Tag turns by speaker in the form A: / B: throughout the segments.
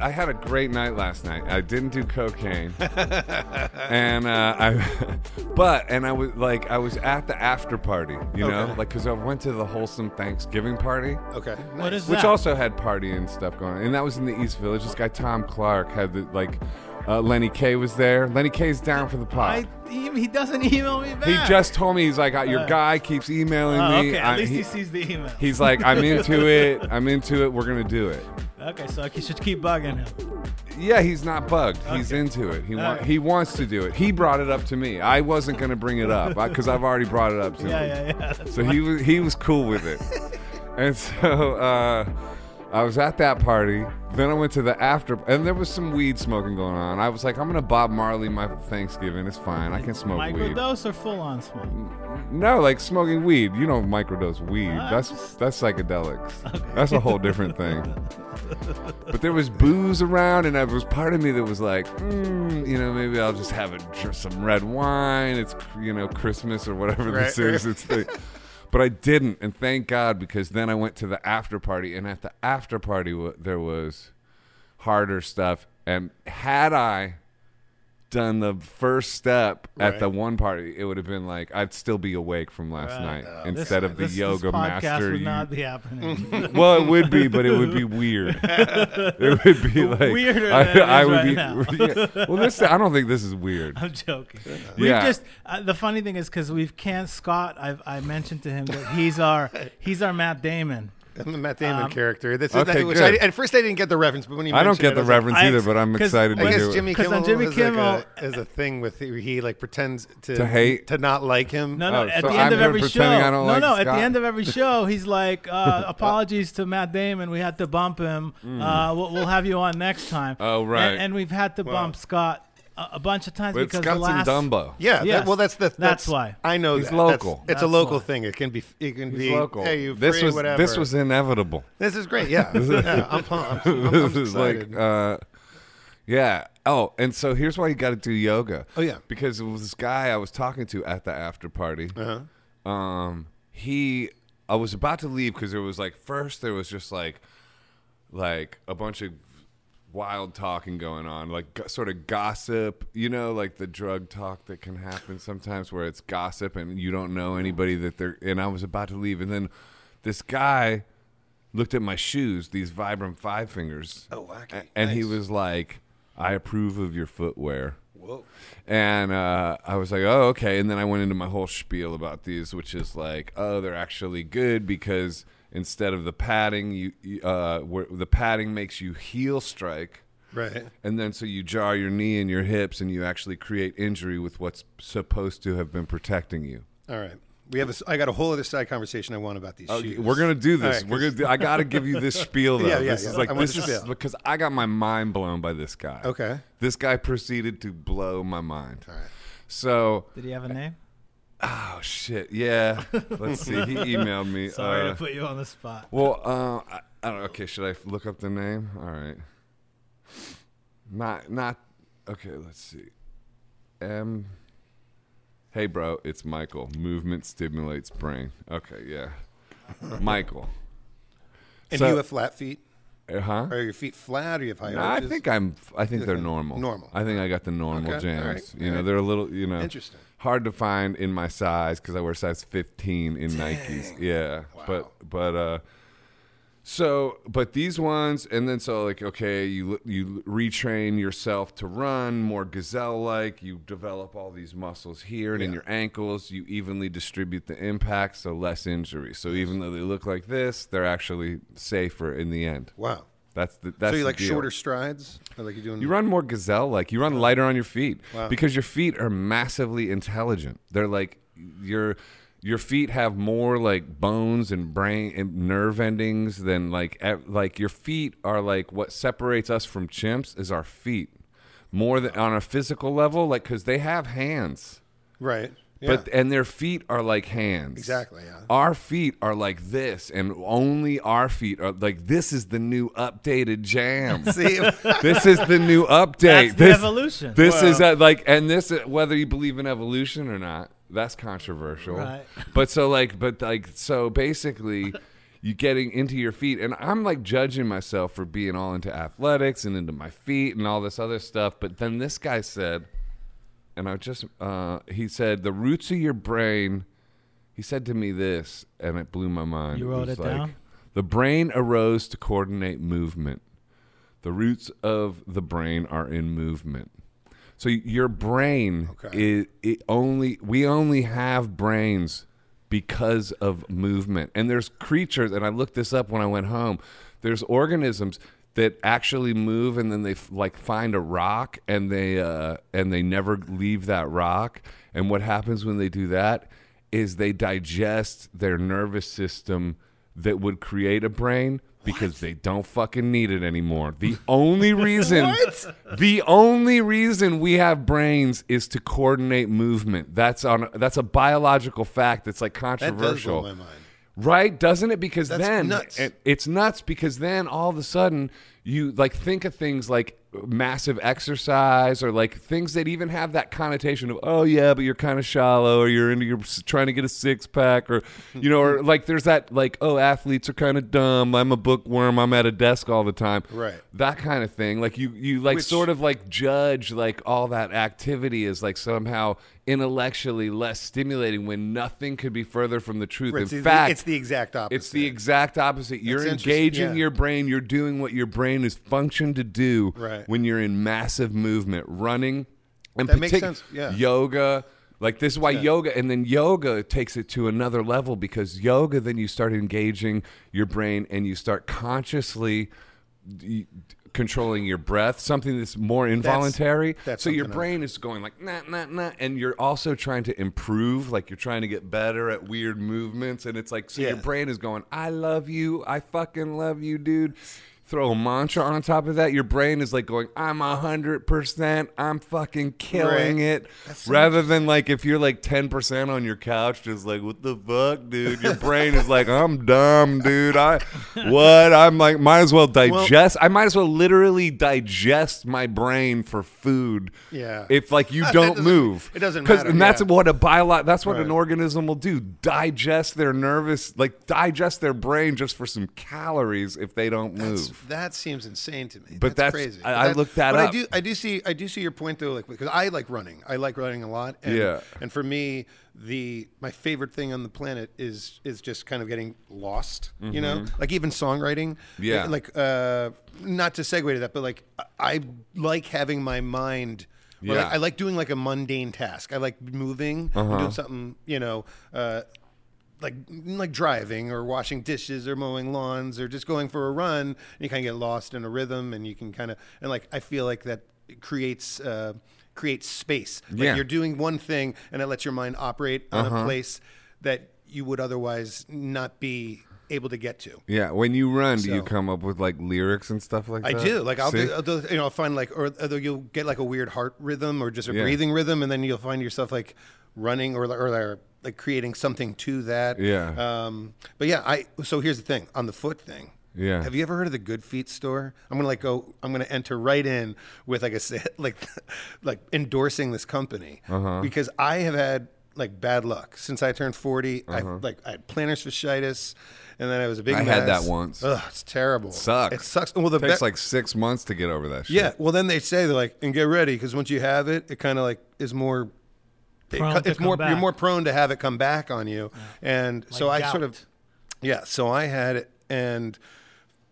A: I had a great night last night. I didn't do cocaine, and uh, I, but and I was like, I was at the after party, you know,
B: Okay.
A: like because I went to the wholesome Thanksgiving party.
B: Okay.
C: What is
A: Which
C: that?
A: also had party and stuff going on. And that was in the East Village. This guy, Tom Clark, had the, like, uh, Lenny K was there. Lenny K's down for the
C: I,
A: pot.
C: he, he doesn't email me
A: He
C: back.
A: just told me, he's like, uh, your
C: Uh,
A: guy keeps emailing
C: Oh,
A: me.
C: okay, at
A: I-
C: least he,
A: he-
C: sees the email.
A: he's like, I'm into it. I'm into it. We're going to do it.
C: okay, so I should keep bugging him.
A: Yeah, he's not bugged. He's
C: Okay.
A: into it. He, wa-
C: All right.
A: he wants to do it. He brought it up to me. I wasn't going to bring it up because I've already brought it up to
C: Yeah,
A: him.
C: yeah, yeah. That's
A: So he was he was cool with it. and so uh, I was at that party. Then I went to the after, and there was some weed smoking going on. I was like, I'm gonna Bob Marley my Thanksgiving. It's fine. I can smoke weed.
C: microdose or full on smoke.
A: No, like smoking weed. You don't microdose weed.
C: I
A: that's
C: just-
A: that's psychedelics. That's a whole different thing. but there was booze around, and there was part of me that was like, mm, you know, maybe I'll just have a, dr- some red wine. It's you know Christmas or whatever this
B: Right.
A: is. It's the, but I didn't, and thank God because then I went to the after party, and at the after party wa- there was harder stuff. And had I done the first step at
B: Right.
A: the one party, it would have been like I'd still be awake from last night
C: Right. This-
A: instead of the
C: this- this
A: yoga
C: podcast
A: master.
C: would
A: you-
C: not be happening.
A: well, it would be, but it would be weird. it would be like
C: Weirder
A: I,
C: than it
A: I
C: is
A: would
C: right
A: be.
C: now.
A: yeah. Well, this I don't think this is weird.
C: I'm joking.
A: Yeah.
C: We've just uh, the funny thing is because we've canned Scott. I've, I mentioned to him that he's our he's our Matt Damon.
B: I'm the Matt Damon
C: Um,
B: character. That's
A: okay,
B: exactly which
A: good.
B: I, at first I didn't get the reference, but when he
A: I don't
B: mentioned
A: get
B: it,
A: the
B: I was like,
A: reference
C: I-
A: either, but I'm
C: 'cause
A: excited
C: when-
A: to
B: I
A: do
B: guess
A: it.
B: Jimmy
C: 'Cause
B: Kimmel,
C: on Jimmy
B: has like
C: Kimmel-
B: a, is a thing with he like pretends to,
A: To hate?
B: to not like him. Uh,
C: No, no.
A: Oh,
C: at
A: so
C: the end
A: I'm
C: of
A: here
C: every show,
A: pretending I don't
C: no,
A: like
C: no. At
A: Scott.
C: the end of every show, he's like, uh, "Apologies to Matt Damon. We had to bump him. Uh, we'll, we'll have you on next time."
A: Mm. Oh,
C: And-
A: right.
C: And, we've had to bump Scott a, a bunch of times
A: But
C: because
A: Scott's
C: the last
A: in Dumbo.
B: Yeah,
C: Yes.
B: that, well, that's the
C: That's why.
B: I know
A: He's
B: that. That's-
A: local.
B: it's
C: That's
B: a local
C: why.
B: thing. It can be. It can
A: He's
B: be
A: local.
B: Hey, you
A: this
B: free,
A: was
B: whatever.
A: this was inevitable.
B: This is great. Yeah, yeah I'm pumped. I'm, I'm,
A: this
B: I'm
A: is like
B: excited.
A: uh yeah oh and so here's why you got to do yoga
B: Oh, yeah.
A: because it was this guy i was talking to at the after party uh-huh. um he i was about to leave because there was like first there was just like like a bunch of wild talking going on like go- sort of gossip you know like the drug talk that can happen sometimes where it's gossip and you don't know anybody that they're and i was about to leave and then this guy looked at my shoes these vibram five fingers
B: Oh, wacky.
A: a- and he
B: Nice.
A: was like i approve of your footwear
B: Whoa.
A: and uh, I was like, oh, okay. And then I went into my whole spiel about these, which is like, oh, they're actually good because instead of the padding, you, you uh, where the padding makes you heel strike,
B: Right.
A: and then so you jar your knee and your hips, and you actually create injury with what's supposed to have been protecting you.
B: All right. We have. A, s- I got a whole other side conversation I want about these shoes.
A: Oh, We're gonna do this.
B: All right,
A: We're gonna. Do, I gotta give you this spiel though.
B: Yeah, yeah,
A: this
B: yeah.
A: is like
B: I want
A: this
B: the
A: is
B: spiel.
A: because I got my mind blown by this guy.
B: Okay.
A: This guy proceeded to blow my mind.
B: All right.
A: So
C: Did he have a name?
A: Oh shit! Yeah, let's see. He emailed me.
C: Sorry
A: uh,
C: to put you on the spot.
A: well, uh, I, I don't. Okay, should I f- look up the name? All right. Not not. Okay, let's see. M. Hey, bro, it's Michael. Movement stimulates brain. Okay, yeah. Michael.
B: And
A: So-
B: you have flat feet?
A: Uh, Huh?
B: Are your feet flat? Or you have high
A: No, I
B: arches?
A: think I'm. I think they're
B: Okay.
A: normal.
B: Normal.
A: I think I got the normal
B: Okay,
A: jams.
B: all right,
A: You know,
B: all right.
A: they're a little. You know,
B: Interesting.
A: Hard to find in my size because I wear size 15 in Nikes. Yeah, but but uh, so but these ones, and then so like okay, you l- you l- retrain yourself to run more gazelle like. You develop all these muscles here and in your ankles. You evenly distribute the impact, so less injury. So even though they look like this, they're actually safer in the end.
B: Wow.
A: That's the that's
B: so you
A: the
B: like
A: deal.
B: shorter strides? Or like you're doing.
A: You run more gazelle like. You run lighter on your feet
B: Wow.
A: because your feet are massively intelligent. They're like your your feet have more like bones and brain and nerve endings than like e- like your feet are like what separates us from chimps is our feet. More than on a physical level like cuz they have hands.
B: right.
A: But and their feet are like hands.
B: Exactly, yeah.
A: Our feet are like this, and only our feet are like this. Is the new updated jam?
B: See,
A: this is the new update.
C: That's the
A: this,
C: evolution.
A: This is uh like, and this whether you believe in evolution or not, that's controversial.
C: Right.
A: But so like, but like, so basically, you getting into your feet, and I'm like judging myself for being all into athletics and into my feet and all this other stuff. But then this guy said, and I just, uh, he said, the roots of your brain. He said to me this, and it blew my mind.
C: You wrote
A: was
C: it down?
A: The brain arose to coordinate movement. The roots of the brain are in movement. So your brain
B: Okay.
A: is it only we only have brains because of movement. And there's creatures and I looked this up when I went home. There's organisms that actually move and then they f- like find a rock and they uh, and they never leave that rock. And what happens when they do that is they digest their nervous system that would create a brain because they don't fucking need it anymore. The only reason the only reason we have brains is to coordinate movement. That's on that's a biological fact that's like
B: that does blow
A: controversial.
B: my mind.
A: Right? Doesn't it? Because
B: That's
A: then
B: nuts.
A: it- it's nuts because then all of a sudden you like think of things like massive exercise or like things that even have that connotation of oh yeah, but you're kind of shallow or you're into your trying to get a six pack or you know or like there's that like oh athletes are kind of dumb. I'm a bookworm. I'm at a desk all the time.
B: Right.
A: That kind of thing. Like you you like
B: Which-
A: sort of like judge like all that activity is like somehow intellectually less stimulating when nothing could be further from the truth
B: It's
A: in
B: the,
A: fact,
B: it's the exact opposite.
A: it's the exact opposite. You're
B: That's interesting,
A: engaging
B: yeah.
A: your brain. You're doing what your brain is functioned to do
B: Right.
A: when you're in massive movement, running, and
B: That makes
A: partic-
B: sense, yeah.
A: yoga. Like this is why yoga, and then yoga takes it to another level because yoga, then you start engaging your brain and you start consciously. d- Controlling your breath, something that's more involuntary.
B: that's
A: so your
B: something I-
A: brain is going like nah nah nah, and you're also trying to improve, like you're trying to get better at weird movements, and it's like so your
B: Yeah.
A: brain is going, I love you. I fucking love you, dude. Throw a mantra on top of that. Your brain is like going, I'm 100%. I'm fucking killing
B: Right.
A: it. Rather than like if you're like 10% on your couch, just like, what the fuck, dude? Your brain is like, I'm dumb, dude. I, what? I'm like, might as well digest. I might as well literally digest my brain for food.
B: Yeah.
A: If like you
B: It
A: don't
B: doesn't-
A: move.
B: it doesn't
A: 'Cause-
B: matter,
A: And that's
B: yeah.
A: what a bio that's what an
B: Right.
A: organism will do digest their nervous like digest their brain just for some calories if they don't
B: That's-
A: move
B: That seems insane to me.
A: But that's-
B: crazy.
A: I- I looked that
B: but
A: up.
B: I do, I do see, I do see your point though, like because I like running. I like running a lot. And,
A: Yeah.
B: And for me, the my favorite thing on the planet is is just kind of getting lost. You know, like even songwriting.
A: Mm-hmm. Yeah.
B: Like, uh, not to segue to that, but like I- I like having my mind. or, like,
A: Yeah. Uh-huh.
B: I like doing like a mundane task. I like moving, and doing something. You know. Uh, like like driving or washing dishes or mowing lawns or just going for a run and you kind of get lost in a rhythm and you can kind of and like i feel like that creates uh creates space like
A: Yeah.
B: you're doing one thing and it lets your mind operate on a place that you would otherwise not be able to get to
A: yeah when you run do you
B: So-
A: come up with like lyrics and stuff like
B: I
A: that
B: do. Like I'll,
A: See?
B: do, I'll do, you know, I'll find like, or although you'll get like a weird heart rhythm or just a
A: Yeah.
B: breathing rhythm, and then you'll find yourself like running or or like, like creating something to that.
A: Yeah.
B: Um. But yeah, I. So here's the thing on the foot thing.
A: Yeah.
B: Have you ever heard of the Good Feet store? I'm gonna like go. I'm gonna enter right in with like a sa- like like endorsing this company
A: Uh-huh.
B: because I have had like bad luck since I turned 40. I like I had plantar fasciitis, and then I was a big.
A: Uh-huh. I had
B: mess.
A: that once.
B: Ugh, it's terrible.
A: sucks
B: It sucks. Well, the
A: takes
B: be-
A: like six months to get over that shit.
B: yeah. Well, then they say they're like, and get ready because once you have it, it kind of like is more. it
C: Prone
B: co-
C: to
B: it's
C: come
B: more.
C: back.
B: You're more prone to have it come back on you, and so I
C: Like
B: sort of,
C: gout.
B: yeah. So I had it and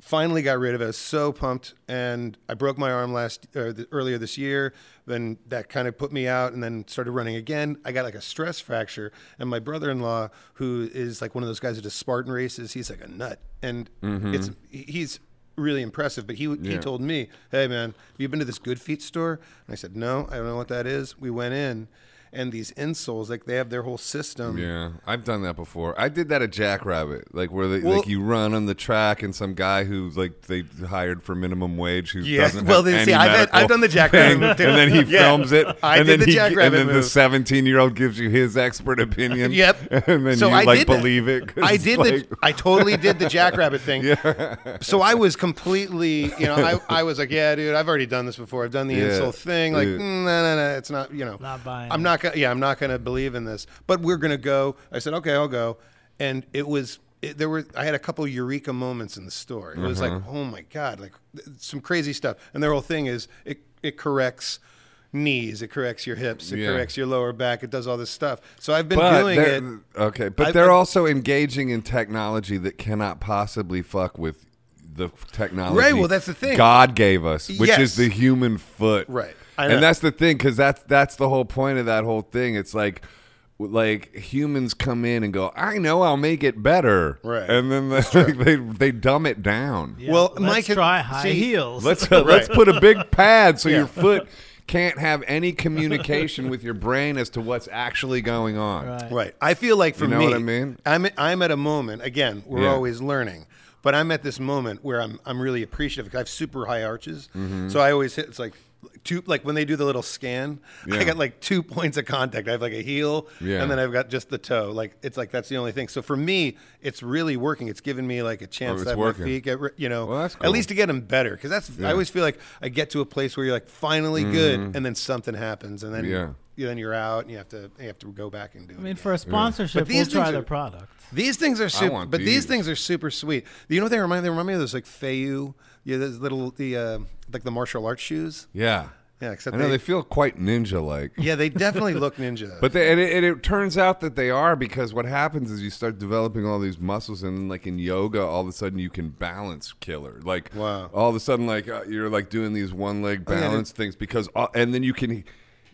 B: finally got rid of it. I was so pumped, and I broke my arm last uh, th- earlier this year. Then that kind of put me out, and then started running again. I got like a stress fracture, and my brother-in-law, who is like one of those guys that does Spartan races, he's like a nut, and
A: Mm-hmm.
B: it's he- he's really impressive. But he he told me, "Hey man, have you been to this Good Feet store?" And I said, "No, I don't know what that is." We went in. and these insoles. Like they have their whole system.
A: Yeah, I've done that before. I did that at Jackrabbit, like where they,
B: Well-
A: like you run on the track and some guy who's like they hired for minimum wage who
B: Yeah,
A: doesn't.
B: well,
A: have
B: then,
A: any
B: see, I've had-
A: medical
B: I've done the Jackrabbit
A: thing,
B: move, too.
A: and then he
B: Yeah.
A: films it.
B: I
A: and
B: did
A: then
B: the
A: he,
B: Jackrabbit
A: and then the
B: move.
A: seventeen-year-old gives you his expert opinion.
B: Yep.
A: and then
B: So
A: you
B: I
A: like
B: did that.
A: believe it. 'cause
B: I
A: it's
B: did
A: like,
B: the. I totally did the jackrabbit thing. So I was completely, you know, I, I was like, yeah, dude, I've already done this before. I've done the
A: Yeah.
B: insole thing. Like, "Mm,
A: Yeah.
B: no, no, no, it's not, you know,
C: Not buying
B: I'm not gonna. Yeah, I'm not gonna believe in this. But we're gonna go. I said, okay, I'll go. And it was. It, there were. I had a couple eureka moments in the store. It was like,
A: Mm-hmm.
B: oh my god, like th- some crazy stuff. And their whole thing is it it corrects knees, it corrects your hips, it
A: Yeah.
B: corrects your lower back, it does all this stuff. So I've been
A: But
B: doing
A: they're-
B: it.
A: Okay, but
B: I've
A: they're
B: been-
A: also engaging in technology that cannot possibly fuck with the f- technology.
B: Right, well, that's the thing.
A: God gave us, which
B: Yes.
A: is the human foot.
B: Right. I know.
A: and that's the thing, because that's that's the whole point of that whole thing. It's like. Like humans come in and go, I know I'll make it better,
B: Right.
A: And then the, like, they they dumb it down.
C: Yeah,
B: Well,
C: let's
B: Mike-
C: try high
B: see,
C: heels.
A: Let's uh, let's put a big pad so
B: Yeah.
A: your foot can't have any communication with your brain as to what's actually going on.
C: Right.
B: Right. I feel like for
A: You know
B: me,
A: what I mean?
B: I'm I'm at a moment. Again, we're
A: Yeah.
B: always learning, but I'm at this moment where I'm I'm really appreciative. 'cause I have super high arches,
A: Mm-hmm.
B: so I always hit. It's like two, like when they do the little scan, I
A: Yeah.
B: got like two points of contact. I have like a heel,
A: Yeah.
B: and then I've got just the toe. Like it's like that's the only thing. So for me, it's really working. It's given me like a chance
A: Oh, it's
B: to have
A: working.
B: my feet get ri- you know
A: Well, that's
B: at
A: cool.
B: least to get them better because that's I always feel like I get to a place where you're like finally good, and then something happens, and then
A: Mm-hmm. Yeah.
B: Then you're out, and you have to you have to go back and do it.
C: I mean, for a sponsorship,
B: But
C: we'll
B: these
C: try
B: things
C: their
B: are-
C: product.
B: These things are super,
A: want
B: but these.
A: these.
B: things are super sweet. You know what they remind? They remind me of those like Feiyu, yeah, those little the uh, like the martial arts shoes.
A: Yeah.
B: Yeah, except
A: I know
B: they-
A: they, feel quite ninja like.
B: Yeah, they definitely look ninja.
A: But they, and it, and it turns out that they are because what happens is you start developing all these muscles, and then like in yoga, all of a sudden you can balance killer. Like
B: Wow.
A: all of a sudden, like uh, you're like doing these one leg
B: yeah, dude.
A: balance things because, all, and then you can,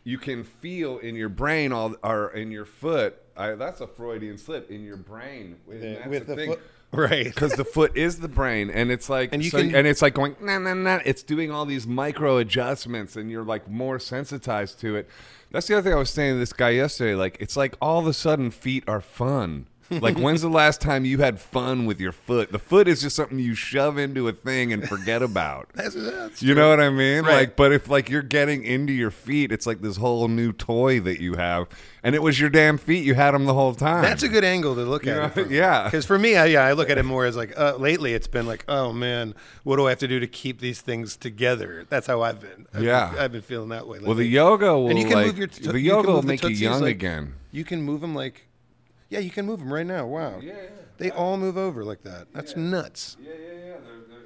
A: you can feel in your brain all or in your foot. I, that's a Freudian slip in your brain. and that's the thing.
B: right?
A: because the foot is the brain, and it's like
B: And
A: and,
B: you
A: you
B: can-
A: and it's like going nah nah nah. It's doing all these micro adjustments, and you're like more sensitized to it. That's the other thing I was saying to this guy yesterday. Like it's like all of a sudden feet are fun. Like when's the last time you had fun with your foot? The foot is just something you shove into a thing and forget about.
B: That's, that's
A: You know what I mean?
B: Right.
A: Like, but if like you're getting into your feet, it's like this whole new toy that you have, and it was your damn feet. You had them the whole time.
B: that's a good angle to look
A: know,
B: at. it from.
A: yeah.
B: because for me, I, yeah, I look at it more as like uh, lately it's been like, oh man, what do I have to do to keep these things together? That's how I've been. I've
A: Yeah.
B: been, I've been feeling that way. Lately.
A: Well, the yoga will
B: and you can
A: like,
B: move your to-
A: the
B: you can
A: yoga will
B: move the
A: make you
B: tootsies,
A: young
B: like-
A: again.
B: You can move them like, yeah, you can move them right now. Wow, yeah, they all move over like that. That's nuts.
A: Yeah, yeah, yeah.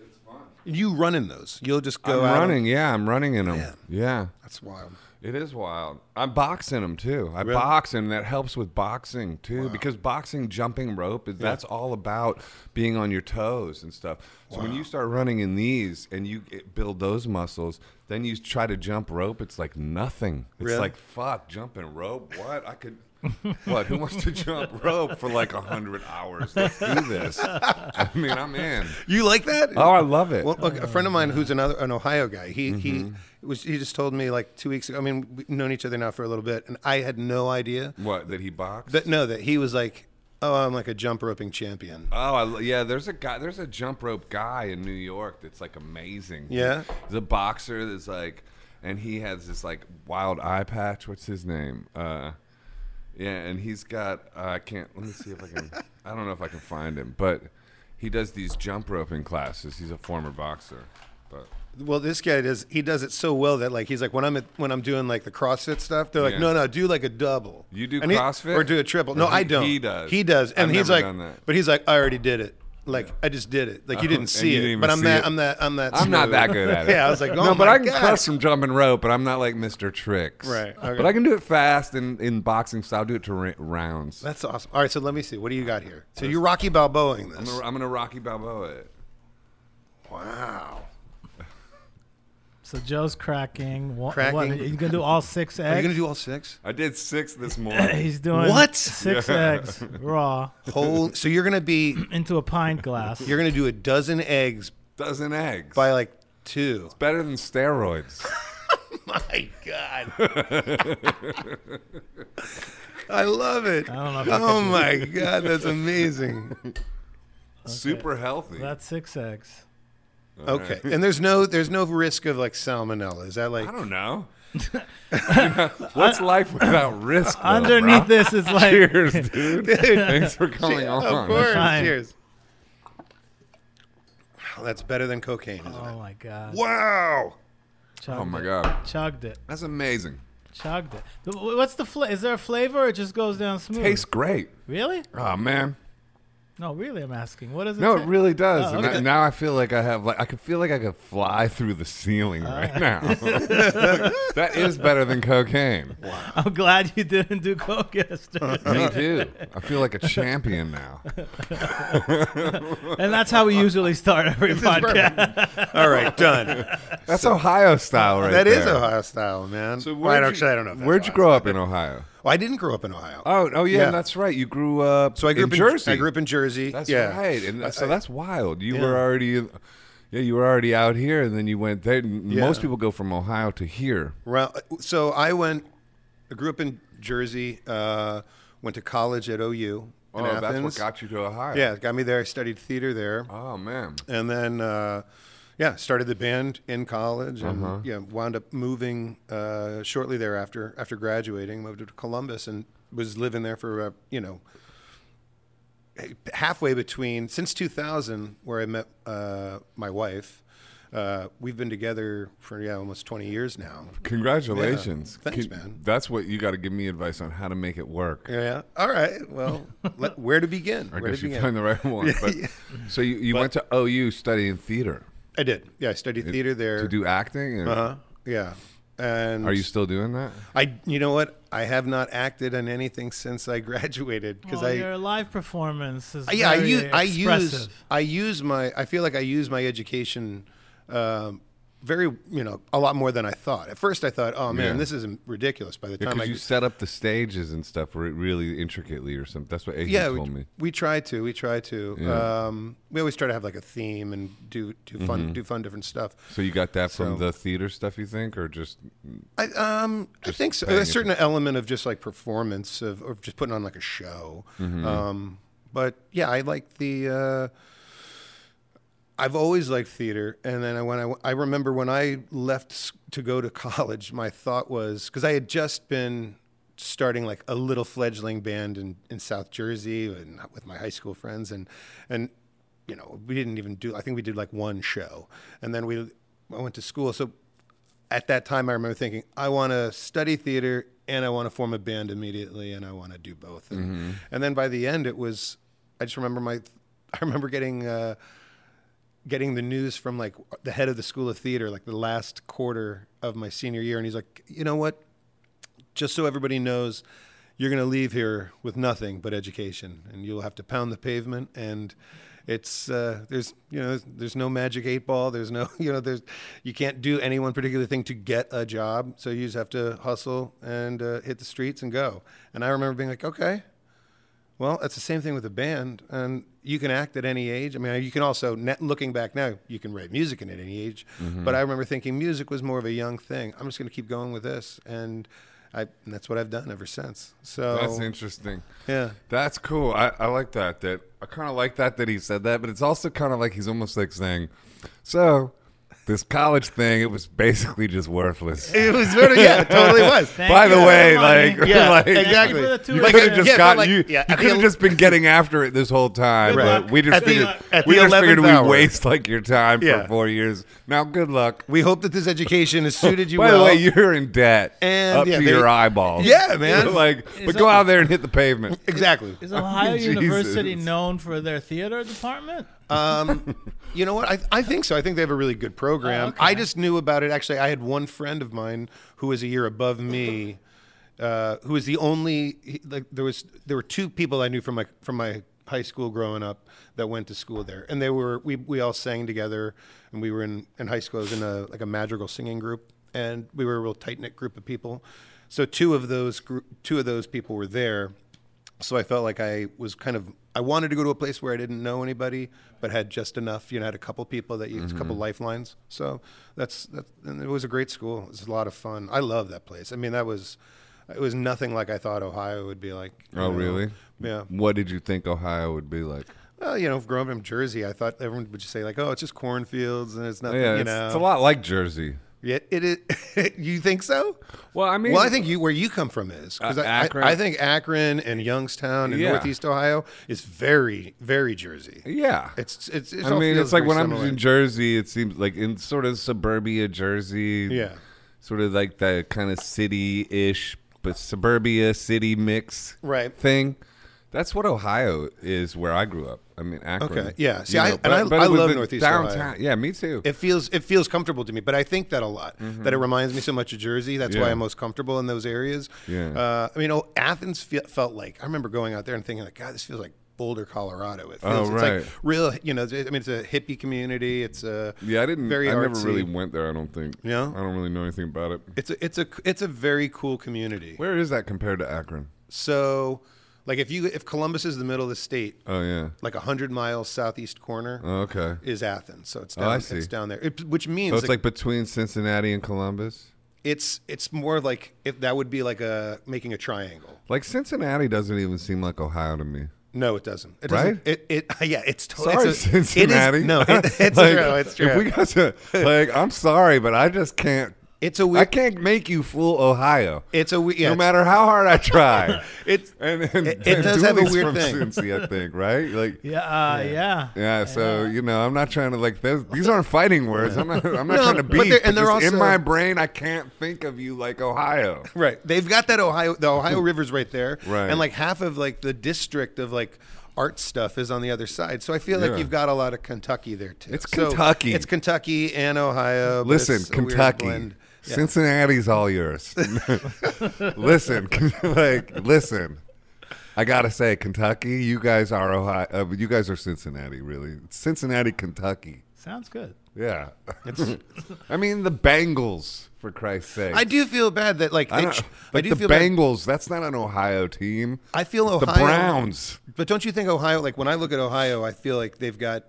A: it's fun.
B: You run in those, you'll just go
A: I'm
B: out.
A: running. Yeah, I'm running in them. Yeah.
B: That's wild.
A: It is wild. I'm boxing them too. I box and that helps with boxing too because boxing jumping rope is that's all about being on your toes and stuff. So when you start running in these and you get, build those muscles, then you try to jump rope. It's like nothing. It's
B: Really?
A: like fuck jumping rope. What I could. what? Who wants to jump rope for like a hundred hours? Let's do this. I mean, I'm in.
B: You like that?
A: Oh, I love it.
B: Well, look, a friend of mine who's another an Ohio guy. He he
A: Mm-hmm.
B: was he just told me like two weeks ago. I mean, we've known each other now for a little bit, and I had no idea
A: what that he boxed?
B: that no that he was like, oh, I'm like a jump roping champion.
A: Oh, I, lo- yeah. There's a guy. There's a jump rope guy in New York that's like amazing.
B: Yeah?
A: he's a boxer that's like, and he has this like wild eye patch. What's his name? Uh, yeah, and he's got. Uh, I can't. Let me see if I can. I don't know if I can find him, but he does these jump roping classes. He's a former boxer, but
B: Well, this guy does. He does it so well that like he's like when I'm at, when I'm doing like the CrossFit stuff, they're like,
A: Yeah.
B: no, no, do like a double.
A: You do
B: And he-
A: CrossFit?
B: or do a triple? No,
A: Or
B: I
A: he-
B: don't.
A: he does.
B: He does, and
A: I've
B: he's
A: never
B: like,
A: done that.
B: but he's like, I already did it. Like I just did it. Like you
A: Oh,
B: didn't
A: and
B: see
A: you
B: it,
A: didn't even
B: but I'm
A: see
B: that.
A: it.
B: I'm that. I'm that.
A: I'm not
B: smooth.
A: that good at it.
B: yeah, I was like, oh
A: no, but
B: my
A: I can
B: God.
A: crush some jumping rope, but I'm not like Mr. Tricks.
B: Right, okay.
A: But I can do it fast and in boxing style. do it to ra- rounds.
B: That's awesome. All right, so let me see. What do you got here? So you're Rocky Balboaing
A: I'm
B: this.
A: gonna, I'm gonna Rocky Balboa it.
B: Wow.
C: So Joe's cracking. What,
B: Cracking.
C: What, you gonna do all six
B: Are you
C: eggs?
B: gonna do all six?
A: I did six this morning.
C: He's doing
B: What?
C: Six eggs raw
B: Whole. so you're gonna be.
C: into a pint glass.
B: You're gonna do a dozen eggs
A: Dozen eggs.
B: by like two.
A: Better than steroids.
B: my god. I love it.
C: I don't know if I
B: Oh my god, that's amazing.
A: Super healthy.
C: That's six eggs.
B: Okay. And there's no there's no risk of like salmonella. Is that like
A: I don't know. What's life without risk? though,
C: Underneath
A: bro?
C: this is like
A: Cheers, dude.
B: Dude,
A: Thanks for coming on.
B: Oh, Of course.
C: Fine.
B: Cheers. Wow, that's better than cocaine, isn't
C: Oh
B: it?
C: my god.
B: Wow.
C: Chugged
A: Oh my
C: it.
A: god,
C: Chugged it.
A: that's amazing.
C: Chugged it. The- wh- What's the flavor? Is there a flavor or it just goes down smooth?
A: Tastes great.
C: Really?
A: Oh man,
C: No, really I'm asking. What is it?
A: no,
C: ta-
A: it really does.
C: Oh,
A: And
C: okay.
A: I- now I feel like I have like I could feel like I could fly through the ceiling
C: Uh.
A: right now. that is better than cocaine.
C: I'm glad you didn't do coke yesterday.
A: Me too. I feel like a champion now.
C: and that's how we usually start every podcast.
B: All right, done.
A: That's Ohio style, right
B: That
A: there.
B: is Ohio style, man.
A: So
B: So
A: where'd
B: I don't,
A: you-
B: actually, I don't know. if that's
A: Where'd you
B: Ohio
A: grow up in Ohio?
B: style. Well, I didn't grow up in Ohio.
A: Oh, oh yeah,
B: Yeah.
A: that's right. You grew up.
B: so I grew
A: in
B: up in
A: Jersey.
B: I grew up in Jersey.
A: That's
B: yeah.
A: right, and
B: I-
A: so
B: I-
A: that's wild. You
B: Yeah.
A: were already, in- yeah, you were already out here, and then you went there. And
B: Yeah.
A: Most people go from Ohio to here.
B: Well, so I went. I grew up in Jersey. Uh, went to college at OU
A: Oh,
B: in Athens.
A: you to Ohio.
B: Yeah, it got me there. I studied theater there,
A: Oh man.
B: and then uh, yeah, started the band in college, and yeah, wound up moving uh, shortly thereafter. After graduating, moved to Columbus, and was living there for uh, you know halfway between since 2000 where i met uh, my wife uh, we've been together for yeah almost 20 years now
A: Congratulations.
B: Yeah. Thanks, man.
A: That's what you got to give me advice on how to make it work.
B: Yeah. All right. Well, let, where to begin?
A: I
B: where
A: guess
B: to
A: you
B: begin?
A: found the right one. But, So you, you went to OU studying theater
B: I did. Yeah, I studied theater there.
A: to do acting. Or,
B: Uh-huh. Yeah. And
A: Are you still doing that?
B: I. You know what? I have not acted on anything since I graduated because
C: Well, your
B: I.
C: live performance is
B: Yeah, I
C: very
B: use. I use.
C: expressive.
B: I use my. I feel like I use my education. Um, very, you know, a lot more than I thought. At first, I thought, "Oh man,
A: Yeah.
B: this is ridiculous." By the time
A: Because
B: I
A: you set up the stages and stuff re- really intricately or something. That's what Adrian
B: yeah,
A: told
B: we,
A: me.
B: we try to. We try to.
A: Yeah. Mm-hmm.
B: Um, we always try to have like a theme and do do fun do fun different stuff.
A: So you got that from
B: So-
A: the theater stuff, you think, or just
B: I um I think so.
A: paying
B: A certain element of just like performance of, of just putting on like a show. Um, but yeah, I like the. Uh, I've always liked theater, and then I, when I I remember when I left s- to go to college, my thought was because I had just been starting like a little fledgling band in, in South Jersey and with my high school friends, and and you know we didn't even do I think we did like one show, and then we I went to school, so at that time, I remember thinking, I want to study theater and I want to form a band immediately and I want to do both. And, and then by the end, it was, I just remember my, I remember getting, uh, getting the news from like the head of the school of theater, like the last quarter of my senior year. And he's like, you know what? Just so everybody knows, you're going to leave here with nothing but education and you'll have to pound the pavement and it's uh, there's you know there's, there's no magic eight ball there's no you know there's you can't do any one particular thing to get a job so you just have to hustle and uh, hit the streets and go and i remember being like okay well, that's the same thing with a band, and you can act at any age. I mean, you can also, net- looking back now, you can write music in at any age. But I remember thinking music was more of a young thing. I'm just going to keep going with this, and I and that's what I've done ever since. So
A: that's interesting.
B: Oh. yeah,
A: That's cool. I, I like that. That I kind of like that that he said that, but it's also kind of like he's almost like saying, "So, this college thing, it was basically just worthless."
B: it was really, yeah, it totally was.
C: Thank
A: By
C: you
A: the
C: for
A: way,
C: money.
A: like,
B: Yeah,
A: like
B: exactly.
C: Thank you for the two
A: you
C: Like,
A: could have just
B: yeah, but
A: gotten
B: like-
A: you.
B: yeah,
A: you
B: at the
A: could have
B: el-
A: just been getting after it this whole time,
C: Good
A: but
C: luck.
A: we just
B: At the-
A: figured
B: at
A: we
B: the
A: just figured
B: 11th
A: we
B: hour.
A: waste like your time for
B: Yeah.
A: four years. Now, good luck.
B: We hope that this education has suited you
A: By
B: well.
A: the way, you're in debt
B: And,
A: up
B: yeah,
A: to
B: they-
A: your eyeballs.
B: Yeah, man.
A: like,
C: Is
A: but go
C: that-
A: out there and hit the pavement.
B: exactly.
C: Is Ohio
A: Jesus.
C: University known for their theater department?
B: Um, you know what? I, I think so. I think they have a really good program.
C: Oh, okay.
B: I just knew about it. Actually, I had one friend of mine who was a year above me, uh, who was the only he- like there was there were two people I knew from my from my high school growing up that went to school there, and they were we we all sang together, and we were in in high school I was in a like a madrigal singing group, and we were a real tight knit group of people. So two of those group, two of those people were there So I felt like I was kind of I wanted to go to a place where I didn't know anybody, but had just enough. You know, had a couple people that you, a
A: Mm-hmm.
B: couple lifelines. So that's that. And it was a great school. It was a lot of fun. I love that place. I mean, that was it was nothing like I thought Ohio would be like. you
A: Oh,
B: know.
A: really?
B: Yeah.
A: What did you think Ohio would be like?
B: Well, you know, growing up in Jersey, I thought everyone would just say like, "Oh, it's just cornfields and it's nothing."
A: Oh, Yeah,
B: you
A: it's,
B: know,
A: it's a lot like Jersey.
B: Yeah, it is. you think so?
A: Well, I mean-
B: well, I think you where you come from is 'cause
A: Uh,
B: I, I-
A: Akron.
B: I, think Akron and Youngstown and
A: Yeah.
B: Northeast Ohio is very, very Jersey.
A: Yeah.
B: It's it's. it's
A: I
B: all
A: mean,
B: feels
A: it's like
B: very
A: when
B: similar.
A: I'm in Jersey, it seems like in sort of suburbia Jersey.
B: Yeah.
A: Sort of like that kind of city ish, but suburbia city mix
B: Right.
A: thing. That's what Ohio is where I grew up. I mean, Akron.
B: Okay, yeah. See,
A: You
B: I-
A: know,
B: and I- I
A: it was
B: love
A: the
B: Northeast
A: downtown.
B: Ohio.
A: Yeah, me too.
B: It feels it feels comfortable to me, but I think that a lot. That it reminds me so much of Jersey. That's why
A: Mm-hmm. Yeah.
B: I'm most comfortable in those areas.
A: Yeah.
B: Uh, I mean, oh, Athens fe- felt like I remember going out there and thinking like, God, this feels like Boulder, Colorado. It feels
A: Oh,
B: it's
A: right.
B: like real. You know, I mean, it's a hippie community. It's a
A: yeah, I didn't.
B: Very
A: I never
B: artsy.
A: really went there. I don't think.
B: No?
A: I don't really know anything about it.
B: It's a it's a it's a very cool community.
A: Where is that compared to Akron?
B: So, like if you if Columbus is the middle of the state,
A: Oh yeah.
B: like a hundred miles southeast corner
A: Oh, okay.
B: is Athens. So it's
A: Oh,
B: down,
A: I see.
B: it's down there, it, which means
A: So it's
B: like,
A: like between Cincinnati and Columbus.
B: it's it's more like if that would be like a making a triangle.
A: Like Cincinnati doesn't even seem like Ohio to me.
B: No, it doesn't. It
A: Right?
B: Doesn't, it, it yeah, it's totally
A: Sorry,
B: it's a, it is-
A: Cincinnati.
B: no, it, it's
A: Like,
B: true. It's true.
A: If we got to, like, I'm sorry, but I just can't.
B: it's a
A: I
B: weird.
A: can't make you fool Ohio.
B: It's a weird. Yeah,
A: no
B: it's-
A: matter how hard I try.
B: It's
A: and, and
B: It- it does have a
A: Dooley's
B: weird
A: from
B: thing.
A: Cincy, I think, right? Like, yeah.
C: Yeah, uh, yeah.
A: so you know, I'm not trying to like those, these aren't fighting words. I'm not. I'm not
B: No,
A: trying to
B: but
A: beat.
B: they're- and they're
A: in
B: also-
A: my brain. I can't think of you like Ohio.
B: Right. They've got that Ohio the Ohio River's right there.
A: Hmm. Right.
B: And like half of like the district of like art stuff is on the other side. So I feel
A: Yeah.
B: like you've got a lot of Kentucky there too.
A: It's
B: So
A: Kentucky.
B: It's Kentucky and Ohio. but
A: Listen,
B: it's a weird
A: Kentucky.
B: blend. Yeah.
A: Cincinnati's all yours. listen, like listen. I gotta say, Kentucky, you guys are Ohio. Uh, you guys are Cincinnati, really. Cincinnati, Kentucky.
C: Sounds good.
A: Yeah. I mean, the Bengals, for Christ's sake.
B: I do feel bad that like
A: I,
B: I,
A: don't,
B: I
A: like
B: do
A: the
B: feel bad.
A: Bengals. That's not an Ohio team.
B: I feel Ohio
A: the Browns.
B: But don't you think Ohio like when I look at Ohio, I feel like they've got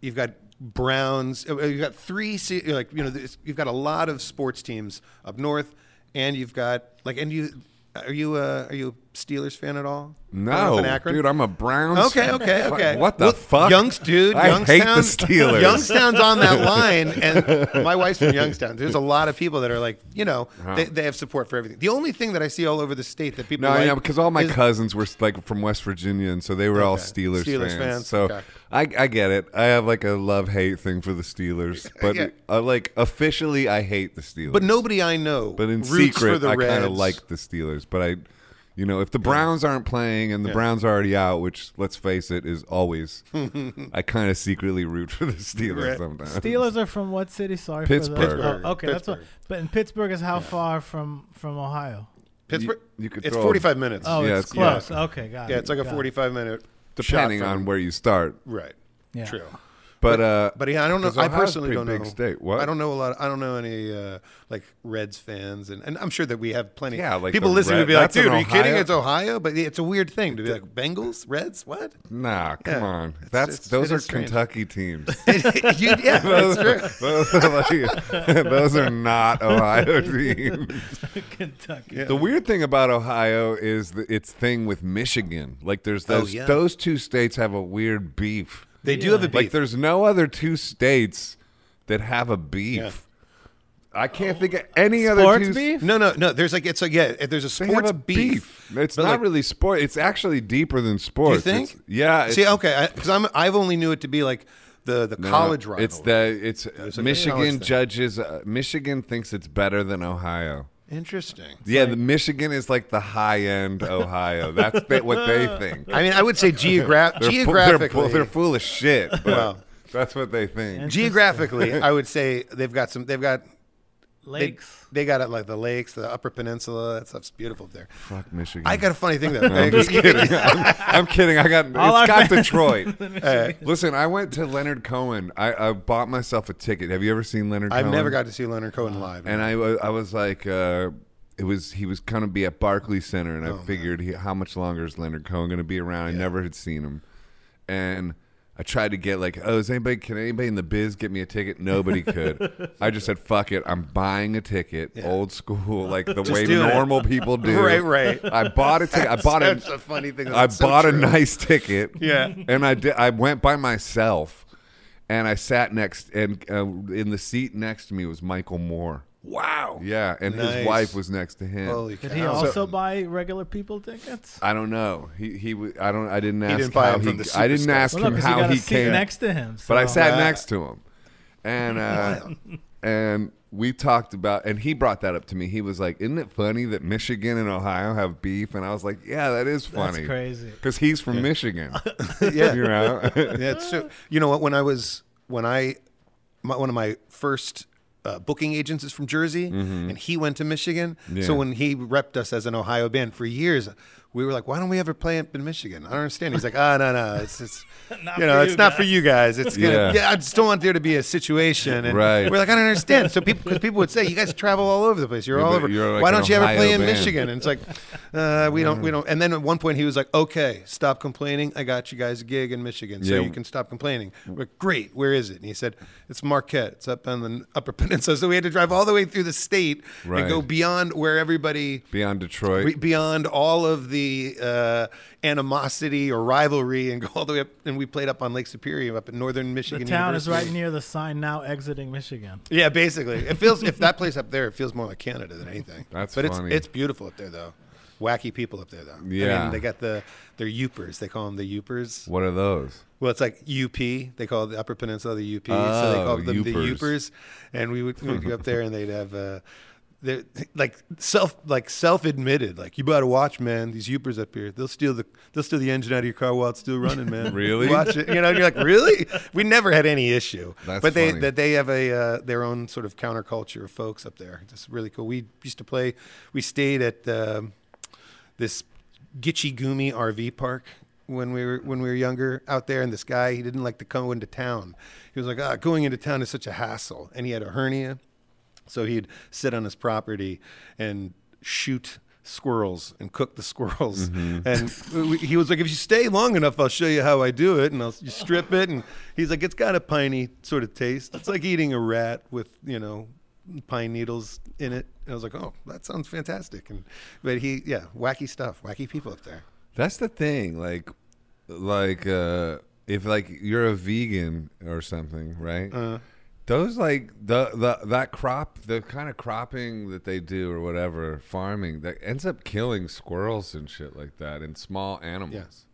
B: you've got Browns, uh, you've got three se- like you know this- you've got a lot of sports teams up north and you've got like and you are you uh, are you a Steelers fan at all? Growing up in
A: No,
B: Akron?
A: dude, I'm a Browns.
B: Okay,
A: fan.
B: okay,
A: Fu-
B: okay.
A: What the
B: Well,
A: fuck,
B: Youngs, dude.
A: I
B: Youngstown,
A: hate the Steelers.
B: Youngstown's on that line, and my wife's from Youngstown. There's a lot of people that are like, you know, they, they have support for everything. The only thing that I see all over the state that people
A: No,
B: like
A: yeah, because all my
B: is-
A: cousins were like from West Virginia, and so they were all
B: Okay.
A: Steelers,
B: Steelers
A: fans.
B: fans,
A: So
B: okay.
A: I, I get it. I have like a love hate thing for the Steelers, but
B: Yeah.
A: uh, like officially, I hate the Steelers.
B: but nobody I know.
A: but in
B: roots for
A: secret,
B: the
A: I kind of
B: Reds.
A: like the Steelers. But I, you know, if the Browns aren't playing and the Browns are already out, which let's face it, is always, I kind of secretly root for the Steelers
B: Right.
A: sometimes.
C: Steelers are from what city? Sorry, For the,
A: Pittsburgh.
B: Pittsburgh.
C: Oh, okay, that's what. But in Pittsburgh is how far from from Ohio?
B: Pittsburgh.
A: you could
B: it's
A: throw a-
B: 45 minutes.
C: Oh,
A: Yeah,
C: it's
A: it's- yeah.
C: close. Okay, got it.
B: yeah, it's like a
C: got it.
B: 45 minute.
A: depending
B: shot from-
A: on where you start.
B: Right.
C: Yeah.
B: True.
A: But uh,
B: But yeah, I don't know.
A: 'cause
B: I
A: Ohio's a
B: personally
A: pretty
B: don't
A: big
B: know.
A: State. What?
B: I don't know a lot. I don't know any uh, like Reds fans, and, and I'm sure that we have plenty.
A: Yeah, like
B: people
A: the
B: listening
A: Red-
B: would be like,
A: that's in
B: "Dude, are you kidding?
A: Ohio."
B: It's Ohio." But it's a weird thing to be like Bengals, Reds. What?
A: Nah, come
B: Yeah.
A: on.
B: It's-
A: That's
B: it's-
A: those
B: it
A: are
B: is strange.
A: Kentucky teams.
B: You- yeah, that's true.
A: those, are like- those are not Ohio teams.
C: Kentucky.
A: The weird thing about Ohio is the, its thing with Michigan. Like there's
B: Oh,
A: those
B: yeah.
A: those two states have a weird beef.
B: They do have a
A: Like
B: beef.
A: there's no other two states that have a beef. I can't think of any other
C: Sports
A: two
C: beef?
B: no, no, no. There's like it's like yeah. There's a
A: They
B: sports
A: have a
B: beef.
A: beef. It's
B: but,
A: not
B: like,
A: really sport. It's actually deeper than sports. It's-
B: think?
A: yeah. it's-
B: See, okay, because I'm I've only knew it to be like the the
A: No,
B: college rivalry.
A: It's the it's
B: like a college
A: Michigan
B: thing.
A: judges. Uh, Michigan thinks it's better than Ohio.
B: interesting.
A: yeah, the Michigan is like the high end Ohio. That's the, what they think.
B: I mean, I would say geogra-
A: They're fu- they're fu-
B: geographically.
A: they're, full of shit. But
B: Wow.
A: that's what they think.
B: geographically, I would say they've got some. They've got they-
C: Lakes.
B: They, got it like the lakes, the Upper Peninsula. That stuff's beautiful up there.
A: Fuck Michigan.
B: I got a funny thing though.
A: I'm just kidding. I'm, I'm kidding. I got.
C: All our
A: it's got
C: fans-
A: Detroit. Listen, I went to Leonard Cohen. I, I bought myself a ticket. Have you ever seen Leonard?
B: I've
A: Cohen?
B: never got to see Leonard Cohen live.
A: And I, wa- I was like, uh, it was he was going to be at Barclays Center,
B: Oh,
A: and I figured he, how much longer is Leonard Cohen going to be around? I never had seen him, and I tried to get like, oh, is anybody can anybody in the biz get me a ticket? Nobody could. I just said, fuck it, I'm buying a ticket, old school, like the way
B: do it.
A: normal people do.
B: Right, right.
A: I bought a ticket. I bought
B: That's
A: a
B: a funny thing.
A: I
B: That's so
A: bought a
B: true.
A: nice ticket.
B: Yeah.
A: and I did. I went by myself, and I sat next, and uh, in the seat next to me was Michael Moore.
B: Wow.
A: Yeah, and
B: Nice.
A: his wife was next to him.
B: Holy
C: Did he
B: cow.
C: also buy regular people tickets?
A: I don't know. He he. w- I don't. I didn't ask.
B: didn't buy
A: how
B: him
A: he,
B: from the
A: I didn't
B: superstore.
A: ask
C: Well, no,
A: him
C: because he
A: how
C: got a
A: he
C: seat
A: came
C: next to him. So.
A: but I sat
B: Wow.
A: next to him, and uh, and we talked about, and he brought that up to me. He was like, "Isn't it funny that Michigan and Ohio have beef?" And I was like, "Yeah, that is funny.
C: crazy.
A: because he's from Michigan."
B: yeah.
A: you know?
B: Yeah, it's true. You know what? When I was when I my, one of my first uh, booking agents is from Jersey, and he went to Michigan.
A: Mm-hmm. Yeah.
B: So when he repped us as an Ohio band for years, we were like, "Why don't we ever play up in Michigan?" I don't understand. He's like, "Ah, no, no, it's, it's
C: Not
B: you know,
C: for
B: it's
C: you
B: not for you guys. It's gonna,
A: Yeah.
B: yeah. I just don't want there to be a situation." And
A: Right.
B: we're like, "I don't understand." So people, because people would say, "You guys travel all over the place. You're
A: Yeah,
B: all
A: but
B: over.
A: you're like
B: Why
A: an
B: don't you ever
A: Ohio
B: play in
A: band."
B: Michigan?" And it's like, uh, "We don't, we don't." And then at one point, he was like, "Okay, stop complaining. I got you guys a gig in Michigan." So
A: Yeah.
B: you can stop complaining. We're like, great. Where is it? And he said, it's Marquette. It's up on the Upper Peninsula. So we had to drive all the way through the state
A: Right.
B: and go beyond where everybody,
A: Beyond Detroit,
B: re- beyond all of the uh, animosity or rivalry, and go all the way up. And we played up on Lake Superior, up in northern
C: The
B: Michigan.
C: town is right
B: University.
C: near the sign now exiting Michigan.
B: Yeah, basically, it feels if that place up there, it feels more like Canada than anything.
A: That's
B: but
A: funny.
B: it's it's beautiful up there though. Wacky people up there though. I
A: Yeah.
B: mean, they got the they're youpers. They call them the youpers.
A: what are those?
B: Well, it's like UP. They call the Upper Peninsula the UP, so they
A: Oh,
B: call them the
A: Upers.
B: Upers. And we would, we would go up there, and they'd have uh, they're like self like self admitted like you better watch, man. These Upers up here, they'll steal the they'll steal the engine out of your car while it's still running, man.
A: Really?
B: Watch it, you know. And you're like, really? We never had any issue.
A: That's
B: but they
A: funny.
B: that they have a uh, their own sort of counterculture of folks up there. It's really cool. We used to play. We stayed at. Um, this Gitchy Gumi RV park when we were when we were younger out there, and this guy he didn't like to go into town. He was like, ah, going into town is such a hassle, and he had a hernia, so he'd sit on his property and shoot squirrels and cook the squirrels and we- he was like if you stay long enough i'll show you how i do it and i'll you strip it and he's like it's got a piney sort of taste it's like eating a rat with you know pine needles in it. And I was like, oh, that sounds fantastic. And but he, yeah, wacky stuff, wacky people up there.
A: That's the thing. Like, like uh, if like you're a vegan or something, right?
B: Uh-huh.
A: Those like the the that crop, the kind of cropping that they do or whatever farming that ends up killing squirrels and shit like that and small animals.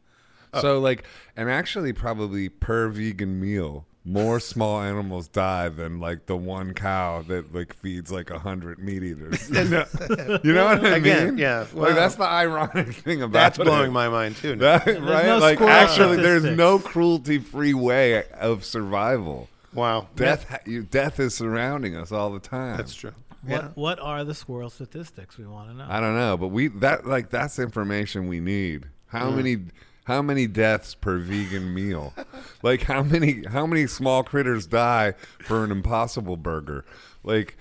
B: Oh.
A: So like, and actually, probably per vegan meal. More small animals die than like the one cow that like feeds like a hundred meat eaters. You know, You know what I
B: Again,
A: mean?
B: yeah.
A: like
B: Wow.
A: that's the ironic thing about
B: That's
A: it.
B: blowing my mind too. now.
A: That- right?
C: no
A: like
C: squirrel
A: actually, there's
C: statistics.
A: no cruelty-free way of survival.
B: wow,
A: Death, ha- you- death is surrounding us all the time.
B: that's true. Yeah.
C: What what are the squirrel statistics? We want to know.
A: I don't know, but we that like that's information we need. How many? How many deaths per vegan meal? like how many? How many small critters die for an Impossible Burger? Like.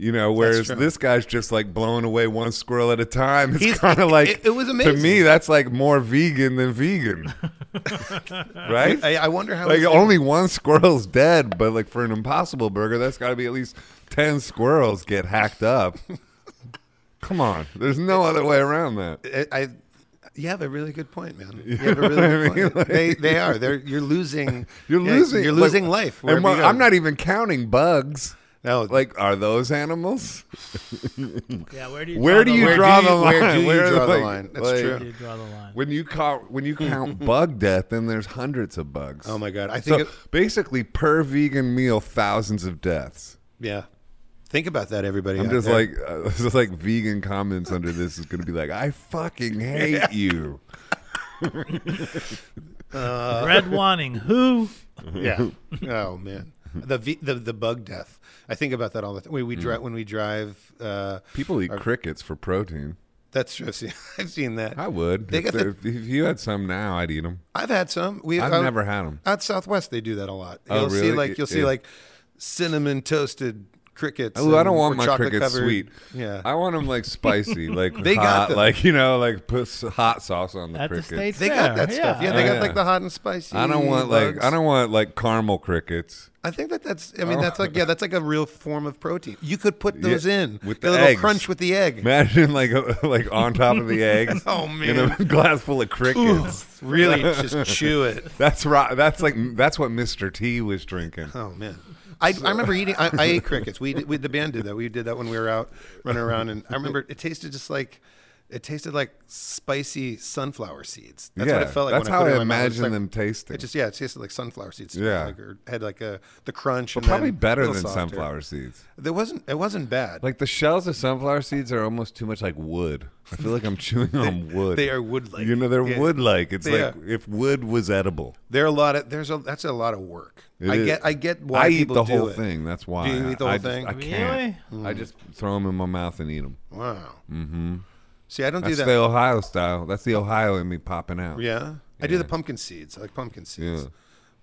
A: You know, whereas
B: true.
A: this guy's just like blowing away one squirrel at a time. It's
B: He's-
A: kind of like
B: it- it was
A: To
B: amazing.
A: me, that's like more vegan than vegan, right?
B: I, I wonder how.
A: Like oh.
B: it's-
A: only one squirrel's dead, but like for an impossible burger, that's got to be at least ten squirrels get hacked up. Come on, there's no other way around that.
B: I, I, you have a really good point, man. You have a really good point. they, they are. They're you're losing.
A: You're
B: yeah,
A: losing.
B: You're losing
A: look,
B: life.
A: And
B: wherever
A: mo-
B: you go.
A: I'm not even counting bugs.
B: No,
A: Like, are those animals?
C: yeah, where do you
A: Where
C: draw
A: do
C: the
A: you
C: line?
A: draw the line?
B: Where do you- where do you
A: are
B: draw the
A: like-
B: line? That's
A: like,
B: true.
C: do you draw the line?
A: When you call, when you count bug death, then there's hundreds of bugs.
B: oh my god. I
A: So
B: think. it-
A: basically, per vegan meal, thousands of deaths.
B: yeah. Think about that, everybody.
A: I'm
B: out
A: just
B: there.
A: like, uh, it's just like vegan comments under this is going to be like, I fucking hate you.
B: Uh,
C: Red wanting who?
B: Yeah. oh man. The, v, the the bug death. I think about that all the time. When we
A: Hmm.
B: drive, when we drive, uh,
A: People eat crickets for protein.
B: that's true. I've seen, I've seen that.
A: I would.
B: They
A: If,
B: got the-
A: if- if you had some now, I'd eat them.
B: I've had some. We uh,
A: I've
B: out-
A: never had them.
B: out Southwest. They do that a lot.
A: Oh,
B: You'll see
A: really?
B: like you'll see
A: Yeah.
B: like cinnamon toasted crickets.
A: Ooh, I don't
B: and-
A: want
B: or
A: my
B: chocolate
A: crickets
B: covered-
A: sweet.
B: Yeah.
A: I want them like spicy, like
B: They
A: they
B: got
A: hot,
B: them.
A: like you know, like put s- hot sauce on the
C: At the
A: crickets.
C: States
B: they got
C: Fair,
B: that stuff. Yeah,
C: yeah.
B: they
A: Yeah.
B: got like the hot and spicy.
A: I don't want like
B: bugs.
A: I don't want like caramel crickets.
B: I think that that's. I mean, that's like yeah, that's like a real form of protein. You could put those
A: Yeah,
B: in
A: with
B: Get a
A: the
B: little
A: eggs.
B: crunch with the egg.
A: Imagine like a, like on top of the eggs.
B: Oh,
A: in a glass full of crickets.
B: Really, just chew it.
A: That's right. That's like that's what Mr. T was drinking.
B: Oh man, I, I remember eating. I, I ate crickets. We, did- we the band did that. We did that when we were out running around, and I remember it tasted just like it tasted like spicy sunflower seeds. That's
A: yeah,
B: what it felt like.
A: that's
B: when
A: how
B: I, put it in my mouth. It was
A: imagine
B: like-
A: them tasting.
B: It just yeah, it tasted like sunflower seeds. to me,
A: Yeah.
B: like, or had like a the crunch.
A: but
B: and then
A: probably
B: a
A: better
B: little
A: than
B: softer.
A: sunflower seeds.
B: There wasn't. It wasn't bad.
A: Like the shells of sunflower seeds are almost too much like wood. I feel like I'm chewing on wood.
B: they are wood-like.
A: You know, they're
B: Yeah.
A: wood-like. It's
B: They
A: like
B: are.
A: if wood was edible.
B: there are a lot of there's a that's a lot of work.
A: It
B: I
A: is.
B: get I get why
A: I eat
B: people
A: the
B: do
A: whole
B: it.
A: thing. That's why.
B: Do you eat the whole
A: I just-
B: thing? Hmm.
A: I can't. I just throw them in my mouth and eat them.
B: Wow. Mm-hmm. See, I don't
A: That's
B: do
A: the
B: that.
A: Ohio style. That's the Ohio in me popping out.
B: Yeah. I do the pumpkin seeds. I like pumpkin seeds.
A: Yeah.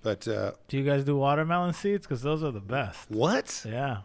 B: But uh,
C: Do you guys do watermelon seeds? Because those are the best.
B: what?
C: Yeah.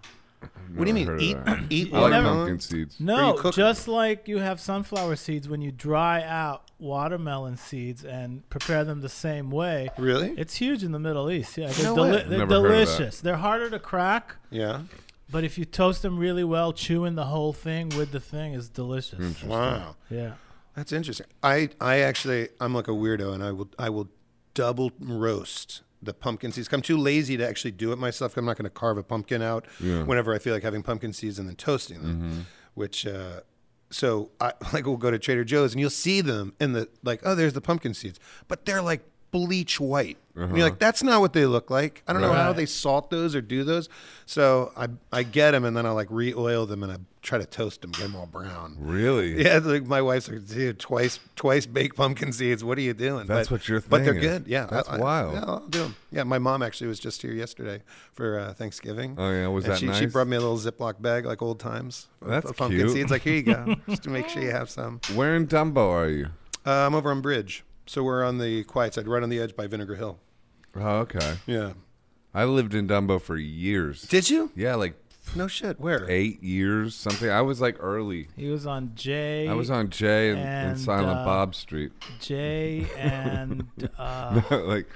B: What do you mean?
A: Never
B: Eat
A: heard of that.
B: eat
A: I like
C: never-
B: watermelon?
A: pumpkin seeds.
B: you
C: No,
B: cook 'em?
C: just like you have sunflower seeds when you dry out watermelon seeds and prepare them the same way.
B: Really?
C: It's huge in the Middle East. Yeah, they're,
B: No
C: deli-
B: way.
A: Never
C: they're
A: heard of that.
C: delicious. They're harder to crack,
B: yeah.
C: but if you toast them really well, chewing the whole thing with the thing is delicious.
B: Wow.
C: Yeah.
B: That's interesting. I I actually I'm like a weirdo, and I will I will double roast the pumpkin seeds. I'm too lazy to actually do it myself. I'm not going to carve a pumpkin out whenever I feel like having pumpkin seeds and then toasting them. Which uh, so I like we'll go to Trader Joe's and you'll see them in the like oh there's the pumpkin seeds, but they're like bleach white. And you're like that's not what they look like. I don't know how
C: Right.
B: they salt those or do those. So I I get them and then I like re-oil them and I try to toast them, get them all brown.
A: Really?
B: Yeah, it's like my wife's like, dude, twice twice baked pumpkin seeds. What are you doing?
A: That's what your
B: But they're
A: thing is.
B: good. Yeah,
A: That's
B: I, I-
A: wild.
B: yeah, I'll do 'em. Yeah, my mom actually was just here yesterday for uh, Thanksgiving.
A: Oh, yeah, was
B: and
A: that
B: she, She
A: nice?
B: brought me a little Ziploc bag, like old times. of-
A: That's
B: of pumpkin
A: cute.
B: seeds. Like here you go, just to make sure you have some.
A: Where in Dumbo are you?
B: Uh, I'm over on Bridge, so we're on the quiet side, right on the edge by Vinegar Hill.
A: Oh, okay.
B: Yeah.
A: I lived in Dumbo for years.
B: Did you?
A: yeah, like
B: No shit. Where?
A: eight years, something. I was like early.
C: He was on J.
A: I was on Jay and, and
C: And,
A: Silent
C: uh,
A: Bob Street.
C: J and uh,
A: like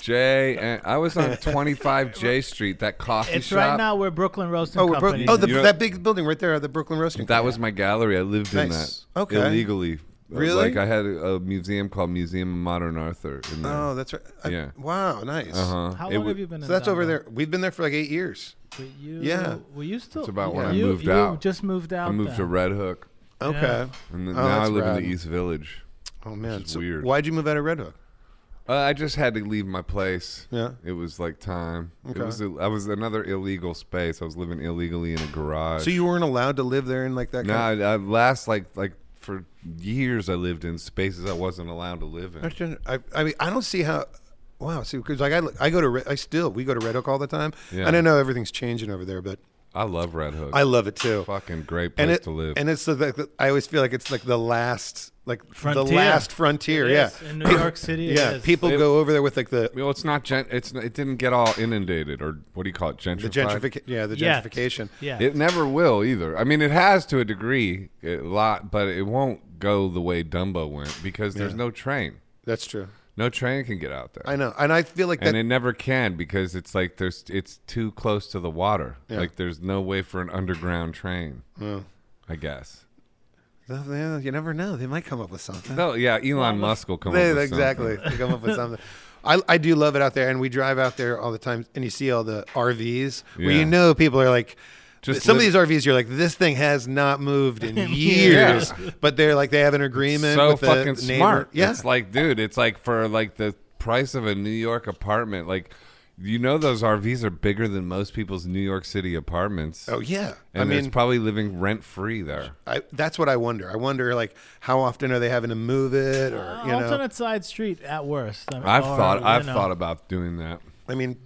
A: Jay and I was on 25 J Street, that coffee
C: it's
A: shop.
C: right now we're Brooklyn Roasting
B: Oh, we're Brook-
C: Company.
B: oh, the,
A: You know-
B: that big building right there, the Brooklyn Roasting.
A: that was my gallery. I lived in that
B: Nice. Okay.
A: illegally.
B: Really?
A: Like I had a, a museum called Museum of Modern Arthur. In there.
B: Oh, that's right. I-
A: Yeah.
B: Wow, nice.
A: uh-huh.
C: How
A: It
C: long
A: wa-
C: have you been?
B: oh, So
C: in
B: that's over
C: Denver?
B: there. We've been there for like eight years.
C: Were you,
B: Yeah.
C: Were you still?
A: It's about when
C: you,
A: I moved
C: you
A: out.
C: Just moved out.
A: I moved to
C: then.
A: Red Hook,
B: Okay.
A: and then
B: Oh,
A: now I
B: that's
A: live
B: rad.
A: in the East Village.
B: Oh man,
A: is weird.
B: Why'd you move out of Red Hook?
A: Uh, I just had to leave my place.
B: Yeah.
A: it was like time.
B: Okay.
A: It was a, I was another illegal space. I was living illegally in a garage.
B: So you weren't allowed to live there in like that.
A: No,
B: kind
A: I, I last like like for years I lived in spaces I wasn't allowed to live in.
B: of, I, I mean, I don't see how. Wow, see, because like I, I go to, Red, I still we go to Red Hook all the time,
A: Yeah.
B: and I know everything's changing over there, but
A: I love Red Hook.
B: I love it too.
A: fucking great place
B: and it,
A: to live.
B: and it's like I always feel like it's like the last, like the
C: Frontier.
B: last frontier. yeah,
C: Yes, in New York City. it
B: yeah.
C: is.
B: People go over there with like the
A: well, it's not gen- it's it didn't get all inundated or what do you call it gentrified?
B: the gentrification. Yeah, the
C: Yeah.
B: gentrification.
C: Yeah.
A: It never will either. I mean, it has to a degree, a lot, but it won't go the way Dumbo went because there's no train.
B: That's true.
A: No train can get out there.
B: I know, and I feel like that.
A: and it never can because it's like there's it's too close to the water. Like there's no way for an underground train. I guess.
B: Yeah, you never know. They might come up with something.
A: No, yeah, Elon Musk will come
B: They-
A: up with
B: exactly.
A: something.
B: They come up with something. I, I do love it out there, and we drive out there all the time, and you see all the RVs where
A: Yeah.
B: you know people are like,
A: Just
B: some
A: live-
B: of these RVs, you're like, this thing has not moved in years, but they're like, they have an agreement.
A: So
B: with the
A: fucking
B: neighbor.
A: smart.
B: Yeah.
A: It's like, dude, it's like for like the price of a New York apartment. Like, you know, those RVs are bigger than most people's New York City apartments.
B: oh yeah.
A: and
B: I
A: it's
B: mean,
A: probably living rent free there.
B: I, that's what I wonder. I wonder like how often are they having to move it, or you know,
C: alternate side street at worst.
B: Oh,
C: I mean,
A: I've
C: or,
A: thought,
C: you
A: I've
C: know.
A: thought about doing that.
B: I mean,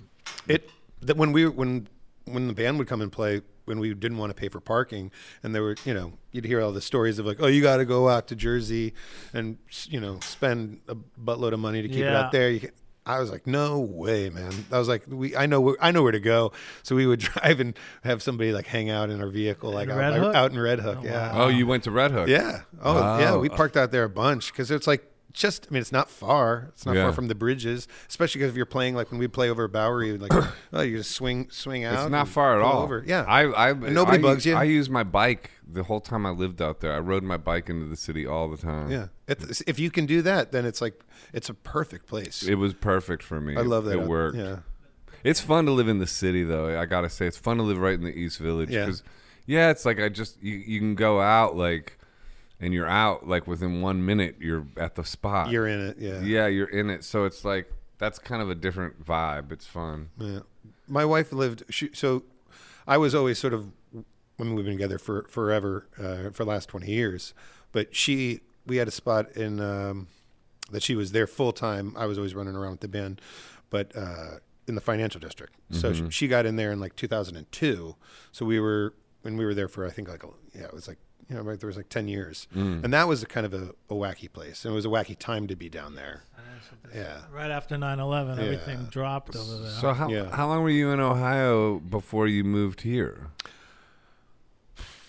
B: it that when we when when the band would come and play when we didn't want to pay for parking and there were you know you'd hear all the stories of like oh you got to go out to Jersey and you know spend a buttload of money to keep it
C: Yeah.
B: out there. You can, I was like, no way, man. I was like, we, I know, where, I know where to go. So we would drive and have somebody like hang out in our vehicle, like
C: Red
B: out,
C: Hook?
B: out in Red Hook. yeah.
A: Oh, you went to Red Hook.
B: Yeah. Oh, yeah.
A: Wow.
B: We parked out there a bunch because it's like just. I mean, it's not far. It's not
A: Yeah.
B: far from the bridges, especially 'cause if you're playing like when we play over at Bowery, like oh, you just swing swing out.
A: It's
B: and
A: not far at
B: pull
A: all.
B: Over. Yeah.
A: I, I
B: And nobody
A: I
B: bugs
A: u-
B: you.
A: I used my bike the whole time I lived out there. I rode my bike into the city all the time.
B: yeah. It's, if you can do that, then it's like it's a perfect place.
A: It was perfect for me.
B: I love that.
A: It worked.
B: Yeah.
A: It's fun to live in the city, though. I gotta say, it's fun to live right in the East Village.
B: Yeah.
A: 'cause, yeah, it's like I just you, you can go out like, and you're out like within one minute you're at the spot.
B: You're in it. Yeah.
A: yeah, you're in it. So it's like that's kind of a different vibe. It's fun.
B: Yeah. My wife lived. She, so I was always sort of. I mean, we've been together for forever, uh, for the last twenty years. But she, we had a spot in um, that she was there full time. I was always running around with the band, but uh, in the financial district. So
A: Mm-hmm.
B: she, she got in there in like two thousand and two. So we were, and we were there for I think like a, yeah, it was like you know, right, there was like ten years,
A: Mm.
B: and that was a kind of a, a wacky place, and it was a wacky time to be down there. Yeah.
C: Right after 9/11, everything dropped over there.
A: So how
B: Yeah.
A: how long were you in Ohio before you moved here?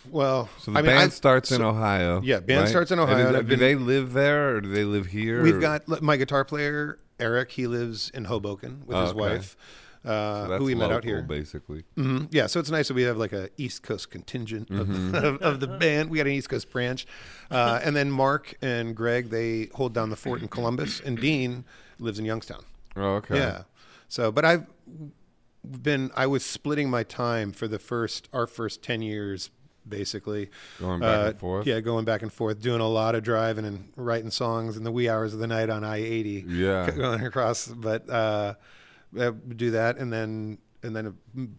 B: Well,
A: So the
B: I mean,
A: band
B: I've-
A: starts in
B: so-
A: Ohio.
B: Yeah, band starts in
A: And
B: Ohio,
A: is-
B: and
A: do
B: I've been-
A: they live there, or do they live here? or-
B: We've got like, my guitar player Eric. He lives in Hoboken with
A: Oh,
B: his
A: okay.
B: wife, uh,
A: So that's
B: who we met out
A: local,
B: here.
A: basically.
B: Mhm. Yeah, so it's nice that we have like a East Coast contingent of,
A: Mm-hmm.
B: of, of the band. We got an East Coast branch, uh, and then Mark and Greg they hold down the fort in Columbus, and Dean lives in Youngstown.
A: Oh, okay.
B: Yeah. So, but I've been I was splitting my time for the first our first 10 years basically Uh,
A: Going back and forth?
B: Yeah, going back and forth, doing a lot of driving and writing songs in the wee hours of the night on I-80.
A: Yeah.
B: Going across, but uh I would do that and then and then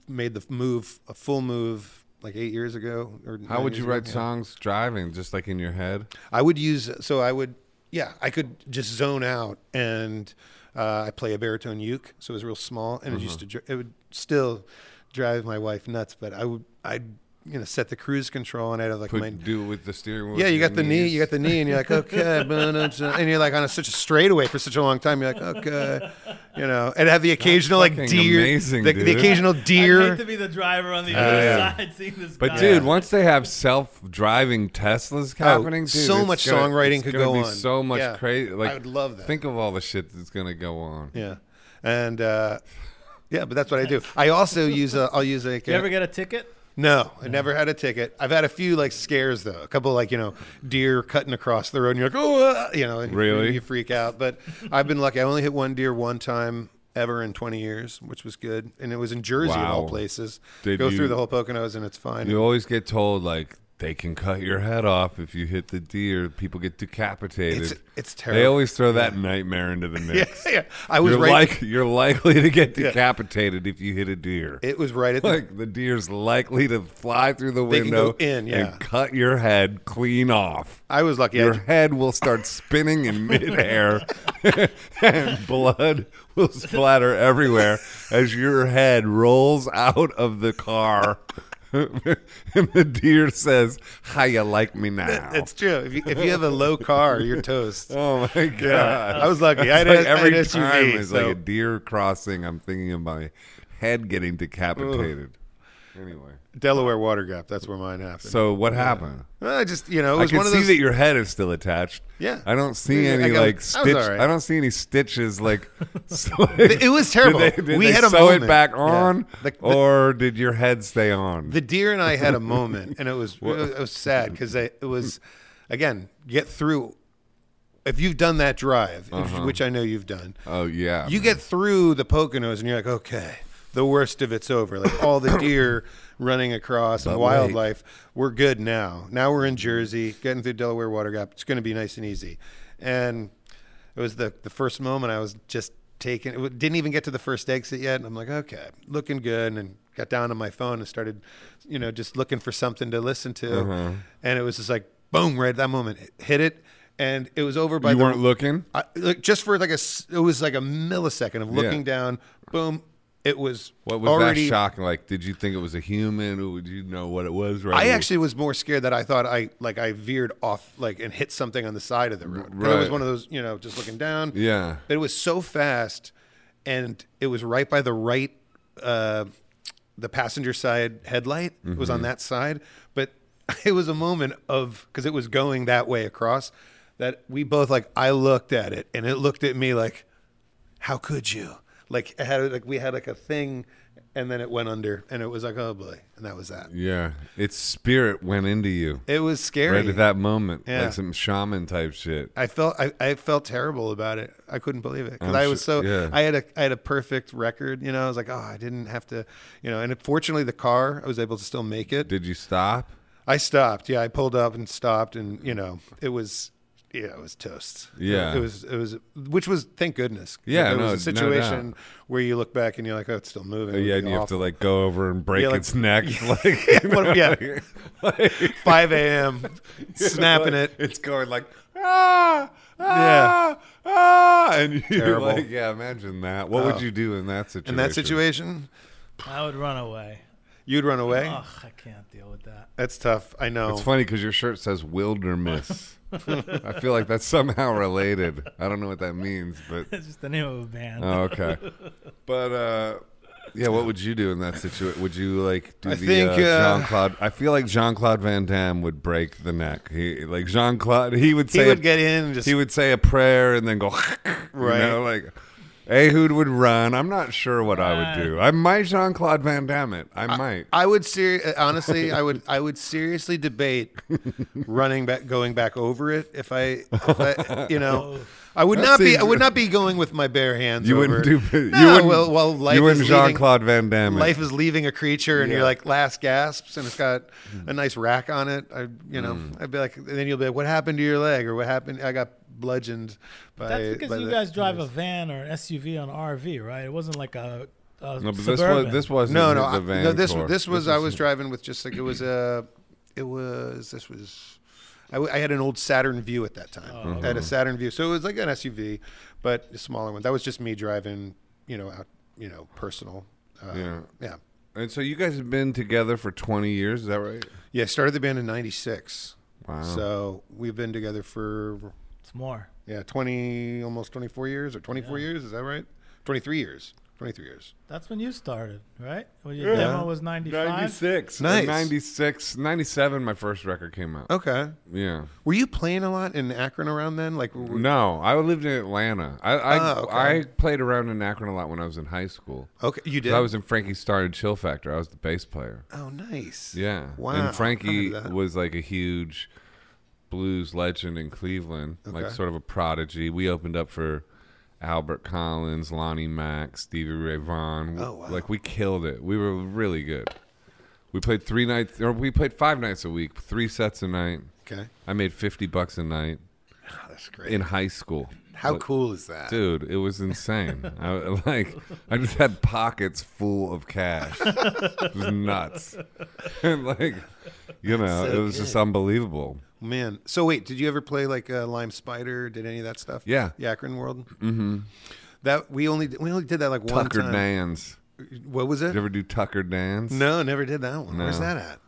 B: made the move a full move like 8 years ago or
A: How
B: nine
A: would
B: years
A: you
B: ago.
A: write
B: Yeah.
A: songs driving, just like in your head?
B: I would use so I would yeah I could just zone out and uh, I play a baritone uke so it was real small and it used
C: Mm-hmm.
B: to dri- it would still drive my wife nuts but I would I'd you know set the cruise control and I'd have like
A: Put
B: my
A: do it with the steering wheel.
B: yeah
A: with
B: you
A: your
B: got the knee
A: knees.
B: you got the knee and you're like okay ba-na-na, and you're like on a, such a straightaway for such a long time you're like okay you know and have the occasional like
A: fucking
B: deer
A: amazing,
B: the, the
A: dude.
B: occasional
C: I
B: deer
C: hate to be the driver
B: Oh,
C: on the other
A: yeah.
C: side seeing this.
A: But
C: guy.
A: dude, once they have self-driving Teslas happening, dude,
B: Oh, so
A: it's
B: much
A: gonna-
B: songwriting
A: it's
B: could
A: gonna
B: go
A: be
B: on.
A: So much
B: Yeah.
A: crazy. Like,
B: would love that.
A: Think of all the shit that's gonna go on.
B: yeah and uh, yeah but that's what I do I also use a, I'll use like
C: you
B: a-
C: ever get a ticket?
B: No, I never had a ticket. I've had a few like scares though, a couple like you know deer cutting across the road, and you're like, oh, ah," you know, and you-
A: Really?
B: you freak out. But I've been lucky. I only hit one deer one time ever in 20 years, which was good, and it was in Jersey of all
A: Wow.
B: places.
A: Did
B: Go
A: you-
B: through the whole Poconos, and it's fine.
A: You always get told like they can cut your head off if you hit the deer. People get decapitated.
B: It's- it's
A: They
B: terrible.
A: always throw that nightmare into the mix.
B: yeah, I was
A: you're
B: right.
A: like you're likely to get decapitated if you hit a deer.
B: it was right at the
A: like the deer's likely to fly through the
B: They can
A: window
B: go in, yeah.
A: and cut your head clean off.
B: I was lucky. I
A: Your head will start spinning in midair, and blood will splatter everywhere as your head rolls out of the car. and the deer says, "How you like me now?"
B: It's true. If you, if you have a low car, you're toast.
A: oh my god!
B: I was lucky. I had,
A: It's
B: a-
A: like
B: I had
A: every
B: an
A: time
B: SUV.
A: it's
B: so-
A: like a deer crossing. I'm thinking of my head getting decapitated. Anyway,
B: Delaware Water Gap. That's where mine happened.
A: so what happened?
B: I just you know it
A: I
B: was
A: can
B: one of
A: see
B: those.
A: that your head is still attached.
B: Yeah.
A: I don't see
B: Yeah, I
A: any
B: got- I
A: like
B: was
A: stitch.
B: all right.
A: I don't see any stitches. Like, so-
B: It was terrible.
A: Did they, did
B: we
A: they
B: had a
A: sew
B: moment.
A: it back
B: Yeah.
A: on,
B: The- the-
A: or did your head stay on?
B: The deer and I had a moment, and it was it was, it was sad because it was, again, get through. If you've done that drive,
A: Uh-huh.
B: which I know you've done,
A: oh yeah,
B: you get through the Poconos, and you're like, okay, the worst of it's over. Like all the deer running across and
A: But
B: wildlife, we're good now. Now we're in Jersey, getting through Delaware Water Gap. It's going to be nice and easy. And it was the the first moment I was just taken. It w- didn't even get to the first exit yet, and I'm like, okay, looking good, and got down on my phone and started, you know, just looking for something to listen to,
A: Uh-huh.
B: and it was just like boom, right at that moment, it hit it. And it was over by
A: You
B: the
A: weren't looking?
B: I, like, just for like a, s- it was like a millisecond of looking down. Boom, it was.
A: What was
B: already,
A: that shock like? Did you think it was a human? Or did you know what it was? Right.
B: I
A: away?
B: actually was more scared that I thought I like I veered off like and hit something on the side of the road. And It was
A: Right.
B: one of those, you know, just looking down.
A: Yeah.
B: But it was so fast and it was right by the right, uh, the passenger side headlight It was
A: Mm-hmm.
B: on that side. But it was a moment of because it was going that way across that we both like. I looked at it, and it looked at me like, "How could you?" Like I had like we had like a thing, and then it went under, and it was like, "Oh boy," and that was that.
A: Yeah, its spirit went into you
B: It was scary.
A: right at that moment,
B: Yeah.
A: like some shaman type shit.
B: I felt I, I felt terrible about it. I couldn't believe it because
A: I'm
B: I was so
A: sure- Oh, yeah.
B: I had a I had a perfect record. You know, I was like, oh, I didn't have to. You know, and fortunately, the car I was able to still make it.
A: Did you stop?
B: I stopped. Yeah, I pulled up and stopped, and you know, it was yeah, it was toast.
A: Yeah.
B: it was it was which was thank goodness.
A: Yeah,
B: it
A: no,
B: was
A: no
B: a situation where you look back and you're like, oh, it's still moving. It would
A: yeah,
B: be
A: and you have to
B: awful.
A: like go over and break
B: Yeah, like-
A: its neck. Like,
B: What if- yeah.
A: like-
B: 5 a.m. snapping
A: like,
B: it.
A: It's going like ah,
B: Yeah.
A: ah, ah, and you're
B: Terrible.
A: like, yeah. Imagine that. What
B: Oh.
A: would you do in that situation? Ah.
B: In that situation,
C: I would run away.
B: you'd run away.
C: Ugh, I can't deal with that.
B: That's tough. I know.
A: It's funny because your shirt says wilderness. I feel like that's somehow related. I don't know what that means, but
C: It's just the name of a band.
A: oh, okay. But uh, yeah, what would you do in that situation? Would you like do
B: I
A: the
B: think,
A: uh,
B: uh,
A: Jean Claude? I feel like Jean Claude Van Damme would break the neck. He like Jean Claude. He would
B: He
A: say
B: would
A: a-
B: get in and just
A: he would say a prayer and then go
B: Right.
A: right you know, like Ehud would run. I'm not sure what I would do. I might Jean Claude Van Damme it. I, might.
B: I would ser- uh, honestly, I would I would seriously debate running back, going back over it if I, if I you know, I would
A: That
B: not be
A: seems-
B: I would not be going with my bare hands.
A: you
B: over
A: wouldn't do.
B: it.
A: You
B: No,
A: wouldn't.
B: well, well, life
A: you wouldn't
B: is leaving-
A: Jean Claude Van Damme. it.
B: Life is leaving a creature, and
A: Yeah. Hmm.
B: you're like last gasps, and it's got a nice rack on it. I, you know, I'd be like, and then you'll be like, "What happened to your leg?" or "What happened?" I got bludgeoned by.
C: That's
B: by
C: because you
B: the-
C: guys drive a van or an SUV on RV, right? It wasn't like a, a
A: No, but this
C: suburban.
A: was this wasn't
B: No, no,
A: the
B: I,
A: van
B: no. This
A: tour.
B: this was I was driving with just like it was a, it was this was, I, w- I had an old Saturn View at that time. I had a Saturn View, so it was like an SUV, but a smaller one. That was just me driving, you know, out, you know, personal. Uh,
A: Yeah.
B: yeah,
A: And so you guys have been together for 20 years. Is that right?
B: yeah. Started the band in '96,
A: Wow.
B: so we've been together for
C: It's more.
B: yeah 20, almost 24 years or 24 years. Is that right? 23 years. 23 years.
C: That's when you started, right? When your demo was 95.
A: 96.
B: Nice. Oh.
A: 96. 97, my first record came out.
B: Okay.
A: Yeah.
B: Were you playing a lot in Akron around then? Like, were-
A: No, I lived in Atlanta. I I,
B: Oh, okay.
A: I played around in Akron a lot when I was in high school.
B: okay, you did.
A: I was in Frankie Star and Chill Factor. I was the bass player.
B: Oh, nice.
A: Yeah.
B: Wow.
A: And Frankie
B: I remember that.
A: was like a huge blues legend in Cleveland, like
B: Okay.
A: sort of a prodigy. We opened up for Albert Collins, Lonnie Mack, Stevie Ray Vaughan.
B: Oh, wow.
A: Like we killed it. We were really good. We played three nights, or we played five nights a week, three sets a night.
B: Okay.
A: I made 50 bucks a night
B: that's great.
A: in high school.
B: How
A: Like,
B: cool is that?
A: Dude, it was insane. I, like, I just had pockets full of cash. it was nuts. And like, you know,
B: so
A: it was just
B: good.
A: unbelievable.
B: Man. So wait, did you ever play like uh, Lime Spider? Did any of that stuff?
A: Yeah.
B: The Akron World. Mm-hmm. That we only we only did that like one
A: Tucker
B: time.
A: Dan's.
B: What was it?
A: Did you ever do Tucker Dan's?
B: no, never did that one. Where's
A: No.
B: that at?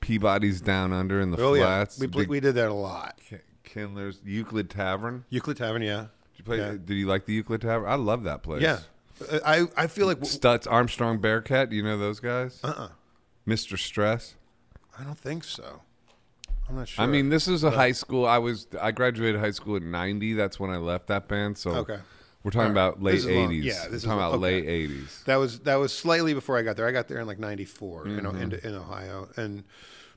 A: Peabody's Down Under in the
B: Oh
A: flats.
B: yeah, we pl-
A: Big
B: we did that a lot.
A: Ki- Kindler's Euclid Tavern.
B: Euclid Tavern, yeah.
A: Did you play? uh,
B: Yeah.
A: Did you like the Euclid Tavern? I love that place.
B: Yeah. Uh, I I feel like
A: Stutz, Armstrong, Bearcat. Do you know those guys?
B: uh uh
A: Mr. Stress.
B: I don't think so. I'm not sure.
A: I mean, this is a high school. I was I graduated high school in '90. That's when I left that band. So
B: Okay.
A: we're talking about late
B: This is long.
A: '80s.
B: Yeah, this
A: we're
B: is
A: talking
B: long.
A: about
B: Okay.
A: late '80s.
B: That was that was slightly before I got there. I got there in like '94 in, O- in
A: Mm-hmm.
B: in Ohio, and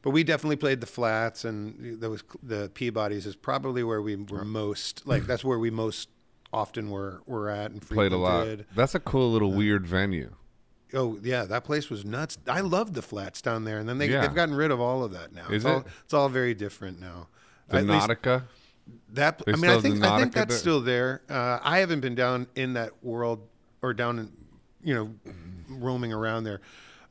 B: but we definitely played the flats, and that was the Peabody's is probably where we were most like that's where we most often were were at and
A: Played a lot.
B: frequented.
A: That's a cool little weird venue.
B: Oh yeah, that place was nuts. I loved the flats down there, and then they
A: Yeah.
B: they've gotten rid of all of that now.
A: Is
B: it's All,
A: it?
B: it's all very different now.
A: The
B: At least-
A: Nautica.
B: that
A: They
B: I
A: still
B: mean, I
A: have the
B: think I think
A: Nautica
B: that's
A: there?
B: still there. Uh, I haven't been down in that world or down in, you know, roaming around there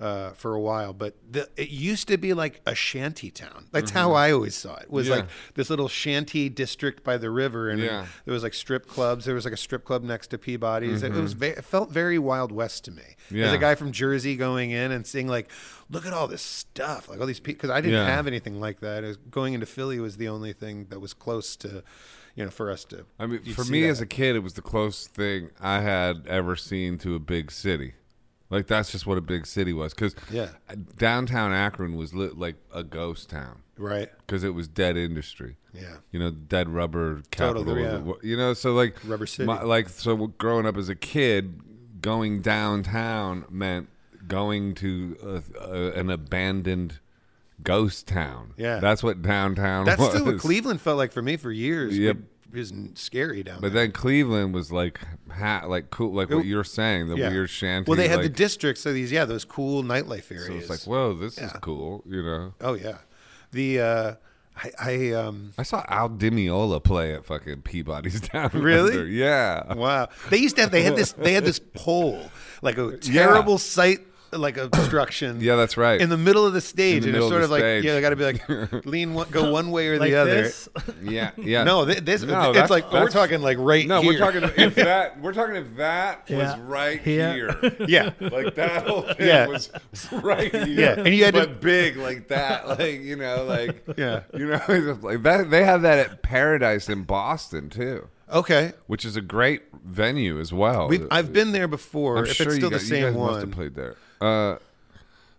B: uh, for a while. But the, it used to be like a shanty town. That's how I always saw it. Was
A: Mm-hmm. Yeah.
B: like this little shanty district by the river, and
A: Yeah.
B: there was like strip clubs. There was like a strip club next to Peabody's. It was ve- it felt very Wild West to me. There's a
A: Mm-hmm. Yeah.
B: guy from Jersey going in and seeing like, look at all this stuff, like all these people. Because I didn't
A: Yeah.
B: have anything like that. It was- going into Philly was the only thing that was close to, you know, for us to.
A: I mean,
B: you'd
A: for
B: see
A: me
B: that.
A: as a kid, it was the closest thing I had ever seen to a big city. Like that's just what a big city was. Because
B: Yeah.
A: downtown Akron was lit like a ghost town
B: right,
A: because it was dead industry.
B: yeah,
A: You know, dead rubber capital.
B: Totally,
A: of the
B: yeah.
A: wo- You know, so like
B: Rubber city.
A: like so, growing up as a kid, going downtown meant going to a, a, an abandoned ghost town.
B: Yeah.
A: that's what downtown.
B: that's
A: was.
B: still what Cleveland felt like for me for years.
A: Yep.
B: it was scary down
A: But
B: there.
A: then Cleveland was like ha- like cool like what
B: It-
A: you're saying the weird shanty.
B: Well, they had
A: like,
B: the districts, so these yeah, those cool nightlife areas.
A: so it's like whoa, this is cool. You know,
B: oh yeah, the uh, I, I um,
A: I saw Al Dimiola play at fucking Peabody's down.
B: Really?
A: Under. Yeah.
B: Wow. They used to have they had this they had this pole, like a terrible sight like obstruction.
A: Yeah, that's right.
B: In the middle of the
A: In
B: stage.
A: the
B: and
A: middle
B: it's
A: of
B: sort
A: the
B: of like
A: stage.
B: yeah, they gotta be like lean one, go one way or
C: like
B: the other.
C: this.
A: yeah, yeah.
B: No, thi- this
A: No,
B: it's
A: that's-
B: like we're
A: that's-
B: talking like right
A: No, we're
B: here.
A: talking if that we're talking if that
C: Yeah.
A: was right
C: Here.
A: here.
B: Yeah.
A: Like that whole thing
B: Yeah.
A: was right here.
B: Yeah, and you had to-
A: but big like that, like you know, like
B: Yeah.
A: you know, like that. They have that at Paradise in Boston too.
B: Okay.
A: which is a great venue as well.
B: We've, I've been there before.
A: I'm
B: if
A: sure
B: it's
A: you
B: still
A: guys,
B: the
A: you guys
B: same
A: must have
B: one.
A: played there. Uh,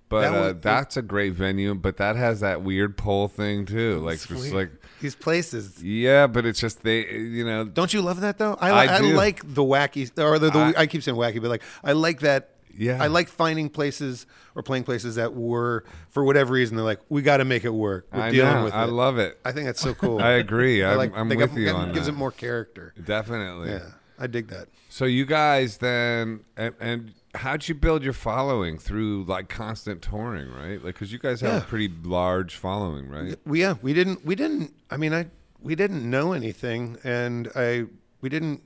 A: but
B: That
A: uh,
B: one-
A: that's a great venue. But that has that weird pole thing too. Like
B: It's
A: just
B: weird.
A: like
B: these places.
A: yeah, but it's just they you know
B: Don't you love that though? I,
A: I
B: I, I
A: do.
B: like the wacky, or the, the I,
A: I-
B: keep saying wacky, but like I like that.
A: Yeah.
B: I like finding places or playing places that were for whatever reason they're like we got to make it work. We're
A: I
B: dealing
A: know.
B: with it.
A: I love it.
B: I think that's so cool.
A: I agree. I'm, I'm
B: think
A: with
B: that-
A: you
B: that
A: on
B: gives
A: that.
B: it more character.
A: Definitely.
B: Yeah, I dig that.
A: So you guys then and. and How'd you build your following through like constant touring, right? Like, cause you guys have
B: Yeah.
A: a pretty large following, right?
B: We yeah, we didn't we didn't. I mean, I we didn't know anything, and I we didn't.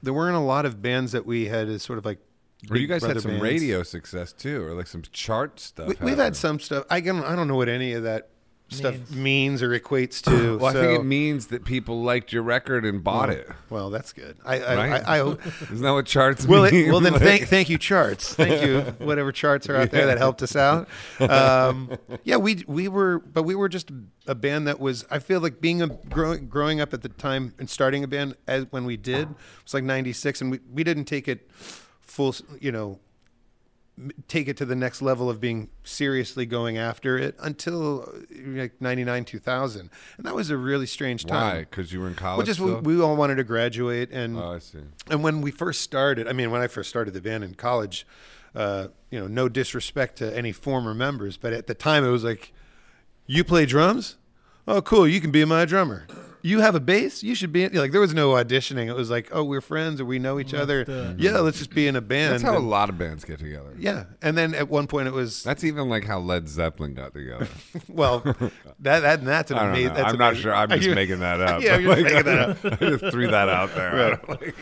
B: There weren't a lot of bands that we had as sort of like.
A: Or you
B: big
A: guys
B: brother
A: had some
B: bands.
A: radio success too, or like some chart stuff.
B: We, we've
A: happening.
B: had some stuff. I can I don't know what any of that stuff
C: Means.
B: means, or equates to.
A: Well,
B: so,
A: I think it means that people liked your record and bought it.
B: Well, that's good. I I,
A: Right?
B: I, I
A: Isn't that what charts
B: well,
A: mean?
B: it, well then
A: Like-
B: thank thank you charts. Thank you whatever charts are out there that helped us out. Um, yeah, we we were but we were just a band that was I feel like being a growing growing up at the time and starting a band as when we did it was like 96 and we we didn't take it full s- you know m- take it to the next level of being seriously going after it until uh, like 99 2000 and that was a really strange
A: Why?
B: time
A: Because you were in college.
B: well just we,
A: still?
B: we all wanted to graduate and
A: oh, I see.
B: and when we first started i mean when i first started the band in college uh, you know no disrespect to any former members but at the time it was like you play drums oh cool you can be my drummer you have a bass you should be in-" like there was no auditioning it was like oh we're friends or we know each other
C: do it.
B: yeah let's just be in a band
A: That's how a
B: And-
A: lot of bands get together.
B: yeah and then at one point it was
A: That's even like how Led Zeppelin got together.
B: well that, that and that's an
A: I don't
B: amazing
A: know.
B: that's
A: I'm not
B: amazing.
A: sure. I'm
B: Are
A: just
B: you-
A: making that up.
B: Yeah, you're
A: Like,
B: making that
A: I just threw that out there. I don't like-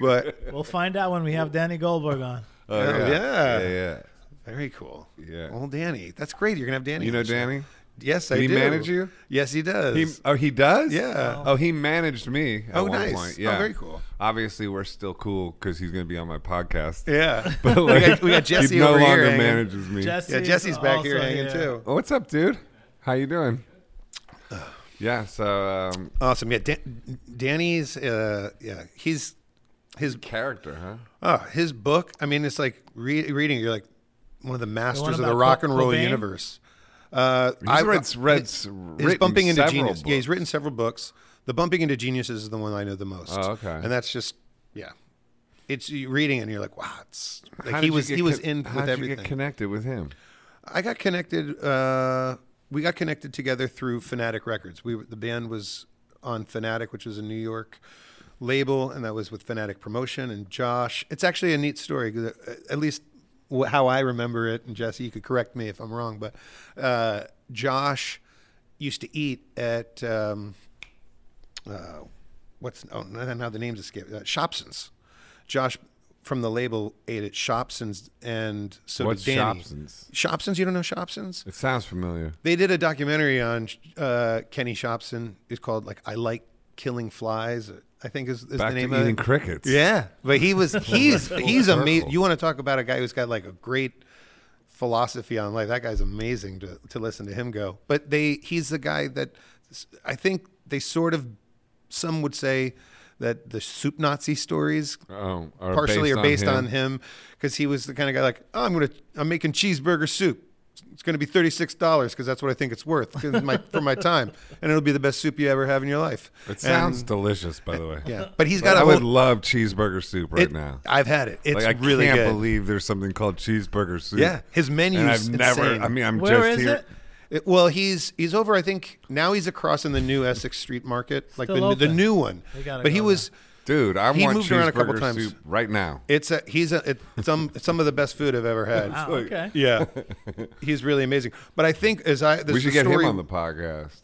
B: but
C: We'll find out when we have Danny Goldberg on.
A: Oh,
B: Yeah.
A: yeah.
B: Yeah.
A: yeah,
B: very cool
A: Yeah.
B: well danny that's great you're gonna have danny
A: You
B: on
A: know
B: the show.
A: Danny?
B: yes i
A: Did he
B: do
A: manage you?
B: yes he does
A: He, oh, he does.
B: Yeah.
A: Oh, he managed me. At
B: Oh,
A: one
B: nice.
A: Point.
B: Oh,
A: Yeah.
B: very cool.
A: Obviously, we're still cool because he's going to be on my podcast.
B: Yeah.
A: But
B: we,
A: like,
B: got, we got Jesse
A: he no
B: over
A: longer
B: here. hanging.
A: manages me.
C: Jesse
B: Yeah,
C: is
B: Jesse's back
C: also
B: here hanging too.
A: What's up, dude? How you doing? Yeah, so um,
B: Awesome. Yeah, Dan- Danny's. Uh, yeah, he's his.
A: character, huh?
B: Oh, his book. I mean, it's like re- reading. You're like one of the masters of the
C: about
B: rock
C: Co-
B: and roll
C: Cobain?
B: universe. Uh,
A: He's read, read s-
B: He's
A: written
B: bumping into
A: several
B: genius. Yeah, he's
A: books.
B: written several books. The bumping into geniuses is the one I know the most.
A: Oh, okay.
B: And that's just yeah. It's you reading it and you're like, wow, it's like
A: How
B: he
A: did you
B: was
A: get
B: he was
A: con-
B: in
A: how
B: with
A: did
B: everything.
A: You get connected with him.
B: I got connected. Uh, we got connected together through Fanatic Records. We were- the band was on Fanatic, which was a New York label, and that was with Fanatic Promotion and Josh. It's actually a neat story, 'cause, uh, at least wh- how I remember it. And Jesse, you could correct me if I'm wrong, but uh, Josh used to eat at um, uh, what's oh no, now the names escape uh, Shopson's. Josh from the label ate at Shopson's, and so
A: What's
B: did Danny.
A: Shopson's?
B: Shopson's, you don't know Shopson's?
A: It sounds familiar.
B: They did a documentary on uh, Kenny Shopson. It's called like I Like Killing Flies. I think is, is
A: Back
B: the name
A: to
B: of
A: eating
B: it.
A: crickets.
B: Yeah, but he was he's he's
A: circle.
B: amazing. You want to talk about a guy who's got like a great philosophy on life? That guy's amazing to to listen to him go. But they he's the guy that I think they sort of some would say that the soup Nazi stories
A: Oh,
B: partially
A: based
B: are based
A: on
B: on him because he was the kind of guy like, oh, I'm gonna I'm making cheeseburger soup. It's gonna be thirty six dollars because that's what I think it's worth 'cause my, for my time, and it'll be the best soup you ever have in your life.
A: It sounds
B: And-
A: delicious, by the way.
B: yeah, but he's
A: But
B: got.
A: I
B: a
A: would
B: whole-
A: love cheeseburger soup right
B: it-
A: now.
B: I've had it. It's
A: Like I
B: really
A: can't
B: good.
A: believe there's something called cheeseburger soup.
B: yeah, his menu
A: and I've
B: is
A: never.
B: insane.
A: I mean, I'm
C: Where
A: just
C: is
A: here.
C: it?
B: It- well, he's he's over. I think now he's across in the new Essex Street Market, like
C: Still
B: the, the
C: open.
B: new one.
C: We gotta
B: But he
C: go
B: was.
A: Dude, I
B: He
A: want
B: moved
A: cheeseburger
B: around a couple times.
A: soup right now.
B: It's a he's a it, it's um some of the best food I've ever had.
C: Wow, okay.
B: Yeah, he's really amazing. But I think as I there's
A: we should
B: the
A: get
B: story,
A: him on the podcast,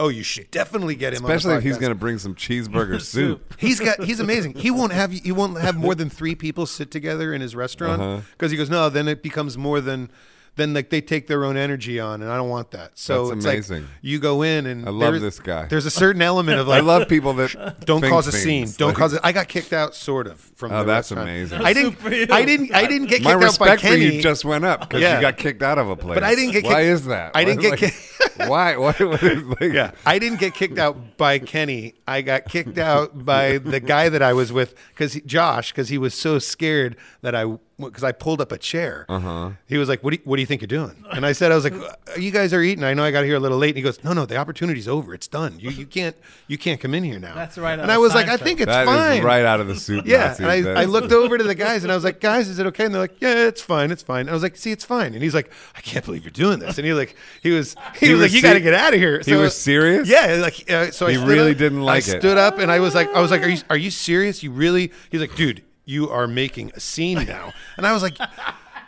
B: Oh, you should definitely get him.
A: especially
B: on
A: if
B: the
A: he's
B: podcast.
A: going to bring some cheeseburger soup.
B: He's got. He's amazing. He won't have. He won't have more than three people sit together in his
A: Uh-huh.
B: restaurant because he goes no. Then it becomes more than. Then like they take their own energy on, and I don't want that. So
A: That's
B: it's like,
A: amazing.
B: you go in and
A: I love
B: there-
A: this guy.
B: There's a certain element of
A: I
B: like
A: love people that
B: don't
A: think
B: cause a
A: things.
B: scene. Don't
A: Like,
B: cause it. I got kicked out, sort of. From
A: Oh,
B: the
A: that's
B: restaurant.
A: amazing.
B: I
C: Super you.
B: didn't. I didn't. I didn't get kicked
A: My
B: out by
A: respect for
B: Kenny.
A: you just went up because
B: Yeah.
A: you got kicked out of a place.
B: But I didn't get
A: Why
B: kicked-
A: is that?
B: I
A: Why-
B: didn't get
A: like,
B: kicked-
A: Why? Why? What is, like,
B: Yeah, I didn't get kicked out by Kenny. I got kicked out by the guy that I was with, because Josh, because he was so scared that I, because I pulled up a chair. Uh-huh. He was like, "What do you, What do you think you're doing?" And I said, "I was like, "Uh, you guys are eating. I know I got here a little late." And he goes, "No, no, the opportunity's over. It's done. You you can't you can't come in here now."
C: That's right
B: And
C: outta
B: I was like, "I
C: Seinfeld.
B: think it's
A: That is
B: fine."
A: right out of the soup.
B: Yeah,
A: Nazi.
B: and I, I
A: That's-
B: looked over to the guys and I was like, "Guys, is it okay?" And they're like, "Yeah, it's fine, it's fine." And I was like, "See, it's fine." And he's like, "I can't believe you're doing this." And he like, he was, he,
A: He
B: was,
A: was
B: like, "You
A: se-
B: got to get out of here."
A: he was serious?
B: Yeah, like uh, so.
A: He
B: I stood
A: really
B: up-
A: didn't like
B: I
A: it.
B: stood up and I was like, I was like, "Are you are you serious? You really?" He's like, "Dude, you are making a scene now." And I was like,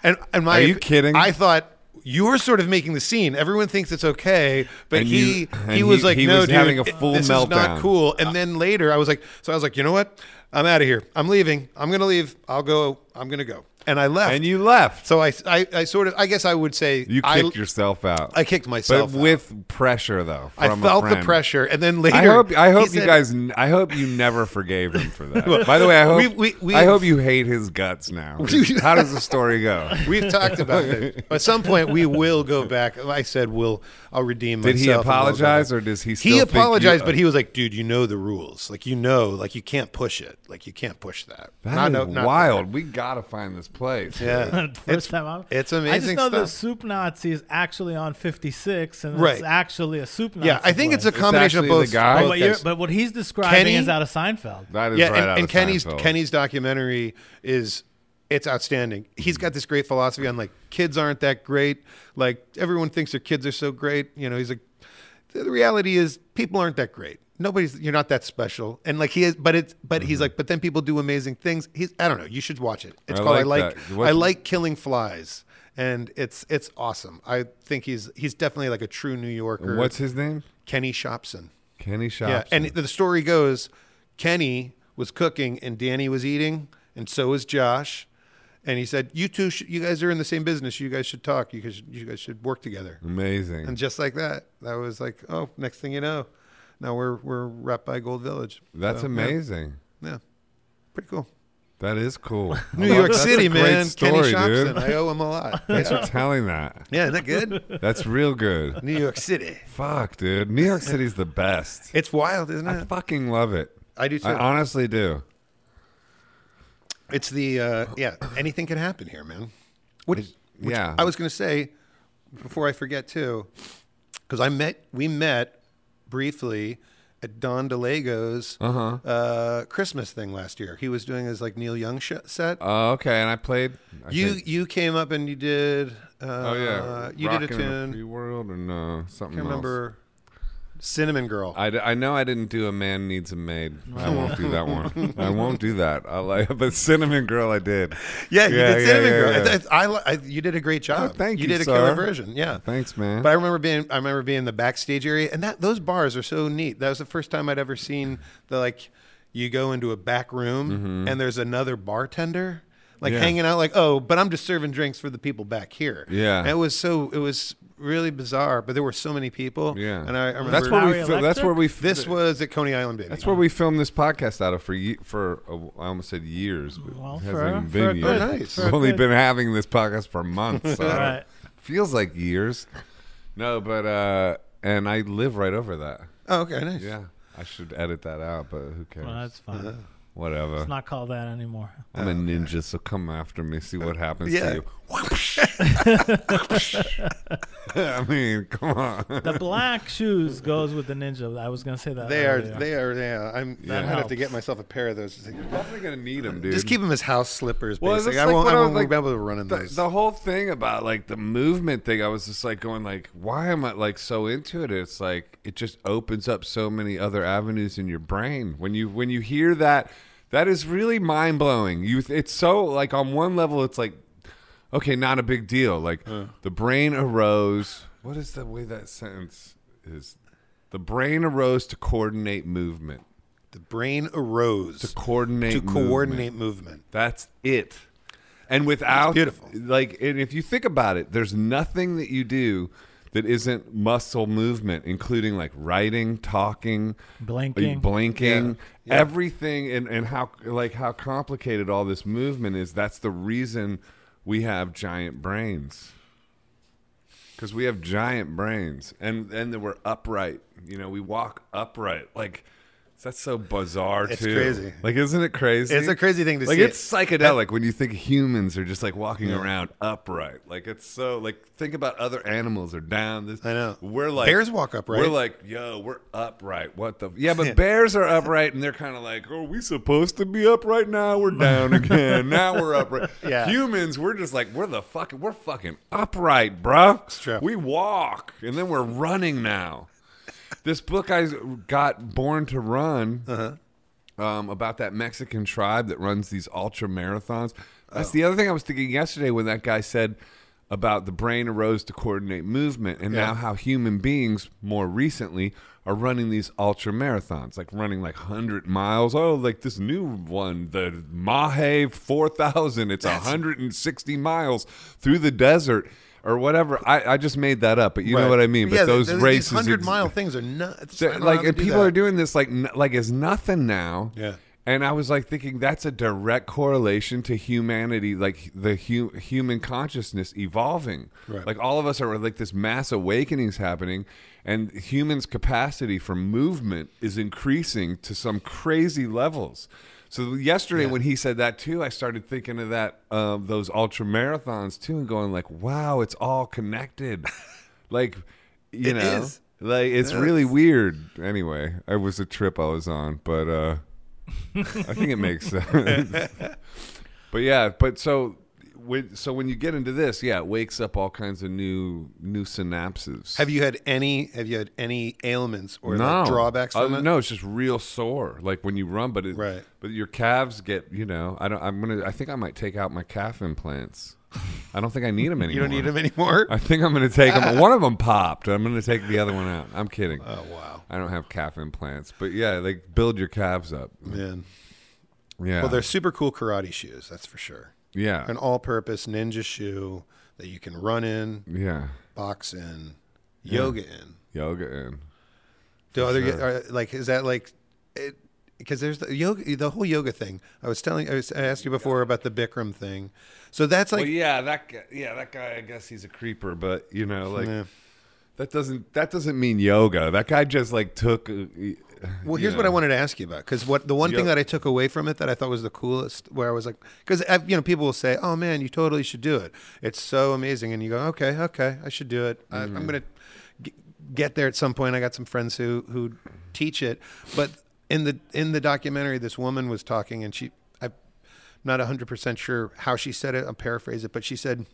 B: "And and my
A: Are you kidding?
B: I thought. You're sort of making the scene. Everyone thinks it's okay, but
A: And
B: he
A: you-
B: he
A: and
B: was
A: he-
B: like,
A: he
B: "No,
A: was
B: dude,
A: having a
B: it-
A: full
B: this is not
A: meltdown.
B: cool." cool. And then later, I was like, so I was like, you know what? I'm out of here. I'm leaving. I'm gonna leave. I'll go. I'm gonna go. And I left.
A: and you left.
B: so I, I, I sort of, I guess I would say
A: You
B: I,
A: kicked yourself out.
B: I kicked myself
A: but
B: out.
A: with pressure though.
B: I
A: from a
B: felt the
A: friend.
B: pressure. And then later,
A: I hope I
B: he
A: hope you
B: said-
A: guys n- I hope you never forgave him for that. By the way, I hope
B: we- we- we-
A: I hope you hate his guts now. How does the story go?
B: We've talked about it. At some point, we will go back. I said, "Will I'll redeem
A: Did he
B: myself." and we'll go
A: apologize,
B: back.
A: or does he still
B: He
A: think you- uh,
B: apologized, but he was like, "Dude, you know the rules. Like you know, like you can't push it. Like you can't push that."
A: That is
B: Not- no, not-
A: wild. We gotta find this place.
B: Yeah,
C: First
B: it's
C: time out.
B: it's
C: I just
B: amazing
C: know the
B: stuff.
C: soup Nazi is actually on 56, and
B: Right.
C: it's actually a soup Nazi.
B: Yeah, I think
C: place.
B: it's a combination of
A: actually the
B: both.
A: guy?
B: both
A: Oh,
C: But, you're,
B: guys.
C: but what he's describing
B: Kenny-
C: is out of Seinfeld.
A: That is
B: yeah,
A: right
B: and,
A: out
B: and
A: of
B: Kenny's
A: Seinfeld.
B: Kenny's documentary is it's outstanding. He's got this great philosophy on like kids aren't that great. Like everyone thinks their kids are so great. You know, he's like the the reality is people aren't that great. Nobody's you're not that special. And like he is, but it's but he's like, but then people do amazing things. He's I don't know. You should watch it.
A: Mm-hmm.
B: It's
A: I
B: called I
A: like
B: like
A: that. What-
B: I like killing flies. And it's it's awesome. I think he's he's definitely like a true New Yorker.
A: What's his name?
B: Kenny Shopson?
A: Kenny Shopson.
B: Yeah, and the story goes, Kenny was cooking and Danny was eating, and so was Josh. And he said, "You two, sh- you guys are in the same business. You guys should talk. You guys, you guys should work together."
A: Amazing.
B: And just like that, that was like, oh, next thing you know, now we're we're wrapped by Gold Village.
A: That's
B: So, yeah,
A: amazing.
B: Yeah, pretty cool.
A: That is cool.
B: New
A: Well,
B: York
A: that's a
B: City,
A: great
B: man. Kenny
A: story,
B: Shopson.
A: dude.
B: I owe him a lot.
A: Thanks
B: Yeah,
A: for telling that.
B: yeah isn't that good?
A: That's real good.
B: New York City.
A: Fuck, dude. New York City's the best.
B: It's wild, isn't
A: I
B: it?
A: fucking love it.
B: I do too.
A: I honestly do.
B: It's the uh, yeah. Anything can happen here, man. What,
A: yeah.
B: I was going to say before I forget too, because I met we met briefly at Don DeLago's uh Christmas thing last year. He was doing his like Neil Young sh- set.
A: Oh, okay. And I played. I
B: you
A: think-
B: you came up and you did. Uh,
A: Oh yeah.
B: you did a
A: Rockin' in Free
B: tune.
A: world and uh, something.
B: I
A: else.
B: remember Cinnamon Girl.
A: I, d- I know I didn't do a man needs a maid. I won't do that one. I won't do that. I like, but cinnamon girl, I did.
B: yeah, you did Cinnamon
A: yeah,
B: Girl.
A: yeah.
B: I- I, I, I- you did a great job.
A: Oh, thank
B: You
A: you,
B: did a killer
A: sir.
B: version. Yeah.
A: Thanks, man.
B: But I remember being I remember being in the backstage area, and that those bars are so neat. That was the first time I'd ever seen the like you go into a back room and there's another bartender
A: Mm-hmm.
B: like
A: Yeah.
B: hanging out, like oh, but I'm just serving drinks for the people back here.
A: Yeah.
B: and it was so it was really bizarre, but there were so many people.
A: yeah,
B: and I, I remember
A: that's where we.
C: Larry
A: fi- that's
C: Electric?
A: where we. fi-
B: this was at Coney Island, baby.
A: That's where we filmed this podcast out of for ye- for uh, I almost said years, but
C: Well,
A: it
C: for
A: hasn't
C: a-
A: even
C: for
A: been
C: a
A: years.
B: good- Nice. for
A: We've
C: a
A: only
C: good-
A: been having this podcast for months. So
C: Right.
A: Feels like years. No, but uh and I live right over that.
B: oh, okay, nice.
A: Yeah. I should edit that out, but who cares?
C: Well, Oh, that's fine.
B: Uh-huh.
A: Whatever.
C: It's not called that anymore.
A: I'm a ninja, so come after me. See what happens
B: Oh, yeah.
A: to you. I mean, come on.
C: The black shoes goes with the ninja. I was gonna say that.
B: They are.
C: earlier.
B: They are. Yeah. I'm. I'm gonna have to
C: helps.
B: get myself a pair of those.
A: Definitely gonna need them, dude.
B: Just keep them as house slippers.
A: Well,
B: Basically,
A: that's
B: I
A: like
B: won't.
A: what
B: I
A: I was
B: won't
A: like-
B: be able to run in
A: the,
B: those.
A: the whole thing about like the movement thing. I was just like going like, why am I like so into it? It's like it just opens up so many other avenues in your brain when you when you hear that. That is really mind blowing. You, it's so like on one level, it's like, okay, not a big deal. Like the brain arose. What is the way that sentence is? The brain arose to coordinate movement.
B: The brain arose
A: To coordinate.
B: to
A: movement.
B: coordinate movement.
A: That's it. And without
B: beautiful.
A: like and if you think about it, there's nothing that you do that isn't muscle movement, including like writing, talking, uh,
C: Blinking.
A: blinking,
B: Yeah. Yeah.
A: everything and, and how like how complicated all this movement is. That's the reason we have giant brains. Because we have giant brains and and then we're upright. You know, we walk upright. Like that's so bizarre
B: It's
A: too.
B: crazy.
A: Like isn't it crazy?
B: It's a crazy thing to
A: like
B: see.
A: it's psychedelic when you think humans are just like walking around upright. Like it's so like think about other animals are down. This
B: I know.
A: we're like
B: Bears walk upright.
A: We're like yo, we're upright. What the yeah? But bears are upright and they're kind of like, oh, we supposed to be upright now? We're down again. now we're upright.
B: Yeah.
A: Humans, we're just like we're the fucking we're fucking upright, bro.
B: true.
A: We walk and then we're running now. This book I got, Born to Run
B: Uh-huh.
A: um, about that Mexican tribe that runs these ultra marathons.
B: Oh.
A: That's the other thing I was thinking yesterday when that guy said about the brain arose to coordinate movement, and now how human beings more recently are running these ultra marathons, like running like hundred miles. Oh, like this new one, the Mahe Four Thousand. It's hundred and sixty miles through the desert. Or whatever. I, I just made that up, but you know
B: Right.
A: what I mean. But
B: yeah,
A: those
B: th- th-
A: races,
B: these hundred
A: ex-
B: mile things are nuts.
A: so, like and people are doing this like n- like it's nothing now.
B: Yeah.
A: And I was like thinking that's a direct correlation to humanity, like the hu- human consciousness evolving.
B: Right.
A: Like all of us are like this mass awakenings happening, and humans' capacity for movement is increasing to some crazy levels. So yesterday when he said that too, I started thinking of that uh, those ultra marathons too, and going like, wow, it's all connected. like, you
B: It
A: know,
B: is.
A: like it's really weird. Anyway, it was a trip I was on, but uh I think it makes sense. but yeah, but so when so when you get into this, yeah, it wakes up all kinds of new new synapses.
B: Have you had any? Have you had any ailments or
A: no
B: like, drawbacks from
A: Uh,
B: it?
A: No, it's just real sore, like when you run. But it,
B: Right.
A: but your calves get you know. I don't. I'm gonna. I think I might take out my calf implants. I don't think I need them anymore.
B: You don't need them anymore.
A: I think I'm gonna take them. One of them popped. I'm gonna take the other one out. I'm kidding.
B: oh wow,
A: I don't have calf implants, but yeah, like build your calves up.
B: man.
A: Yeah.
B: Well, they're super cool karate shoes. That's for sure.
A: yeah.
B: An all-purpose ninja shoe that you can run in,
A: yeah.
B: box in, yoga in.
A: Yoga in.
B: Do other are, like is that like it? Because there's the yoga, the whole yoga thing. I was telling, I, was, I asked you before about the Bikram thing. So that's like
A: Well, yeah, that guy, yeah, that guy. I guess he's a creeper, but you know, like
B: Yeah.
A: that doesn't that doesn't mean yoga. That guy just like took. uh, he-
B: Well, here's
A: you
B: what I
A: know.
B: wanted to ask you about because what the one thing
A: Yeah.
B: that I took away from it that I thought was the coolest, where I was like, because you know people will say, "Oh man, you totally should do it. It's so amazing," and you go, "Okay, okay, I should do it. I, I'm gonna g- get there at some point." I got some friends who who teach it, but in the in the documentary, this woman was talking, and she, I'm not 100 percent sure how she said it. I'll paraphrase it, but she said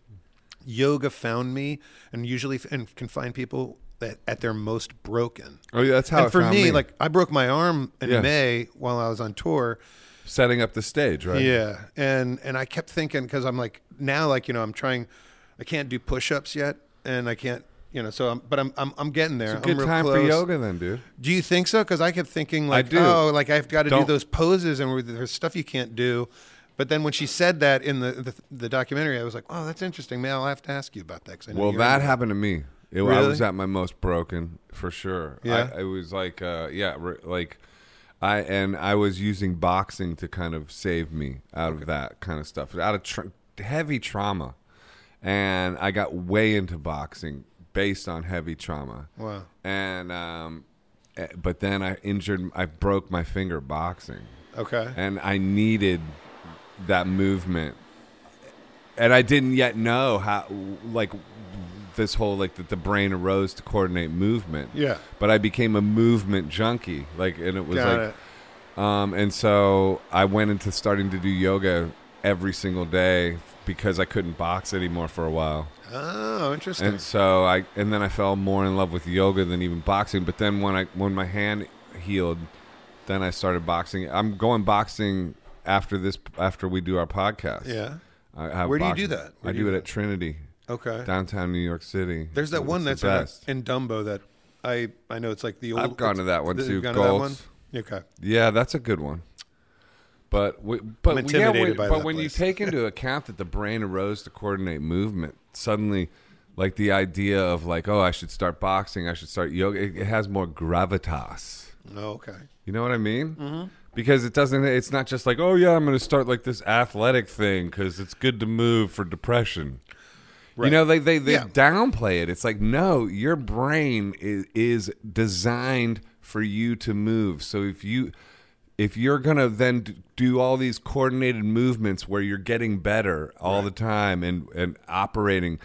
B: yoga found me and usually f- and can find people that at their most broken.
A: Oh, yeah, that's how.
B: and
A: it
B: for
A: found
B: me, like I broke my arm in
A: Yeah.
B: May while I was on tour.
A: setting up the stage, right?
B: Yeah, and and I kept thinking because I'm like now, like you know, I'm trying. I can't do push-ups yet, and I can't, you know. So, I'm, but I'm I'm I'm getting there.
A: Good
B: I'm real
A: time for
B: close.
A: yoga, then, dude.
B: Do you think so? Because I kept thinking like,
A: do.
B: oh, like I've got to do
A: Don't-
B: those poses and where there's stuff you can't do. But then when she said that in the the, the documentary, I was like, oh, that's interesting, man. I'll have to ask you about that. 'cause I know
A: Well,
B: you're
A: that
B: into
A: happened to me. It, I
B: Really?
A: was at my most broken for sure.
B: Yeah?
A: I, it was like, uh, yeah, re- like I and I was using boxing to kind of save me out of that kind of stuff, out of tr heavy trauma, and I got way into boxing based on heavy trauma.
B: Wow.
A: And um, eh, but then I injured. I broke my finger boxing,
B: Okay.
A: and I needed that movement, and I didn't yet know how like this whole like that the brain arose to coordinate movement.
B: Yeah.
A: But I became a movement junkie, like, and it was
B: Got
A: like
B: it.
A: um, and so I went into starting to do yoga every single day because I couldn't box anymore for a while.
B: Oh, interesting.
A: And so I and then I fell more in love with yoga than even boxing. But then when I when my hand healed, then I started boxing. I'm going boxing after this after we do our podcast.
B: Yeah.
A: I have
B: Where do you
A: boxing.
B: do that? Where
A: I
B: do
A: do,
B: you
A: it
B: do
A: at Trinity,
B: Okay.
A: downtown New York City.
B: There's that
A: It's
B: one
A: the
B: that's
A: best.
B: in, in Dumbo that I I know it's like the old.
A: I've gone to that one
B: it's-
A: too,
B: you've gone to that one?
A: Gold's.
B: Okay.
A: Yeah, that's a good one. But we, but
B: I'm
A: yeah,
B: intimidated
A: when,
B: by
A: but
B: that
A: when
B: place.
A: you take into account that the brain arose to coordinate movement, suddenly, like the idea of like, oh, I should start boxing, I should start yoga, it, it has more gravitas.
B: Oh, okay.
A: You know what I mean? Mm-hmm. Because it doesn't. It's not just like, oh yeah, I'm going to start like this athletic thing because it's good to move for depression. You know, they they, they
B: Yeah.
A: downplay it. It's like, no, your brain is, is designed for you to move. So if you if you're gonna then d- do all these coordinated movements where you're getting better all the time and and operating,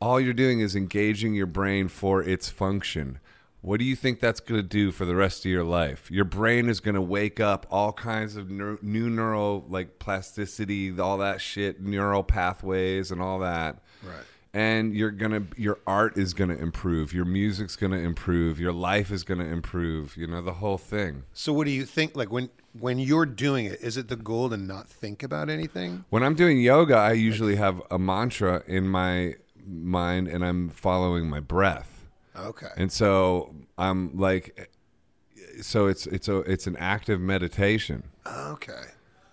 A: all you're doing is engaging your brain for its function. What do you think that's going to do for the rest of your life? Your brain is going to wake up all kinds of neur- new neural like plasticity, all that shit, neural pathways and all that
B: Right.
A: and you're gonna your art is gonna improve your music's gonna improve your life is gonna improve you know the whole thing
B: So what do you think? Like when when you're doing it, is it the goal to not think about anything?
A: when i'm doing yoga i usually have a mantra in my mind and i'm following my breath
B: Okay.
A: and so i'm like so it's it's a it's an active meditation
B: okay.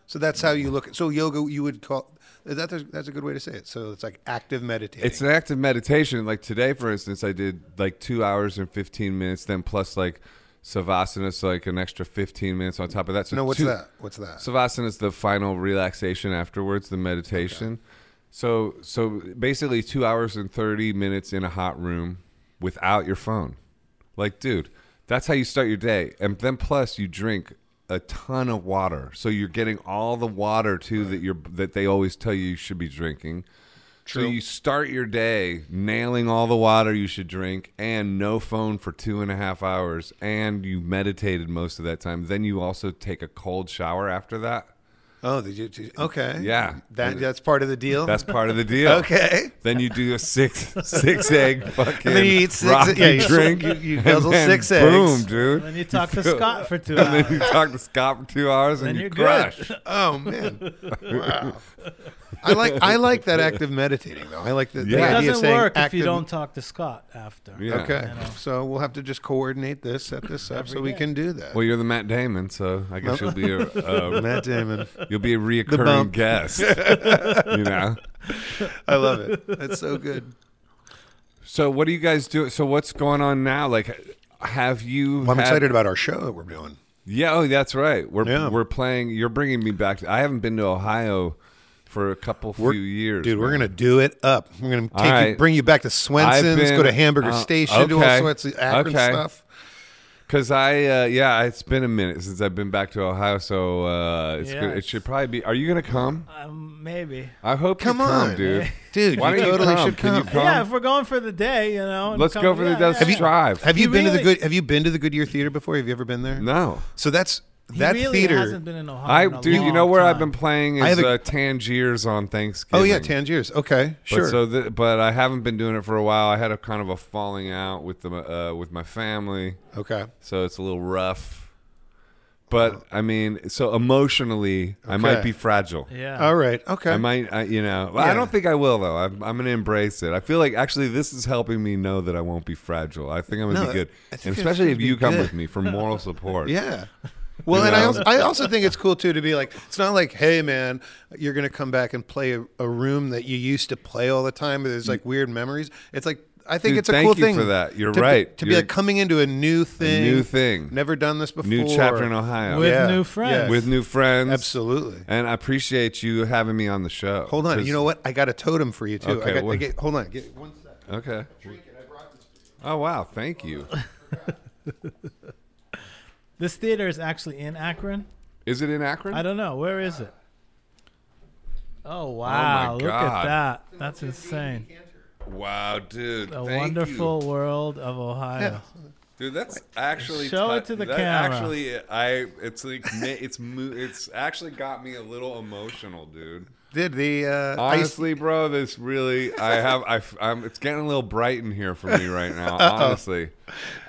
B: So that's how you look. at So yoga, you would call is that the- that's a good way to say it. So it's like active meditating.
A: It's an active meditation. Like today, for instance, I did like two hours and fifteen minutes, then plus like savasana, so like an extra fifteen minutes on top of that. So
B: no. What's
A: two-
B: that? What's that?
A: Savasana is the final relaxation afterwards, the meditation. So, so basically, two hours and thirty minutes in a hot room without your phone. Like, dude, that's how you start your day, and then plus you drink a ton of water, so you're getting all the water too that you're that they always tell you you should be drinking. So you start your day nailing all the water you should drink and no phone for two and a half hours, and you meditated most of that time. Then you also take a cold shower after that.
B: oh, did you, did you- okay.
A: Yeah.
B: That that's part of the deal.
A: That's part of the deal.
B: okay.
A: Then you do a six six egg fucking
B: And then you eat six-
A: Rocky
B: yeah, you-
A: drink.
B: you- you
A: and
B: guzzle
A: then
B: six
A: boom,
B: eggs.
A: dude.
C: Then you talk to
A: feel-
C: Scott for two
A: and then
C: hours.
A: you talk to Scott for two hours, and
C: Then
A: you
C: you're good.
A: crush.
B: Oh man. Wow. I like I like that active meditating though. I like the,
A: Yeah.
B: the
C: It
B: idea of
C: doesn't
B: saying
C: work if
B: active
C: you don't talk to Scott after.
A: Yeah.
B: Okay.
C: You know.
B: So we'll have to just coordinate this, set this up so we
C: day.
B: can do that.
A: Well, you're the Matt Damon, so I guess you'll be a, a
B: Matt Damon.
A: you'll be a reoccurring
B: bump.
A: guest. you know.
B: I love it. That's so good.
A: So what do you guys do? So what's going on now? Like, have you?
B: Well, I'm
A: had-
B: excited about our show that we're doing.
A: Yeah, oh, that's right. We're
B: Yeah.
A: we're playing. You're bringing me back. To, I haven't been to Ohio for a couple few years,
B: Dude, we're
A: man.
B: going to do it up. We're going to
A: All
B: take you,
A: right.
B: bring you back to Swenson's,
A: been-
B: go to Hamburger
A: uh,
B: Station, do all
A: okay.
B: sorts of Akron
A: Okay.
B: stuff.
A: Cause I uh, yeah, it's been a minute since I've been back to Ohio, so uh, it's
C: Yeah,
A: good. it
C: it's-
A: should probably be. Are you gonna come?
C: Um, maybe.
A: I hope
B: Come
A: you come,
B: on.
A: dude.
B: Dude,
A: Why
B: you
A: don't you
B: totally
A: come?
B: should
A: Can you
B: come.
A: come?
C: Yeah, if we're going for the day, you know. and
A: Let's
C: come-
A: go for the
C: yeah,
A: day.
C: yeah,
A: Let's
C: yeah.
A: drive.
B: Have
C: He
B: you been to the
C: really-
B: good have you been to the Goodyear Theater before? Have you ever been there?
A: no,
B: So that's
C: He
B: that
C: really
B: theater.
C: hasn't been in Ohio.
A: I
C: in a
A: dude. You
C: long
A: know where I've
C: time.
A: been playing
B: I
A: is
B: have a-
A: uh, Tangiers on Thanksgiving.
B: oh yeah, Tangiers. Okay.
A: But
B: Sure.
A: so, th- but I haven't been doing it for a while. I had a kind of a falling out with the uh, with my family,
B: okay.
A: so it's a little rough. But I mean, so emotionally, I might
B: Okay.
A: be fragile.
C: Yeah.
B: All right. Okay.
A: I might, I, you know, well, I
B: Yeah.
A: don't think I will though. I'm, I'm gonna embrace it. I feel like actually this is helping me know that I won't be fragile. I think I'm gonna
B: No,
A: be
B: I-
A: good,
B: I think
A: and
B: it's
A: especially
B: gonna
A: if
B: be
A: you come
B: good.
A: with me for moral support.
B: Yeah. Well,
A: You
B: and I
A: know?
B: also, I also think it's cool too to be like, it's not like, hey man, you're gonna come back and play a, a room that you used to play all the time. But there's like weird memories. It's like I think
A: Mm. Dude,
B: it's a
A: thank
B: cool
A: you
B: thing
A: for that. You're
B: to be-
A: right.
B: to be
A: You're-
B: like coming into a new thing,
A: new thing.
B: never done this before,
A: new chapter in Ohio
C: With
A: with,
B: Yeah.
C: new friends.
B: Yeah.
A: new friends.
B: Absolutely.
A: And I appreciate you having me on the show.
B: Hold on.
A: 'Cause-
B: You know what? I got a totem for you too.
A: Okay,
B: I got, I
A: what-
B: get, hold on. Get one sec.
A: Okay.
B: Drink it. I brought this.
A: Oh wow, thank you.
C: This theater is actually in Akron.
A: Is it in Akron?
C: I don't know. Where is it? Oh wow! Look at
A: God.
C: that. That's insane.
A: wow, dude.
C: The
A: thank
C: wonderful
A: you.
C: world of Ohio.
A: dude. That's actually
C: Show
A: tou-
C: it to the
A: that
C: camera.
A: Actually, I it's like ma- it's mo- it's actually got me a little emotional, dude.
B: Did the uh, I used-
A: Honestly, bro, this really I have I am it's getting a little bright in here for me right now.
C: Oh.
A: honestly,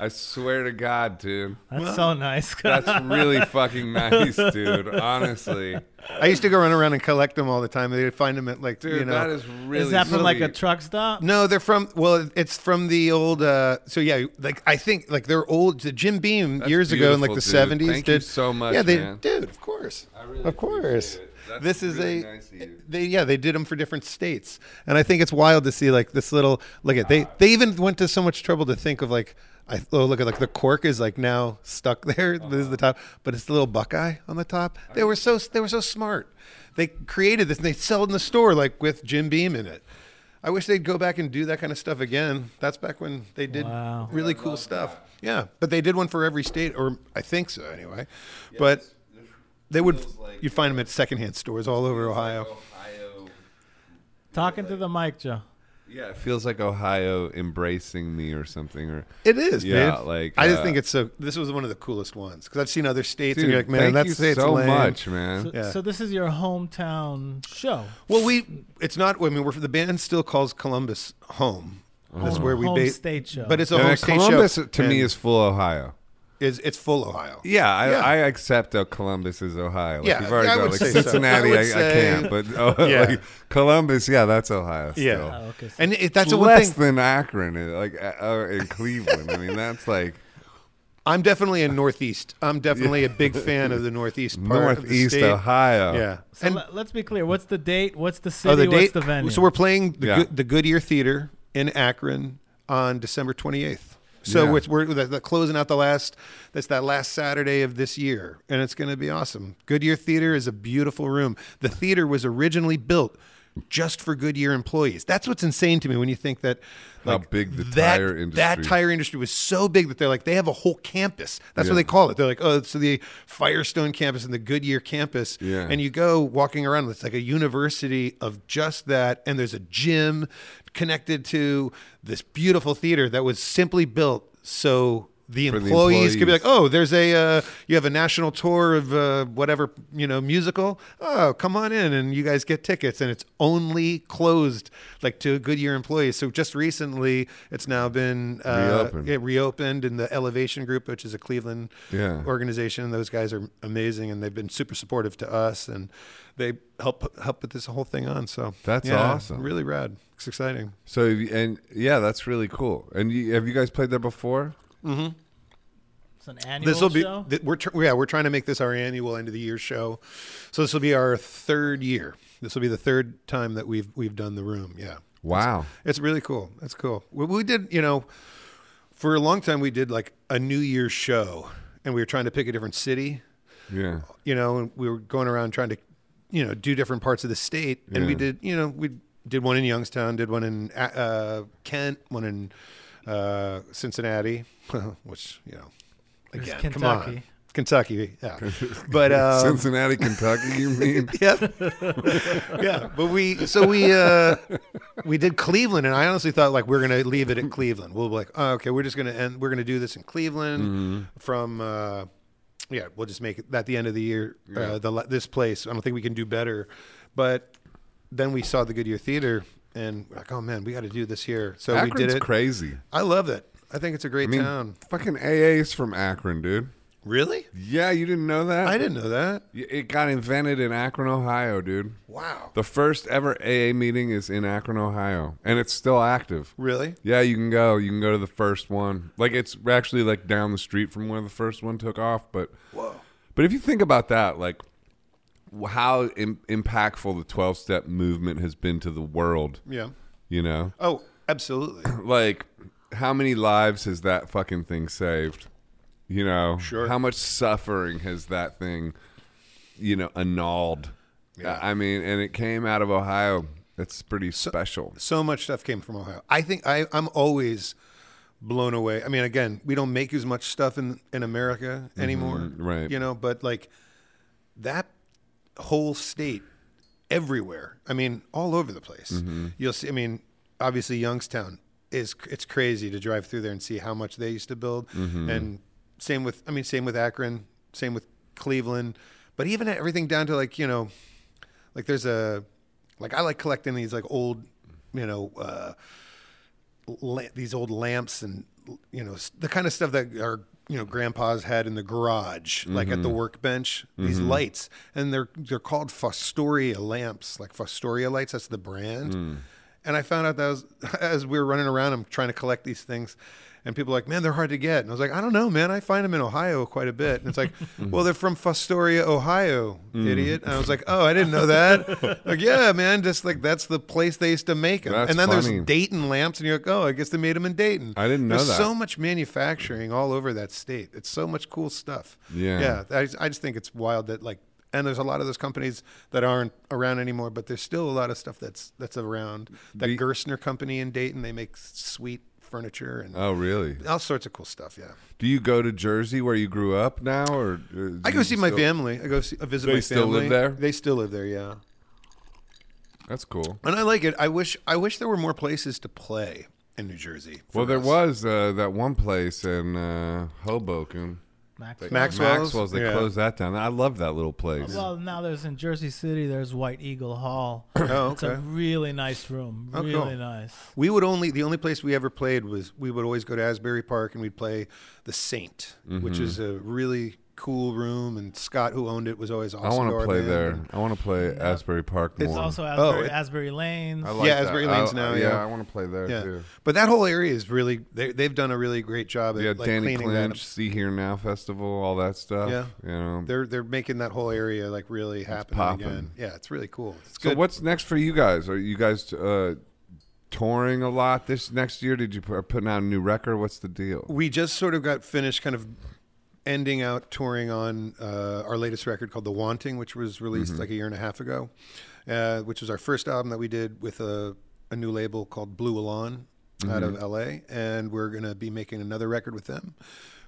A: I swear to God, dude.
C: That's so nice.
A: That's really fucking nice, dude. Honestly,
B: I used to go run around and collect them all the time. They'd find them at like
A: dude,
B: you know.
A: that is really.
C: is that from like a
A: sweet.
C: truck stop?
B: no, they're from well. It's from the old. Uh, so yeah, like I think like they're old. The Jim Beam
A: That's
B: years ago in like
A: beautiful,
B: the
A: dude.
B: seventies.
A: Thank you
B: did,
A: so much,
B: Yeah, they
A: man.
B: dude, of course,
A: I really
B: of course.
A: appreciate it. That's
B: this is
A: really
B: a
A: nice of you.
B: they yeah they did them for different states, and I think it's wild to see like this little look at
A: Ah.
B: they they even went to so much trouble to think of like. I, oh look at like the cork is like now stuck there. This is the
A: Uh-huh.
B: top, but it's the little Buckeye on the top. They were so they were so smart. They created this and they sell it in the store like with Jim Beam in it. I wish they'd go back and do that kind of stuff again. That's back when they did
C: Wow.
B: really cool stuff. Yeah, but they did one for every state, or I think so anyway. but they would
A: feels like- oh.
B: you'd find them at secondhand stores all over Ohio.
A: Ohio.
C: Talking to the mic, Joe.
A: Yeah, it feels like Ohio embracing me or something. Or
B: It is,
A: Yeah,
B: dude.
A: like,
B: I just
A: uh,
B: think it's so. This was one of the coolest ones because I've seen other states,
A: dude,
B: and you're like, man,
A: thank
B: that's
A: you
B: state's
A: so
B: lame."
A: much, man.
C: So,
B: Yeah.
C: so this is your hometown show.
B: Well, we it's not. I mean, we're, the band still calls Columbus home. That's where we
C: Home
B: base,
C: state show.
B: but it's a
A: And
B: home
A: that
B: state
A: Oh. Columbus
B: show.
A: to me
B: and
A: is full Ohio.
B: is it's full Ohio.
A: Yeah, I,
B: Yeah.
A: I accept that Columbus is Ohio. Like
B: Yeah,
A: you've already
B: I
A: got
B: would
A: like
B: say so. I
A: Cincinnati.
B: would
A: I, I,
B: say-
A: can't, but oh,
B: Yeah.
A: like, Columbus, yeah, that's Ohio. Still.
B: Yeah.
C: Oh, okay. So
B: and it, that's
A: It's
B: the one
A: less
B: thing.
A: than Akron, uh, like uh, uh, in Cleveland. I mean, that's like
B: I'm definitely a Northeast. I'm definitely a big fan of the Northeast part of the
A: Northeast
B: state.
A: Ohio.
B: Yeah.
C: So let, us be clear. What's the date? What's the city?
B: oh, the
C: What's
B: date.
C: the venue?
B: So we're playing the,
A: Yeah.
B: Good, the Goodyear Theater in Akron on December 28th. So
A: Yeah.
B: it's, we're the, the closing out the last. That's that last Saturday of this year, and it's going to be awesome. Goodyear Theater is a beautiful room. The theater was originally built just for Goodyear employees. That's what's insane to me when you think that
A: How
B: like,
A: big the
B: that,
A: tire
B: That
A: industry-
B: tire industry was so big that they're like they have a whole campus. That's what
A: Yeah.
B: they call it. They're like, oh, so the Firestone campus and the Goodyear campus.
A: Yeah.
B: And you go walking around, it's like a university of just that. And there's a gym connected to this beautiful theater that was simply built so the
A: For
B: employees,
A: the
B: could be
A: employees.
B: like, oh, there's a, uh, you have a national tour of uh, whatever, you know, musical. Oh, come on in and you guys get tickets. And it's only closed like to Goodyear employees. So just recently, it's now been uh,
A: Reopened.
B: It reopened in the Elevation Group, which is a Cleveland
A: Yeah.
B: organization. Those guys are amazing, and they've been super supportive to us, and they help help put this whole thing on. So
A: That's
B: yeah,
A: awesome.
B: Really rad. It's exciting.
A: So have you- and yeah, that's really cool. And you, have you guys played there before?
C: it's an annual
B: This will be
C: show.
B: th- we're tr- yeah we're trying to make this our annual end of the year show, so this will be our third year. This will be the third time that we've we've done the room. Yeah.
A: Wow.
B: It's really cool. That's cool. We, we did, you know, for a long time we did like a New Year's show, and we were trying to pick a different city.
A: Yeah.
B: you know, and we were going around trying to, you know, do different parts of the state. And we
A: Yeah.
B: did, you know, we did one in Youngstown, did one in uh, Kent, one in uh, Cincinnati, which, you know,
C: There's
B: again, come on.
C: Kentucky.
B: Kentucky, yeah. But, um,
A: Cincinnati, Kentucky. You mean?
B: yep. yeah, but we so we uh we did Cleveland, and I honestly thought like we're gonna leave it at Cleveland. We'll be like, oh, okay, we're just gonna end. We're gonna do this in Cleveland from. uh yeah, we'll just make it at the end of the year. Uh, the la- this place, I don't think we can do better. But then we saw the Goodyear Theater, and we're like, oh man, we got to do this here. So
A: Akron's
B: we did it.
A: crazy.
B: I love it. I think it's a great
A: I mean,
B: town.
A: fucking AA's from Akron, dude.
B: Really?
A: Yeah, you didn't know that?
B: I didn't know that.
A: Y- It got invented in Akron, Ohio, dude.
B: Wow.
A: The first ever AA meeting is in Akron, Ohio, and it's still active.
B: Really?
A: Yeah, you can go. You can go to the first one. Like it's actually like down the street from where the first one took off. But
B: Whoa.
A: but if you think about that, like w- how Im- impactful the twelve step movement has been to the world,
B: Yeah.
A: you know,
B: Oh, absolutely.
A: like how many lives has that fucking thing saved? You know,
B: Sure.
A: How much suffering has that thing, you know, annulled?
B: Yeah.
A: I mean, and it came out of Ohio. That's pretty special.
B: so much stuff came from Ohio. I think I, I'm always blown away. I mean, again, we don't make as much stuff in in America anymore,
A: right.
B: You know, but like that whole state, everywhere. I mean, all over the place. You'll see. I mean, obviously Youngstown is it's crazy to drive through there and see how much they used to build, and same with I mean, same with Akron, same with Cleveland, but even everything down to like you know like there's a like I like collecting these like old, you know, uh, la- these old lamps and you know s- the kind of stuff that our you know grandpas had in the garage, like at the
A: Mm-hmm.
B: workbench. These lights, and they're they're called Fostoria lamps, like Fostoria lights. That's the brand.
A: Mm.
B: And I found out that was, as we were running around, I'm trying to collect these things. And people are like, man, they're hard to get. And I was like, I don't know, man. I find them in Ohio quite a bit. And it's like, well, they're from Fostoria, Ohio,
A: Mm.
B: idiot. And I was like, oh, I didn't know that. like, yeah, man, just like that's the place they used to make them.
A: That's
B: and then
A: funny.
B: there's Dayton lamps, and you're like, oh, I guess they made them in Dayton.
A: I didn't know
B: there's
A: that.
B: so much manufacturing all over that state. It's so much cool stuff.
A: Yeah.
B: yeah. I just, I just think it's wild that like, and there's a lot of those companies that aren't around anymore, but there's still a lot of stuff that's that's around. That
A: The-
B: Gerstner company in Dayton, they make sweet furniture and
A: Oh, really?
B: all sorts of cool stuff. Yeah,
A: Do you go to Jersey where you grew up now, or or
B: I
A: do
B: go
A: you
B: see my
A: still-
B: family. I go see, I visit
A: They
B: my
A: still live
B: family.
A: there?
B: They still live there. Yeah,
A: That's cool.
B: and I like it. I wish I wish there were more places to play in New Jersey. for
A: Well, there
B: us.
A: was uh, that one place in uh, Hoboken,
C: Maxwell.
B: Maxwell's?
A: Maxwell's. They
B: Yeah.
A: closed that down. I love that little place.
C: Well, now there's in Jersey City. There's White Eagle Hall.
B: Oh,
C: It's a
B: okay.
C: really nice room.
B: Oh, cool.
C: really nice.
B: We would only the only place we ever played was we would always go to Asbury Park and we'd play the Saint, which is
A: Mm-hmm.
B: a really cool room. And Scott, who owned it, was always awesome.
A: I want
B: to
A: to
B: our
A: play
B: band.
A: there. I want to play Asbury Park more.
C: It's also Asbury,
B: Oh, it-
C: Asbury Lanes.
A: I like
B: Yeah,
A: that.
B: Asbury
A: I-
B: Lane's now,
A: Yeah,
B: yeah.
A: I want to play there
B: Yeah,
A: too.
B: but that whole area is really they, they've done a really great job at
A: Yeah,
B: like
A: Danny
B: cleaning that. up.
A: Clinch, See Here Now Festival, all that stuff.
B: Yeah.
A: you know.
B: They're they're making that whole area like really happen
A: poppin'.
B: again. Yeah, it's really cool. It's
A: So
B: good.
A: what's next for you guys? Are you guys uh, touring a lot this next year? Did you put, are putting out a new record? What's the deal?
B: we just sort of got finished kind of ending out touring on uh, our latest record called The Wanting, which was
A: Mm-hmm.
B: released like a year and a half ago, uh, which was our first album that we did with a, a new label called Blue Alon out
A: Mm-hmm.
B: of LA. And we're going to be making another record with them.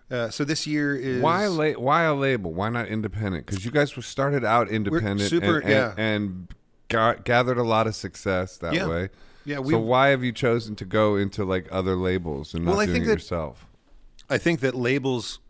B: Uh, so this year is.
A: Why la- why a label? Why not independent? Because you guys were started out independent,
B: super-
A: and, and,
B: yeah.
A: and got, gathered a lot of success that
B: Yeah.
A: way.
B: Yeah,
A: so
B: we've-
A: why have you chosen to go into like other labels and not
B: Well, I
A: doing
B: think
A: it
B: that-
A: yourself?
B: I think that labels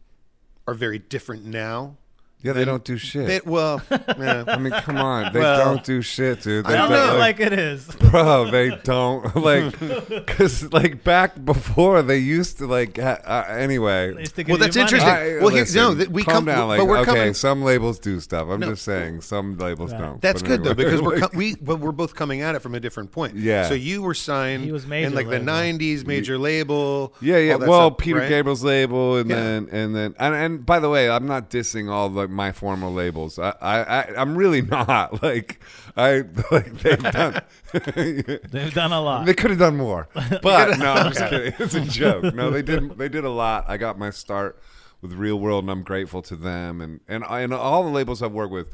B: are very different now.
A: Yeah, they don't do shit.
B: That well, yeah.
A: I mean, come on, they
B: Well,
A: don't do shit, dude. They
B: I
C: Tell
B: don't
A: don't,
B: know.
C: it
A: like-
C: like it is.
A: bro they don't like because like back before they used to like ha- uh, anyway
C: Nice to give
B: Well,
C: you
B: that's
C: money.
B: interesting. Well, here- no, that we
A: calm
B: come-
A: down. Like,
B: but we're
A: okay,
B: coming-
A: some labels do stuff. I'm just saying, some labels don't.
B: That's
A: But
B: good though
A: anyway,
B: because we're
A: like,
B: co- we but we're both coming at it from a different point.
A: Yeah.
B: So you were signed.
C: He was
B: in
C: major
B: like
C: label.
B: the '90s, major label.
A: yeah, yeah.
B: all that
A: Well,
B: stuff,
A: Peter
B: right?
A: Gabriel's label, and
B: Yeah.
A: then and then and, and by the way, I'm not dissing all like my former labels. I I, I I'm really not like I like they've done.
C: They've done a lot.
A: They could have done more, but no, I'm just kidding. It's a joke. No, they did. They did a lot. I got my start with Real World, and I'm grateful to them and and and all the labels I've worked with.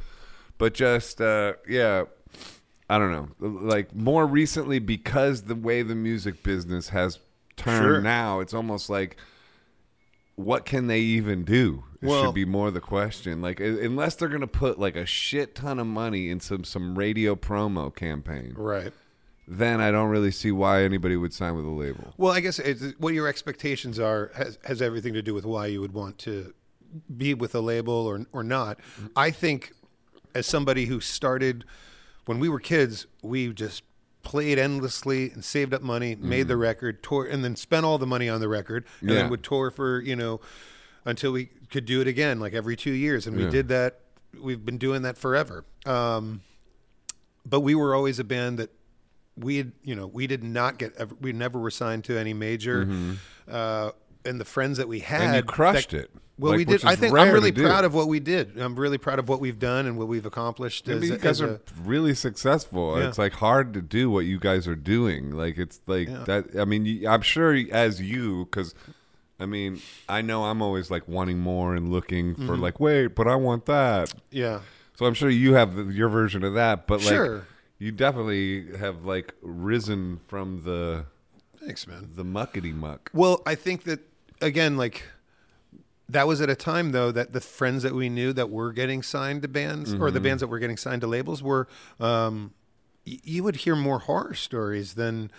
A: But just uh, yeah, I don't know. Like more recently, because the way the music business has turned
B: Sure.
A: now, it's almost like what can they even do? It
B: Well-
A: should be more the question. Like u- unless they're gonna put like a shit ton of money in some some radio promo campaign
B: Right.
A: then I don't really see why anybody would sign with a label.
B: Well, I guess it's, what your expectations are has, has everything to do with why you would want to be with a label or or not.
A: Mm-hmm.
B: I think as somebody who started when we were kids, we just played endlessly and saved up money, made the record, tour, and then spent all the money on the record, and
A: Mm-hmm. Yeah.
B: then would tour for you know until we could do it again, like every two years, and we
A: Yeah.
B: did that. We've been doing that forever. Um, but we were always a band that we had, you know, we did not get, ever, we never were signed to any major. Uh, and the friends that we had,
A: Mm-hmm. And you crushed
B: that-
A: it.
B: Well,
A: Like,
B: we
A: which
B: did. I
A: is
B: think
A: rare
B: I'm
A: to
B: really
A: do.
B: proud of what we did. I'm really proud of what we've done and what we've accomplished.
A: I
B: as
A: mean,
B: a-
A: you guys
B: as
A: are
B: a-
A: really successful.
B: Yeah.
A: It's like hard to do what you guys are doing. Like it's like that. I mean, you, I'm sure as you, because I mean, I know I'm always like wanting more and looking for
B: Mm-hmm.
A: like, wait, but I want that.
B: yeah.
A: So I'm sure you have the, your version of that. But like,
B: Sure.
A: you definitely have like risen from the
B: Thanks, man.
A: The muckety muck.
B: Well, I think that again, like that was at a time though that the friends that we knew that were getting signed to bands or the bands that were getting signed to labels were, um, y- you would hear more horror stories than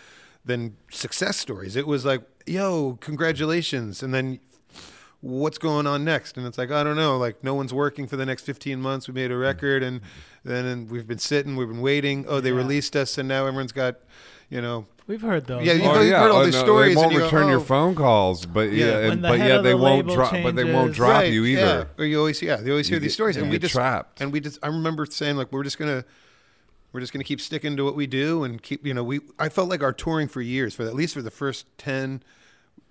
B: than success stories. It was like, yo, congratulations, and then what's going on next? And it's like, I don't know, like no one's working for the next 15 months. We made a record and then and we've been sitting, we've been waiting. Oh, they
C: Yeah.
B: released us and now everyone's got, you know,
C: We've heard those.
B: Yeah, you-
A: Oh,
B: You've heard all these
A: They
B: stories
A: won't
B: and you go,
A: return your
B: "Oh."
A: phone calls, but yeah,
B: Yeah.
A: and-
C: When the
A: but
C: head
A: yeah,
C: of the
A: they won't
C: label
A: drop. But they won't
C: changes.
A: drop
B: Right,
A: you
B: yeah.
A: either.
B: Or you always, yeah, they always hear
A: You
B: these
A: get-
B: stories,
A: you
B: and we
A: get
B: just
A: trapped.
B: And we just, I remember saying like, we're just gonna, we're just gonna keep sticking to what we do, and keep, you know, we. I felt like our touring for years, for at least for the first ten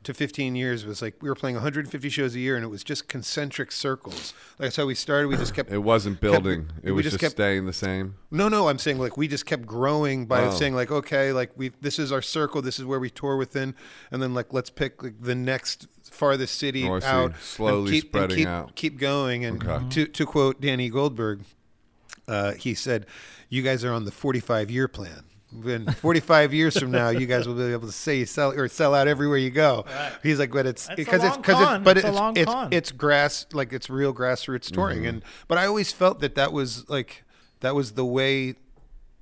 B: to fifteen years, was like we were playing 150 shows a year, and it was just concentric circles. Like that's how we started. We just kept.
A: It wasn't building. it
B: we
A: was
B: just
A: just,
B: kept-
A: staying the same.
B: No, no, I'm saying like we just kept growing by
A: Oh.
B: saying like okay, like we this is our circle, this is where we tour within, and then like let's pick like the next farthest city
A: Oh, I see.
B: out,
A: Slowly
B: and keep, and
A: spreading
B: keep-
A: out.
B: keep going. And
A: Okay.
B: to to quote Danny Goldberg, uh, he said, "You guys are on the 45 year plan." When 45 years from now, you guys will be able to say you sell or sell out everywhere you go. He's like, but it's
C: That's a
B: because it's
C: long
B: because it's
C: con.
B: but
C: It's a
B: it's
C: long
B: it's,
C: con.
B: it's grass like it's real grassroots touring. And but I always felt that that was like that was the way.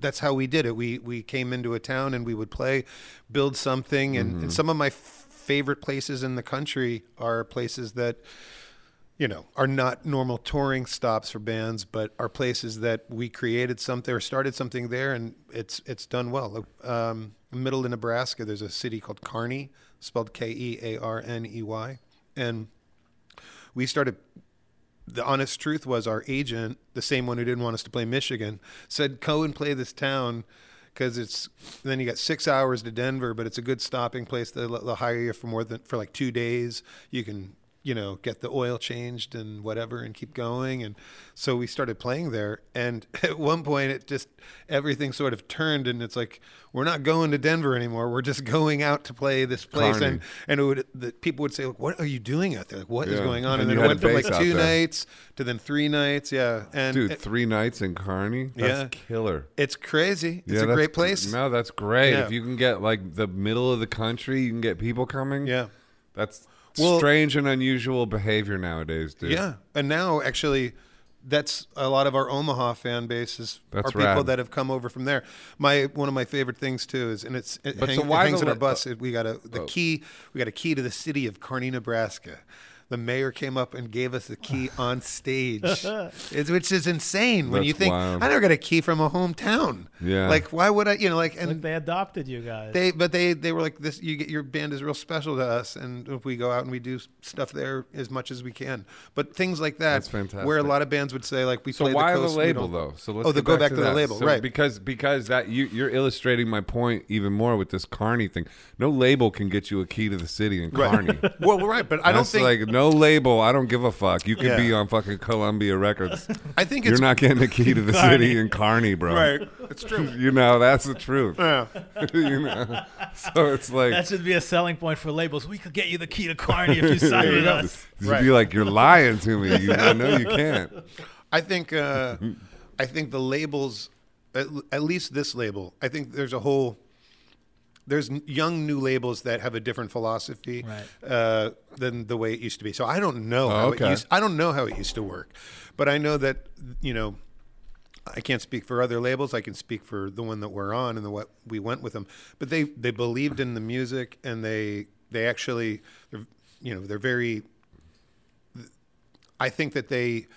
B: That's how we did it. We we came into a town and we would play, build something. And, and some of my f- favorite places in the country are places that you know, are not normal touring stops for bands, but are places that we created something or started something there, and it's it's done well. Um, middle of Nebraska, there's a city called Kearney, spelled K E A R N E Y, and we started the honest truth was our agent, the same one who didn't want us to play Michigan, said go and play this town because it's then you got six hours to Denver, but it's a good stopping place. They'll, they'll hire you for more than for like two days. You can you know get the oil changed and whatever and keep going and so we started playing there and at one point it just everything sort of turned and it's like we're not going to denver anymore we're just going out to play this place
A: Kearney.
B: and and it would the people would say like what are you doing out there like what is
A: Yeah.
B: going
A: And
B: on and,
A: you
B: then
A: had
B: it
A: a
B: went from like
A: base out
B: two
A: there.
B: nights to then three nights yeah and
A: Dude,
B: it-
A: three nights in Kearney. That's
B: Yeah.
A: killer.
B: it's crazy
A: Yeah,
B: it's a
A: that's-
B: great place
A: No, that's great.
B: Yeah.
A: If you can get like the middle of the country, you can get people coming.
B: yeah
A: That's
B: Well-
A: strange and unusual behavior nowadays, dude.
B: yeah and now actually that's a lot of our omaha fan bases
A: That's
B: are people
A: rad.
B: that have come over from there my one of my favorite things too is and it's it,
A: But
B: hang-
A: so why
B: it hangs
A: the
B: in our
A: li- oh.
B: bus it- we got a the key we got a key to the city of kearney nebraska the mayor came up and gave us the key on stage, It's- which is insane when
A: That's
B: you think
A: wild.
B: I never got a key from a hometown.
A: Yeah.
B: like why would I? You know, like and
C: Like they adopted you guys.
B: they but they they were like this you get your band is real special to us and if we go out and we do stuff there as much as we can but things like that
A: That's fantastic.
B: where a lot of bands would say like we
A: So
B: play
A: why
B: the,
A: the,
B: coast, we
A: label
B: don't-
A: though? So let's
B: oh the go back to, the
A: that.
B: label
A: So
B: right
A: Because because that you you're illustrating my point even more with this Carney thing. No label can get you a key to the city in
B: Right.
A: Carney.
B: well right but I don't
A: That's
B: think
A: like no label. I don't give a fuck. You could
B: Yeah.
A: be on fucking Columbia Records.
B: I think
A: You're
B: it's
A: not getting a key to the city in Carney, bro.
B: right it's true
A: You know that's the truth.
B: yeah
A: you know, so it's like
C: that should be a selling point for labels. We could get you the key to Carney if you sign with us.
A: You'd
B: Right.
A: be like, you're lying to me. You, I know you can't.
B: I think uh, I think the labels, at, at least this label, I think there's a whole there's n- young new labels that have a different philosophy
C: Right.
B: uh, than the way it used to be. So I don't know how
A: okay.
B: it used, I don't know how it used to work, but I know that you know I can't speak for other labels. I can speak for the one that we're on and the what we went with them. But they they believed in the music and they they actually they're, you know they're very. I think that they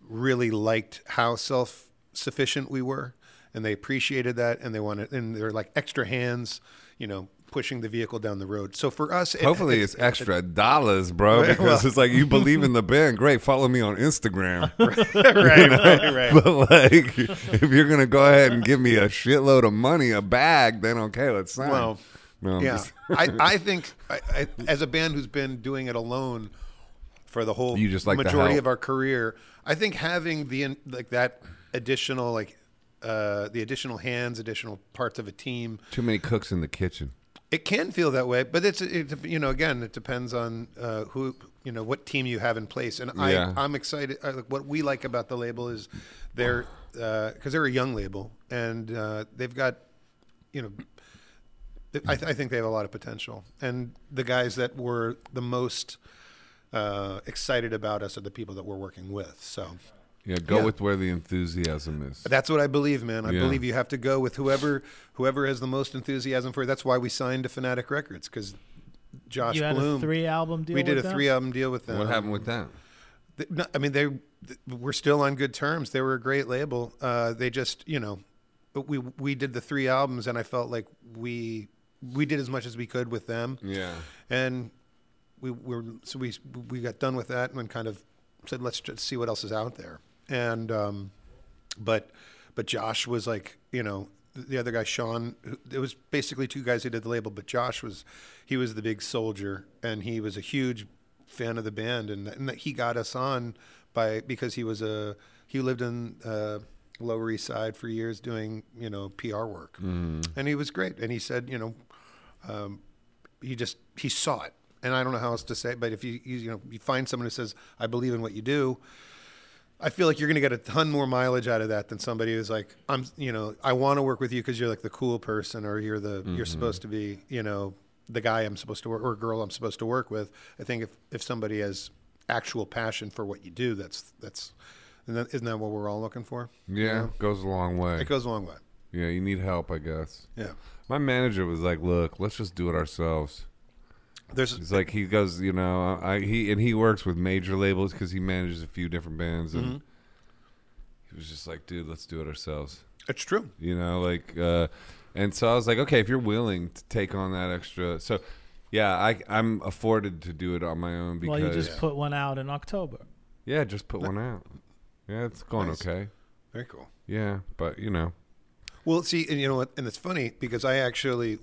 B: really liked how self sufficient we were, and they appreciated that, and they wanted and they're like extra hands, you know, pushing the vehicle down the road. So for us, it-
A: Hopefully, it's extra dollars, bro, because it's like you believe in the band. Great, follow me on Instagram.
B: right, right, right.
A: But like, if you're gonna go ahead and give me a shitload of money, a bag, then okay, let's sign.
B: Well,
A: No, I'm
B: Yeah,
A: just-
B: I, I think I, I, as a band who's been doing it alone for the whole
A: You just like the
B: majority
A: help.
B: of our career, I think having the in- like that additional like uh, the additional hands, additional parts of a team,
A: too many cooks in the kitchen.
B: it can feel that way. But it's it, you know again, it depends on uh, who you know what team you have in place. And
A: Yeah.
B: I I'm excited. I, like, what we like about the label is they're uh, because they're a young label and uh, they've got you know I, th- I think they have a lot of potential. And the guys that were the most uh, excited about us are the people that we're working with. So
A: Yeah, go
B: Yeah.
A: with where the enthusiasm is.
B: that's what I believe, man. I
A: Yeah.
B: believe you have to go with whoever whoever has the most enthusiasm for it. That's why we signed to Fanatic Records because Josh
C: you had
B: Bloom.
C: a three album deal.
B: we did
C: with
B: a
C: them?
B: three album deal with them.
A: what happened with that?
B: Th- no, I mean, they th- we're still on good terms. They were a great label. Uh, they just, you know, we we did the three albums, and I felt like we we did as much as we could with them,
A: Yeah.
B: and we were so we we got done with that, and then kind of said, let's just see what else is out there. And um, but but Josh was like, you know, the other guy Sean. who- It was basically two guys who did the label, but Josh was he was the big soldier, and he was a huge fan of the band, and, and that he got us on by because he was a he lived in uh, Lower East Side for years doing you know PR work, and he was great, and he said, you know, um, he just he saw it. And I don't know how else to say, it, but if you you you know you find someone who says I believe in what you do, I feel like you're going to get a ton more mileage out of that than somebody who's like, I'm, you know, I want to work with you because you're like the cool person, or you're the, you're supposed to be, you know, the guy I'm supposed to work or girl I'm supposed to work with. I think if if somebody has actual passion for what you do, that's that's, and that, isn't that what we're all looking for?
A: Yeah, goes a long way.
B: It goes a long way.
A: yeah, you need help, I guess.
B: Yeah.
A: My manager was like, "Look, let's just do it ourselves."
B: There's
A: He's like, he goes, you know, I he and he works with major labels because he manages a few different bands, and he was just like, "Dude, let's do it ourselves."
B: it's true.
A: you know like uh and so i was like okay if you're willing to take on that extra so yeah i i'm afforded to do it on my own because
C: Well, you just put one out in October.
A: yeah just put one out yeah it's going
B: Nice.
A: okay
B: Very cool.
A: yeah but you know
B: Well, see, and you know what, and it's funny because I actually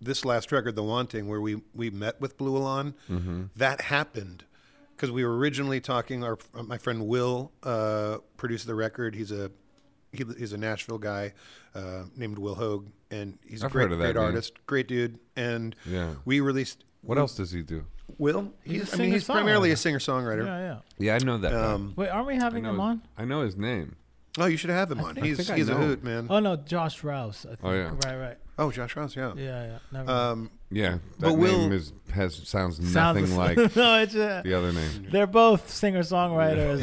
B: this last record, The Wanting, where we we met with Blue Alon,
A: Mm-hmm.
B: that happened because we were originally talking. Our my friend Will uh, produced the record. He's a he, he's a Nashville guy uh, named Will Hogue, and he's a
A: I've
B: great
A: heard of that
B: great
A: name.
B: artist, great dude. And
A: Yeah.
B: we released
A: what else does he do
B: Will.
C: He's a
B: He's, I mean, he's
C: singer-songwriter.
B: primarily a singer songwriter.
C: Yeah, yeah.
A: yeah i know that guy.
B: Um,
C: Wait, aren't we
A: I,
C: having
A: know
C: him
A: his,
C: on?
A: I know his name
B: Oh, you should have him on.
C: think-
B: He's
A: think I
B: he's a
A: know him.
B: hoot, man.
C: Oh no, Josh Rouse. I think.
A: Oh, yeah.
C: Right, right.
B: Oh, Josh Ross, yeah.
C: Yeah, yeah. Never mind.
B: Um,
A: yeah that
B: But
A: name
B: Will-
A: is, has sounds
C: Sounds
A: nothing
C: the-
A: like
C: no, it's uh,
A: the other name
C: they're both singer songwriters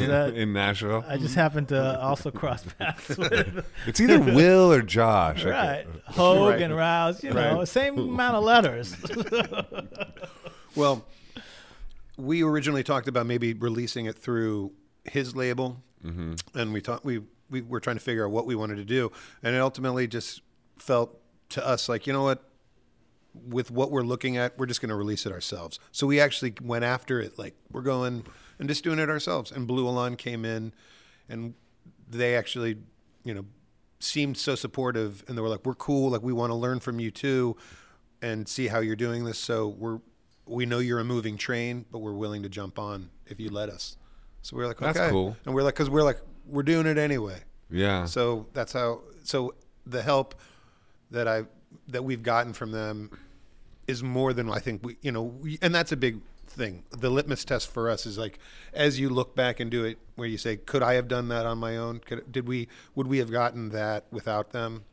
A: in,
C: that
A: in nashville
C: I just happened to also cross paths with.
A: it's either will or josh I
C: Right.
A: can't-
C: Hogue
B: Right.
C: and Rouse, you know,
B: Right.
C: same amount of letters.
B: Well, we originally talked about maybe releasing it through his label, and we talked we we were trying to figure out what we wanted to do, and it ultimately just felt to us like you know what, with what we're looking at, we're just going to release it ourselves. So we actually went after it like we're going and just doing it ourselves. And Blue Alon came in, and they actually, you know, seemed so supportive, and they were like, "We're cool. Like we want to learn from you too, and see how you're doing this. So we're we know you're a moving train, but we're willing to jump on if you let us." So we were like,
A: That's
B: "Okay,"
A: cool.
B: and we're like, "Cause we're like we're doing it anyway."
A: yeah
B: So that's how. So the help that I that we've gotten from them is more than I think we. You know, we, and that's a big thing. The litmus test for us is like, as you look back and do it, where you say, "Could I have done that on my own? Could, did we? Would we have gotten that without them?"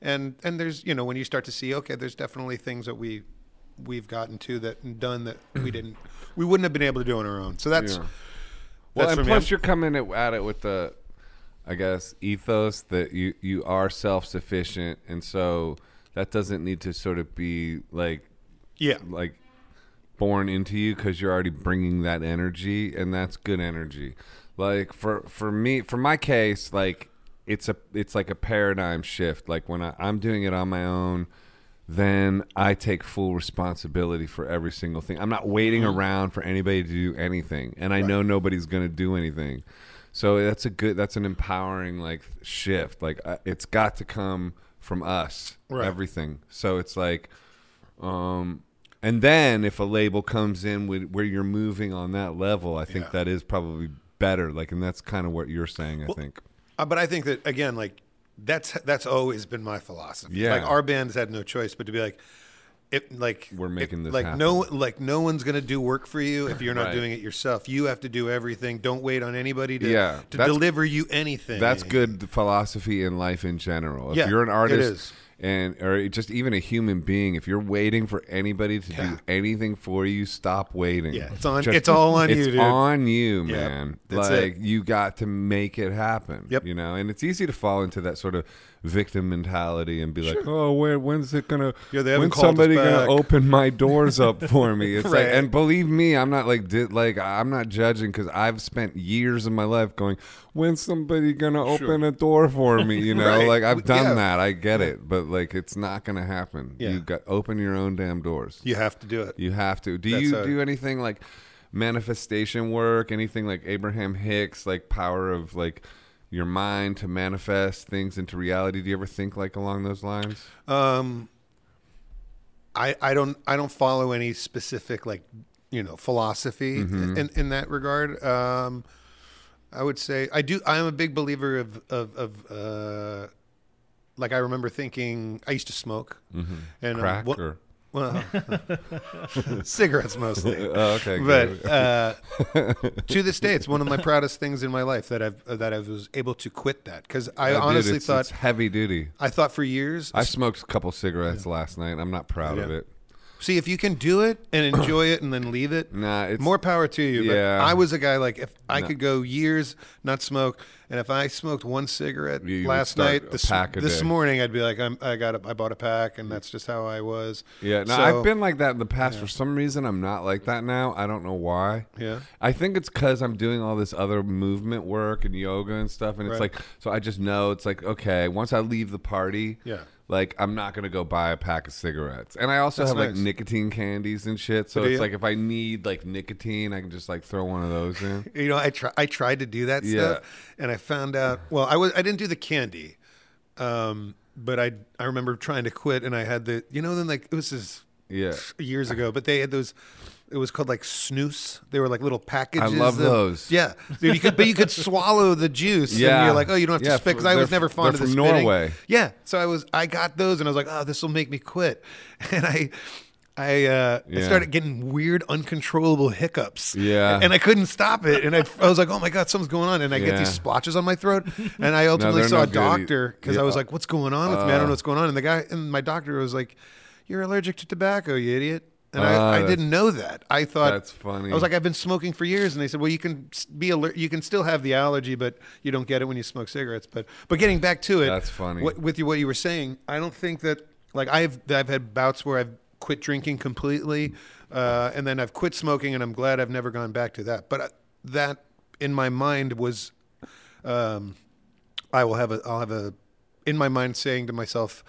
B: And and there's you know when you start to see, okay, there's definitely things that we we've gotten to that and done that we didn't we wouldn't have been able to do on our own. So that's
A: Mm-hmm. Yeah. Well,
B: that's
A: and
B: for me.
A: plus you're coming at, at it with the, I guess, ethos that you you are self sufficient, and so that doesn't need to sort of be like
B: yeah.
A: like born into you because you're already bringing that energy, and that's good energy. Like for for me, for my case, like it's a it's like a paradigm shift. Like when I, I'm doing it on my own. Then I take full responsibility for every single thing. I'm not waiting
B: Mm-hmm.
A: around for anybody to do anything, and I know nobody's going to do anything. So that's a good, that's an empowering like shift. Like uh, it's got to come from us,
B: Right.
A: everything. So it's like, um, and then if a label comes in with, where you're moving on that level, I think
B: Yeah.
A: that is probably better. Like, and that's kind of what you're saying. I think.
B: Uh, but I think that again, like that's that's always been my philosophy.
A: Yeah.
B: Like our band's had no choice but to be like, it like
A: We're making
B: it-
A: this
B: like no like no one's gonna do work for you if you're not
A: Right.
B: doing it yourself. You have to do everything. Don't wait on anybody to
A: Yeah,
B: to
A: that's-
B: deliver you anything.
A: That's good philosophy in life in general. If
B: Yeah,
A: you're an
B: it
A: artist,
B: is.
A: and or just even a human being. If you're waiting for anybody to
B: Yeah.
A: do anything for you, stop waiting.
B: Yeah, it's on-
A: Just-
B: it's all on
A: it's
B: you, dude.
A: on you,
B: Yep,
A: man.
B: that's
A: like
B: it.
A: you got to make it happen.
B: Yep.
A: You know, and it's easy to fall into that sort of victim mentality and be like, oh, where, when's it gonna?
B: Yeah, they haven't
A: when's
B: called us
A: somebody gonna
B: back."
A: open my doors up for me? It's like,
B: Right.
A: and believe me, I'm not like di- like I'm not judging because I've spent years of my life going, when's somebody gonna open a door for me? You know,
B: Right.
A: like I've done
B: Yeah.
A: that that. I get it, but like it's not gonna happen.
B: Yeah.
A: You got open your own damn doors.
B: You have to do it.
A: You have to. Do
B: That's
A: you
B: how-
A: do anything like manifestation work? Anything like Abraham Hicks, like power of like your mind to manifest things into reality? Do you ever think like along those lines?
B: Um, I I don't I don't follow any specific like you know philosophy
A: Mm-hmm.
B: in in that regard. Um, I would say I do. I'm a big believer of of of uh, like I remember thinking I used to smoke and um,
A: Mm-hmm. Crack
B: what-
A: or
B: well, cigarettes mostly.
A: oh, okay, good.
B: but uh, to this day, it's one of my proudest things in my life that I've that I was able to quit that because I
A: Yeah, dude,
B: honestly
A: it's-
B: thought
A: it's heavy duty.
B: I thought for years.
A: I smoked a couple cigarettes last night. I'm not proud of
B: Yeah.
A: it.
B: see if you can do it and enjoy it and then leave it.
A: Nah, it's
B: more power to you.
A: Yeah.
B: But I was a guy like if I could go years not smoke, and if I smoked one cigarette
A: You would
B: last
A: start
B: night,
A: a
B: this,
A: pack a
B: this
A: day.
B: morning, I'd be like, I'm, I got, a, I bought a pack, and that's just how I was.
A: Yeah, no,
B: So-
A: I've been like that in the past. For some reason, I'm not like that now. I don't know why.
B: Yeah.
A: I think it's because I'm doing all this other movement work and yoga and stuff, and it's
B: Right.
A: like, so I just know it's like, okay, once I leave the party,
B: Yeah.
A: like I'm not gonna go buy a pack of cigarettes. And I also
B: That's
A: have like
B: nice.
A: nicotine candies and shit, so
B: Do
A: it's
B: you?
A: like if I need like nicotine, I can just like throw one of those in.
B: You know, I try, I tried to do that
A: Yeah.
B: stuff, and I found out. Well, I was I didn't do the candy, um, but I I remember trying to quit, and I had the you know then like it was this
A: Yeah.
B: years ago, but they had those. It was called like snooze. They were like little packages.
A: love
B: of-
A: those.
B: Yeah, Dude, you could, but you could swallow the juice. and
A: Yeah.
B: you're like, oh, you don't have
A: Yeah,
B: to spit because
A: f-
B: I was
A: they're-
B: never fond
A: they're
B: of the
A: from
B: spitting.
A: Norway.
B: Yeah, so I was I got those and I was like, oh, this will make me quit, and I. I, uh, I
A: Yeah.
B: started getting weird, uncontrollable hiccups.
A: Yeah.
B: and I couldn't stop it, and I, I was like, "Oh my god, something's going on!" And I get
A: Yeah.
B: these splotches on my throat, and I ultimately
A: they're
B: saw
A: no
B: a
A: good.
B: doctor because I was
A: Yeah.
B: like, "What's going on with me? I don't know what's going on." And the guy and my doctor was like, "You're allergic to tobacco, you idiot." And
A: Ah,
B: I, I
A: that's-
B: didn't know that. I thought
A: that's funny.
B: I was like, "I've been smoking for years," and they said, "Well, you can s- be alert. You can still have the allergy, but you don't get it when you smoke cigarettes." But but getting back to it,
A: That's funny.
B: What, with you, what you were saying, I don't think that like I've that I've had bouts where I've quit drinking completely, uh, and then I've quit smoking, and I'm glad I've never gone back to that. But uh, that in my mind was, um, I will have a I'll have a in my mind saying to myself.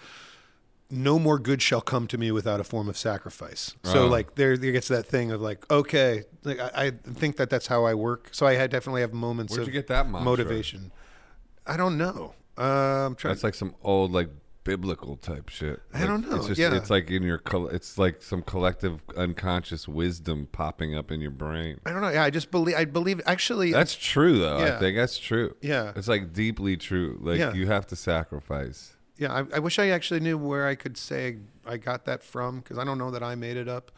B: No more good shall come to me without a form of sacrifice. So,
A: Uh-huh.
B: like, there, there gets that thing of like, okay, like I, I think that that's how I work. So I had definitely have moments
A: Where'd
B: of
A: you get that mantra?
B: motivation. I don't know. Uh, I'm trying.
A: That's like some old like biblical type shit.
B: I
A: Like,
B: don't know,
A: It's just
B: yeah.
A: it's like in your col- it's like some collective unconscious wisdom popping up in your brain.
B: I don't know. Yeah, I just believe. I believe. Actually,
A: That's true though. I
B: Yeah.
A: think that's true.
B: Yeah.
A: It's like deeply true. Like
B: Yeah.
A: you have to sacrifice.
B: yeah. I, I wish I actually knew where I could say I got that from because I don't know that I made it up.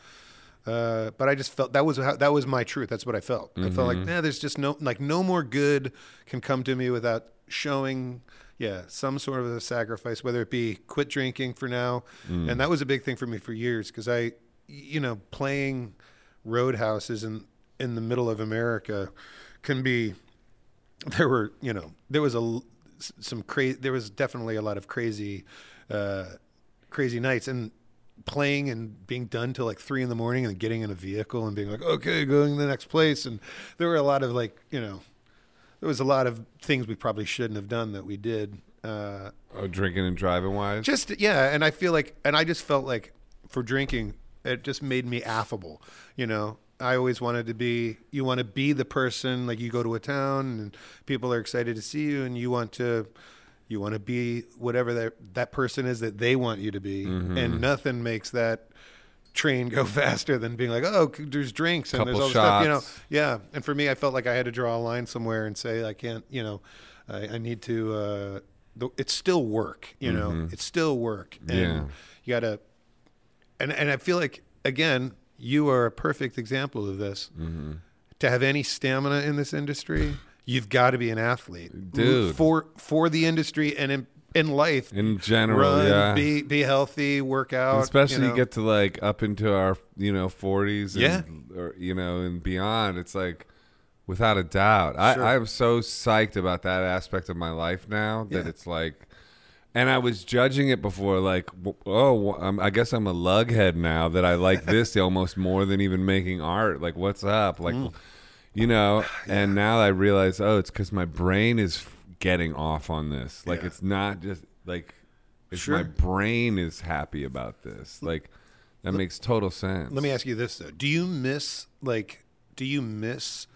B: Uh, but I just felt that was how, that was my truth. That's what I felt. I felt like, nah, there's just no like no more good can come to me without showing, yeah, some sort of a sacrifice, whether it be quit drinking for now, and that was a big thing for me for years because I, you know, playing roadhouses in in the middle of America can be there were you know there was a l- s- some crazy there was definitely a lot of crazy uh crazy nights and playing and being done till like three in the morning and then getting in a vehicle and being like okay going to the next place and there were a lot of like you know there was a lot of things we probably shouldn't have done that we did uh
A: Oh, drinking and driving wise.
B: just yeah and i feel like and i just felt like for drinking it just made me affable you know i always wanted to be you want to be the person like you go to a town and people are excited to see you and you want to you want to be whatever that that person is that they want you to be
A: Mm-hmm.
B: and nothing makes that train go faster than being like oh c- there's drinks and there's
A: Couple
B: all this stuff you know
A: shots.
B: yeah, and for me, I felt like I had to draw a line somewhere and say I can't. You know, I, I need to. Uh, the, it's still work. You know, it's still work. And
A: Mm-hmm. Yeah.
B: You gotta. And and I feel like again, you are a perfect example of this.
A: Mm-hmm.
B: To have any stamina in this industry, you've got to be an athlete,
A: Dude.
B: For for the industry and in, in life.
A: in general.
B: Run,
A: yeah.
B: be be healthy, work out.
A: Especially
B: you
A: you,
B: know.
A: get to like up into our you know forties,
B: Yeah.
A: or you know, and beyond. It's like, without a doubt,
B: Sure.
A: I, I'm so psyched about that aspect of my life now that
B: Yeah.
A: it's like, and I was judging it before, like, w- oh, I'm, I guess I'm a lughead now that I like this almost more than even making art. Like, what's up? Like,
B: Mm.
A: you know. And now I realize, oh, it's because my brain is f- getting off on this. Like,
B: Yeah.
A: it's not just like. It's
B: Sure.
A: my brain is happy about this. Like that makes total sense.
B: Let me ask you this though: Do you miss like? Do you miss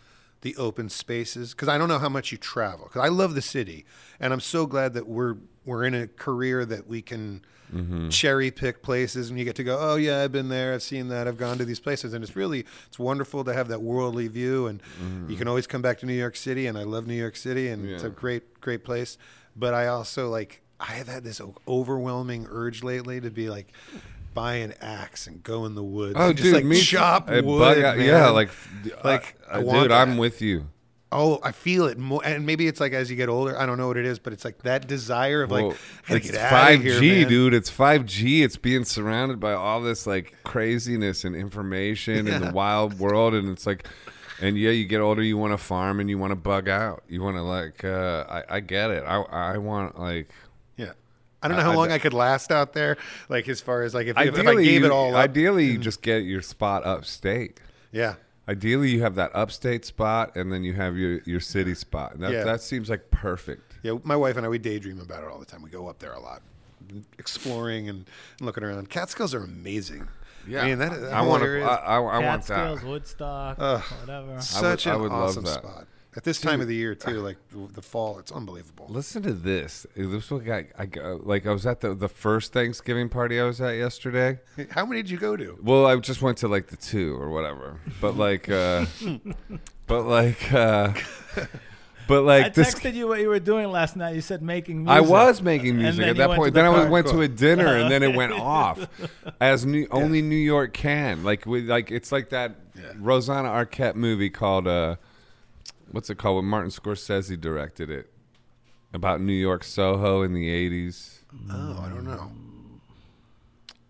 B: the open spaces? Because I don't know how much you travel. Because I love the city, and I'm so glad that we're we're in a career that we can cherry pick places, and you get to go. Oh yeah, I've been there. I've seen that. I've gone to these places, and it's really it's wonderful to have that worldly view, and you can always come back to New York City. And I love New York City, and it's a
A: Yeah.
B: great great place. But I also like I have had this o- overwhelming urge lately to be like. Buy an axe and go in the woods.
A: Oh,
B: and
A: dude,
B: just like
A: me
B: chop
A: I
B: wood.
A: bug out- Yeah,
B: man.
A: like,
B: Like,
A: like,
B: I want
A: dude, I'm
B: that.
A: with you.
B: oh, I feel it more, and maybe it's like as you get older. I don't know what it is, but it's like that desire of like,
A: Well,
B: I gotta
A: it's
B: get out of here,
A: G,
B: man.
A: dude. It's 5G. It's being surrounded by all this like craziness and information and
B: Yeah.
A: the wild world, and it's like, and yeah, you get older, you want to farm and you want to bug out. You want to like, uh, I, I get it. I, I want like.
B: Yeah, I don't know how
A: I-
B: long I could last out there. Like as far as like if, if
A: Ideally,
B: I gave it
A: you-
B: all up,
A: ideally, you just get your spot upstate.
B: yeah,
A: Ideally, you have that upstate spot, and then you have your, your city spot. And that
B: Yeah.
A: that seems like perfect.
B: yeah. My wife and I we daydream about it all the time. We go up there a lot, exploring and looking around. Catskills are amazing. I mean that, that
A: I
B: whole
A: want to.
B: area
A: I,
B: is
A: I, I want
C: Catskills,
A: that.
C: Woodstock, whatever.
B: such
A: I
B: an
A: would love
B: awesome
A: that.
B: spot. At this time of the year too, like the- the fall, it's unbelievable.
A: Listen to this. This is what I, I go- like. I was at the the first Thanksgiving party I was at yesterday.
B: How many did you go to?
A: Well, I just went to like the two or whatever. But like, uh, but like, uh, but like
C: I
A: this.
C: texted you what you were doing last night. You said making music.
A: I was making
C: And
A: music
C: then
A: at
C: you
A: that
C: went
A: point.
C: to the
A: then I
C: car.
A: went to a dinner, and then it went off, as new, only New York can. Like with like it's like that
B: Yeah.
A: Rosanna Arquette movie called uh, what's it called? When Martin Scorsese directed it about New York Soho in the eighties.
B: Oh, I don't know.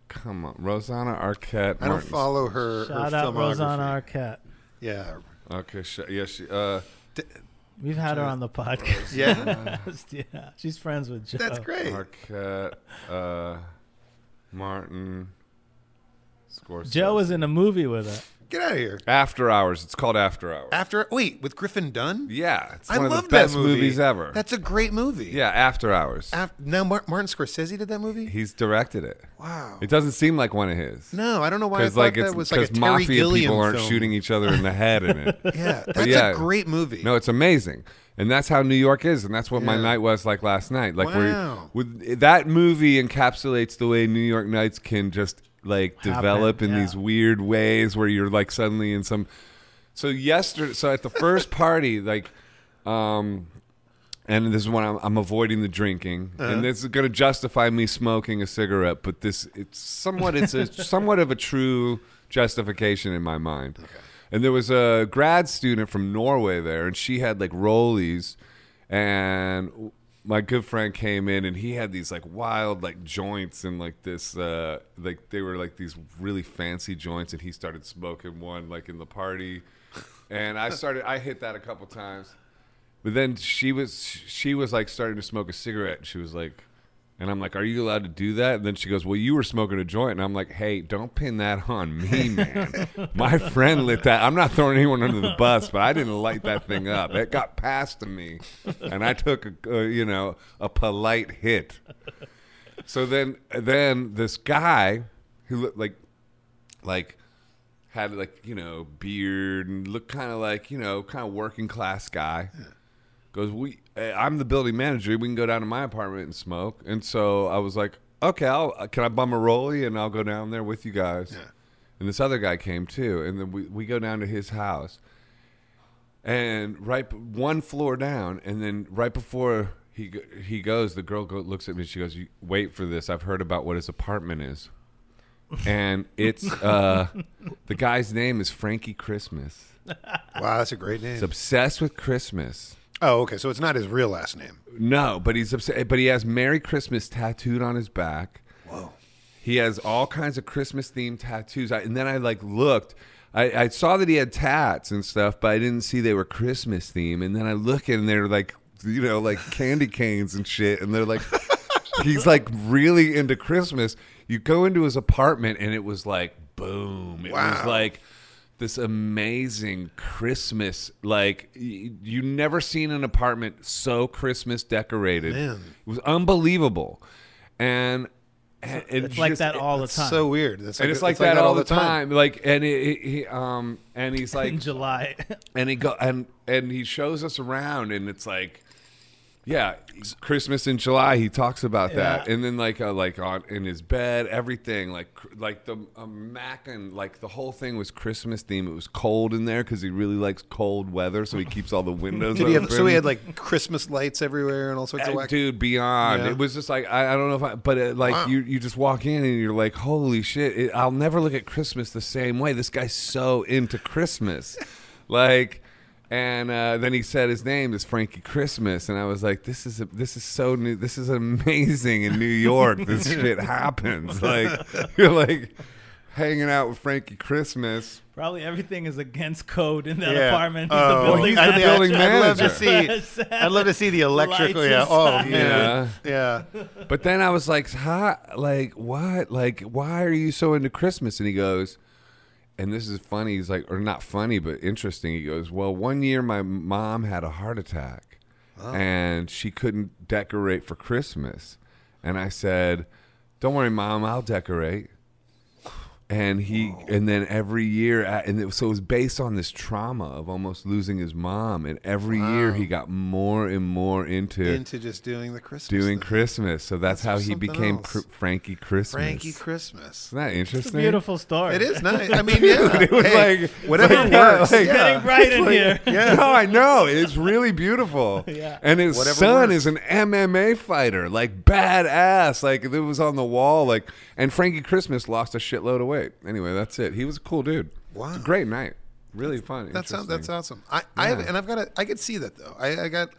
A: Come on, Rosanna Arquette.
B: I don't
A: Martin-
B: follow her.
C: Shout
B: her
C: out
B: filmography.
C: Rosanna Arquette.
B: Yeah,
A: Okay, sh- yeah, she. Uh,
B: D-
C: We've had her on the podcast.
B: yeah,
C: yeah, she's friends with Joe.
B: that's great.
A: Arquette. Uh, Martin. Scorsese.
C: Joe was in a movie with her.
B: Get out of here.
A: After Hours. It's called After Hours.
B: After wait, with Griffin Dunn.
A: Yeah, it's
B: I
A: one
B: love
A: of the best
B: that movie.
A: movies ever.
B: That's a great movie.
A: yeah, After Hours.
B: Af- now Mar- Martin Scorsese did that movie.
A: He's directed it.
B: Wow.
A: It doesn't seem like one of his.
B: No, I don't know why I
A: Because
B: thought
A: like it's
B: that was like
A: because
B: a Terry
A: mafia
B: Gilliam
A: people aren't
B: film.
A: shooting each other in the head in it.
B: Yeah, that's
A: yeah.
B: a great movie.
A: No, it's amazing, and that's how New York is, and that's what my
B: Yeah.
A: night was like last night. Like
B: Wow.
A: where with that movie encapsulates the way New York nights can just like develop in
C: yeah.
A: these weird ways where you're like suddenly in some. So yesterday, so at the first party, like, um, and this is when I'm, I'm avoiding the drinking, and this is going to justify me smoking a cigarette. But this, it's somewhat, it's a somewhat of a true justification in my mind. And there was a grad student from Norway there, and she had like rollies, and my good friend came in, and he had these like wild like joints and like this, uh, like they were like these really fancy joints, and he started smoking one like in the party, and I started, I hit that a couple times. But then she was she was like starting to smoke a cigarette. She was like, and I'm like, "Are you allowed to do that?" And then she goes, "Well, you were smoking a joint." And I'm like, "Hey, don't pin that on me, man. My friend lit that. I'm not throwing anyone under the bus, but I didn't light that thing up. It got passed to me, and I took a uh, you know a polite hit." So then then this guy who looked like like had like you know beard and looked kind of like you know kind of working class guy goes we eh, i'm the building manager we can go down to my apartment and smoke and so i was like okay i'll uh, can i bum a rollie and i'll go down there with you guys and this other guy came too and then we, we go down to his house and right b- one floor down and then right before he go- he goes the girl go, looks at me she goes "You- wait for this i've heard about what his apartment is and it's uh the guy's name is frankie christmas
B: Wow, that's a great name.
A: he's obsessed with christmas
B: Oh, okay. So it's not his real last name.
A: No, but he's upset. But he has Merry Christmas tattooed on his back.
B: Whoa.
A: He has all kinds of Christmas themed tattoos. I, and then I like looked. I, I saw that he had tats and stuff, but I didn't see they were Christmas theme. And then I look and they're like, you know, like candy canes and shit. And they're like, he's like really into Christmas. You go into his apartment and it was like, boom. It was
B: Wow.
A: like this amazing Christmas. Like, y- you never seen an apartment so Christmas decorated.
B: Man.
A: It was unbelievable. And, and
C: It's like that all the time.
B: So weird. That's
A: and it's like, that, all the time. Like, and it, it- he, um, and he's
C: in
A: like,
C: July.
A: and he go, and and he shows us around, and it's like, yeah, Christmas in July. He talks about that,
C: Yeah.
A: and then like, uh, like on in his bed, everything, like, cr- like the um, Mac and like the whole thing was Christmas theme. It was cold in there because he really likes cold weather, so he keeps all the windows.
B: Did he have,
A: open.
B: so he had like Christmas lights everywhere and all sorts of
A: Uh,
B: whack.
A: dude beyond
B: Yeah.
A: it was just like I, I don't know if I but uh like
B: Wow.
A: you you just walk in and you're like holy shit it, I'll never look at Christmas the same way this guy's so into Christmas like and uh, then he said his name is Frankie Christmas and I was like this is a, this is so new this is amazing in New York this shit happens like you're like hanging out with Frankie Christmas
C: Probably everything is against code in that
B: Yeah.
C: apartment. He's
B: Oh,
C: the building
A: he's the
C: manager.
A: building
B: I'd love to
A: manager.
B: see. I'd love to see the electrical.
C: Lights
B: Yeah. Oh
C: inside.
B: man. Yeah.
A: But then I was like, "Huh? Like what? Like why are you so into Christmas?" And he goes, and this is funny. He's like, or not funny, but interesting. He goes, "Well, one year my mom had a heart attack, and she couldn't decorate for Christmas." And I said, "Don't worry, mom. I'll decorate." And he, and then every year, uh, and it, so it was based on this trauma of almost losing his mom. And every year he got more and more
B: Into just doing the Christmas.
A: doing
B: thing.
A: Christmas. So that's, how he
B: something
A: became
B: else.
A: Cr- Frankie Christmas.
B: Frankie Christmas.
A: Isn't that
C: It's a
A: interesting?
C: beautiful story.
B: It is nice. I mean, yeah.
A: it was
B: Hey,
A: like-
B: whatever
A: like, yeah,
B: works.
A: like-
B: yeah.
C: Getting right in here.
A: Yeah. No, I know. It's really beautiful.
C: Yeah.
A: And his
B: Whatever
A: son
B: works.
A: is an MMA fighter, like badass. Like it was on the wall. Like and Frankie Christmas lost a shitload of weight. Anyway, that's it. He was a cool dude.
B: Wow.
A: It's a great night. Really fun.
B: That sounds that's
A: interesting.
B: awesome. I, I have,
A: Yeah.
B: and I've got a, I could see that though. I, I got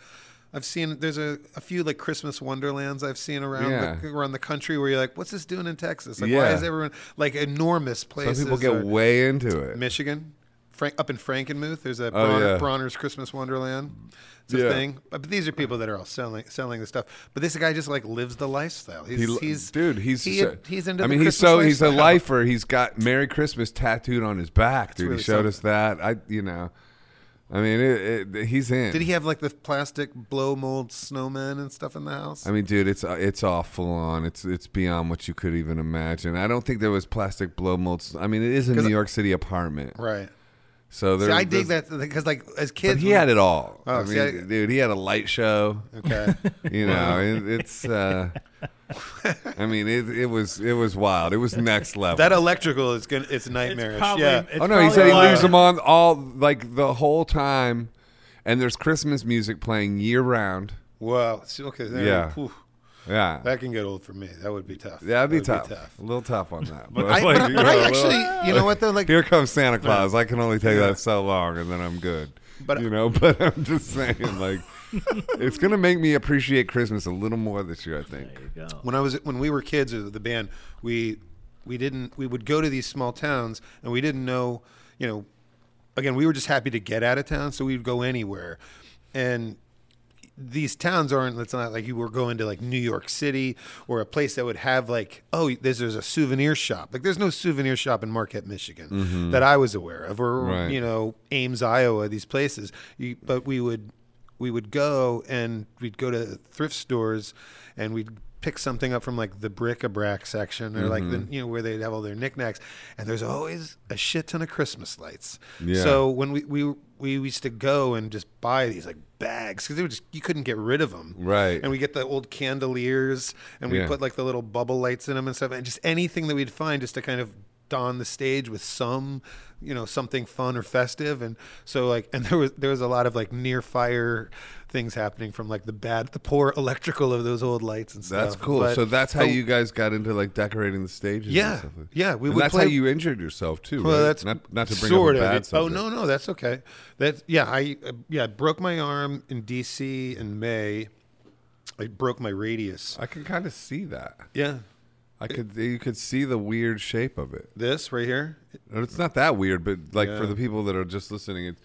B: I've seen there's a, a few like Christmas wonderlands I've seen around the,
A: Yeah.
B: around the country where you're like, what's this doing in Texas? Like why
A: Yeah.
B: is everyone like enormous places?
A: Some people get
B: or-
A: way into it.
B: Michigan, Frank, up in Frankenmuth. There's a
A: Oh,
B: Bronner,
A: yeah.
B: Bronner's Christmas Wonderland. It's a
A: Yeah.
B: thing. Uh, But, but these are people that are all selling selling the stuff. But this guy just like lives the lifestyle. He's,
A: He-
B: he's
A: dude. He's
B: he-
A: so-
B: he's into.
A: I
B: the
A: mean, he's
B: Christmas
A: so he's a
B: lifestyle.
A: lifer. He's got Merry Christmas tattooed on his back, dude.
B: really
A: he showed us that. I, you know, I mean, it, it, he's in.
B: Did he have like the plastic blow mold snowmen and stuff in the house?
A: I mean, dude, it's uh, it's all full on. It's it's beyond what you could even imagine. I don't think there was plastic blow molds. I mean, it is a New York City apartment,
B: right.
A: so there.
B: See, I dig
A: there's-
B: that because like as
A: But
B: kids,
A: he had it all.
B: Oh,
A: I mean,
B: see, I-
A: dude, he had a light show.
B: Okay.
A: You know, it, it's. Uh, I mean, it, it was it was wild. It was next level.
B: that electrical is gonna it's
C: It's
B: nightmarish.
C: probably,
B: yeah.
C: it's
A: oh no, he said he
C: probably
A: leaves
C: why-
A: them on all like the whole time, and there's Christmas music playing year round.
B: wow. See, Okay. There,
A: Yeah.
B: phew.
A: Yeah,
B: that can get old for me. That would be tough.
A: yeah, that'd be
B: That would
A: tough. A little tough on that. but,
B: I,
A: like,
B: but, I-
A: you
B: but
A: know,
B: I
A: a little-
B: actually, you know what though, like
A: here comes Santa Claus. I can only take that so long, and then I'm good.
B: But-
A: But you know, but I'm just saying, like, it's gonna make me appreciate Christmas a little more this year. I think.
C: There you go.
B: when I was when we were kids as the band, we we didn't we would go to these small towns and we didn't know, you know, again we were just happy to get out of town, so we'd go anywhere, and these towns aren't it's not like you were going to like New York City or a place that would have like oh there's, there's a souvenir shop like there's no souvenir shop in Marquette Michigan that I was aware of or
A: Right.
B: you know Ames Iowa these places you, but we would we would go and we'd go to thrift stores and we'd pick something up from like the bric-a-brac section or like
A: Mm-hmm.
B: the you know where they'd have all their knickknacks and there's always a shit ton of Christmas lights
A: Yeah.
B: so when we, we we used to go and just buy these like bags because they were just you couldn't get rid of them
A: Right.
B: and we get the old candeliers and we
A: Yeah.
B: put like the little bubble lights in them and stuff and just anything that we'd find just to kind of don the stage with some, you know, something fun or festive. And so like, and there was there was a lot of like near fire things happening from like the bad, the poor electrical of those old lights and stuff.
A: That's cool.
B: But-
A: so that's how
B: but-
A: you guys got into like decorating the stages.
B: Yeah,
A: and stuff like-
B: yeah, we
A: and
B: would
A: that's
B: play-
A: how you injured yourself too.
B: Well,
A: right?
B: that's
A: not, not to bring
B: sort
A: up a
B: of
A: bad
B: it. Oh
A: subject.
B: no, no, that's okay. That yeah, I uh, yeah I broke my arm in D.C. in May. I broke my radius.
A: I can kind of see that.
B: Yeah,
A: I could you could see the weird shape of it.
B: this right here.
A: And It's not that weird, but like
B: Yeah.
A: for the people that are just listening, it's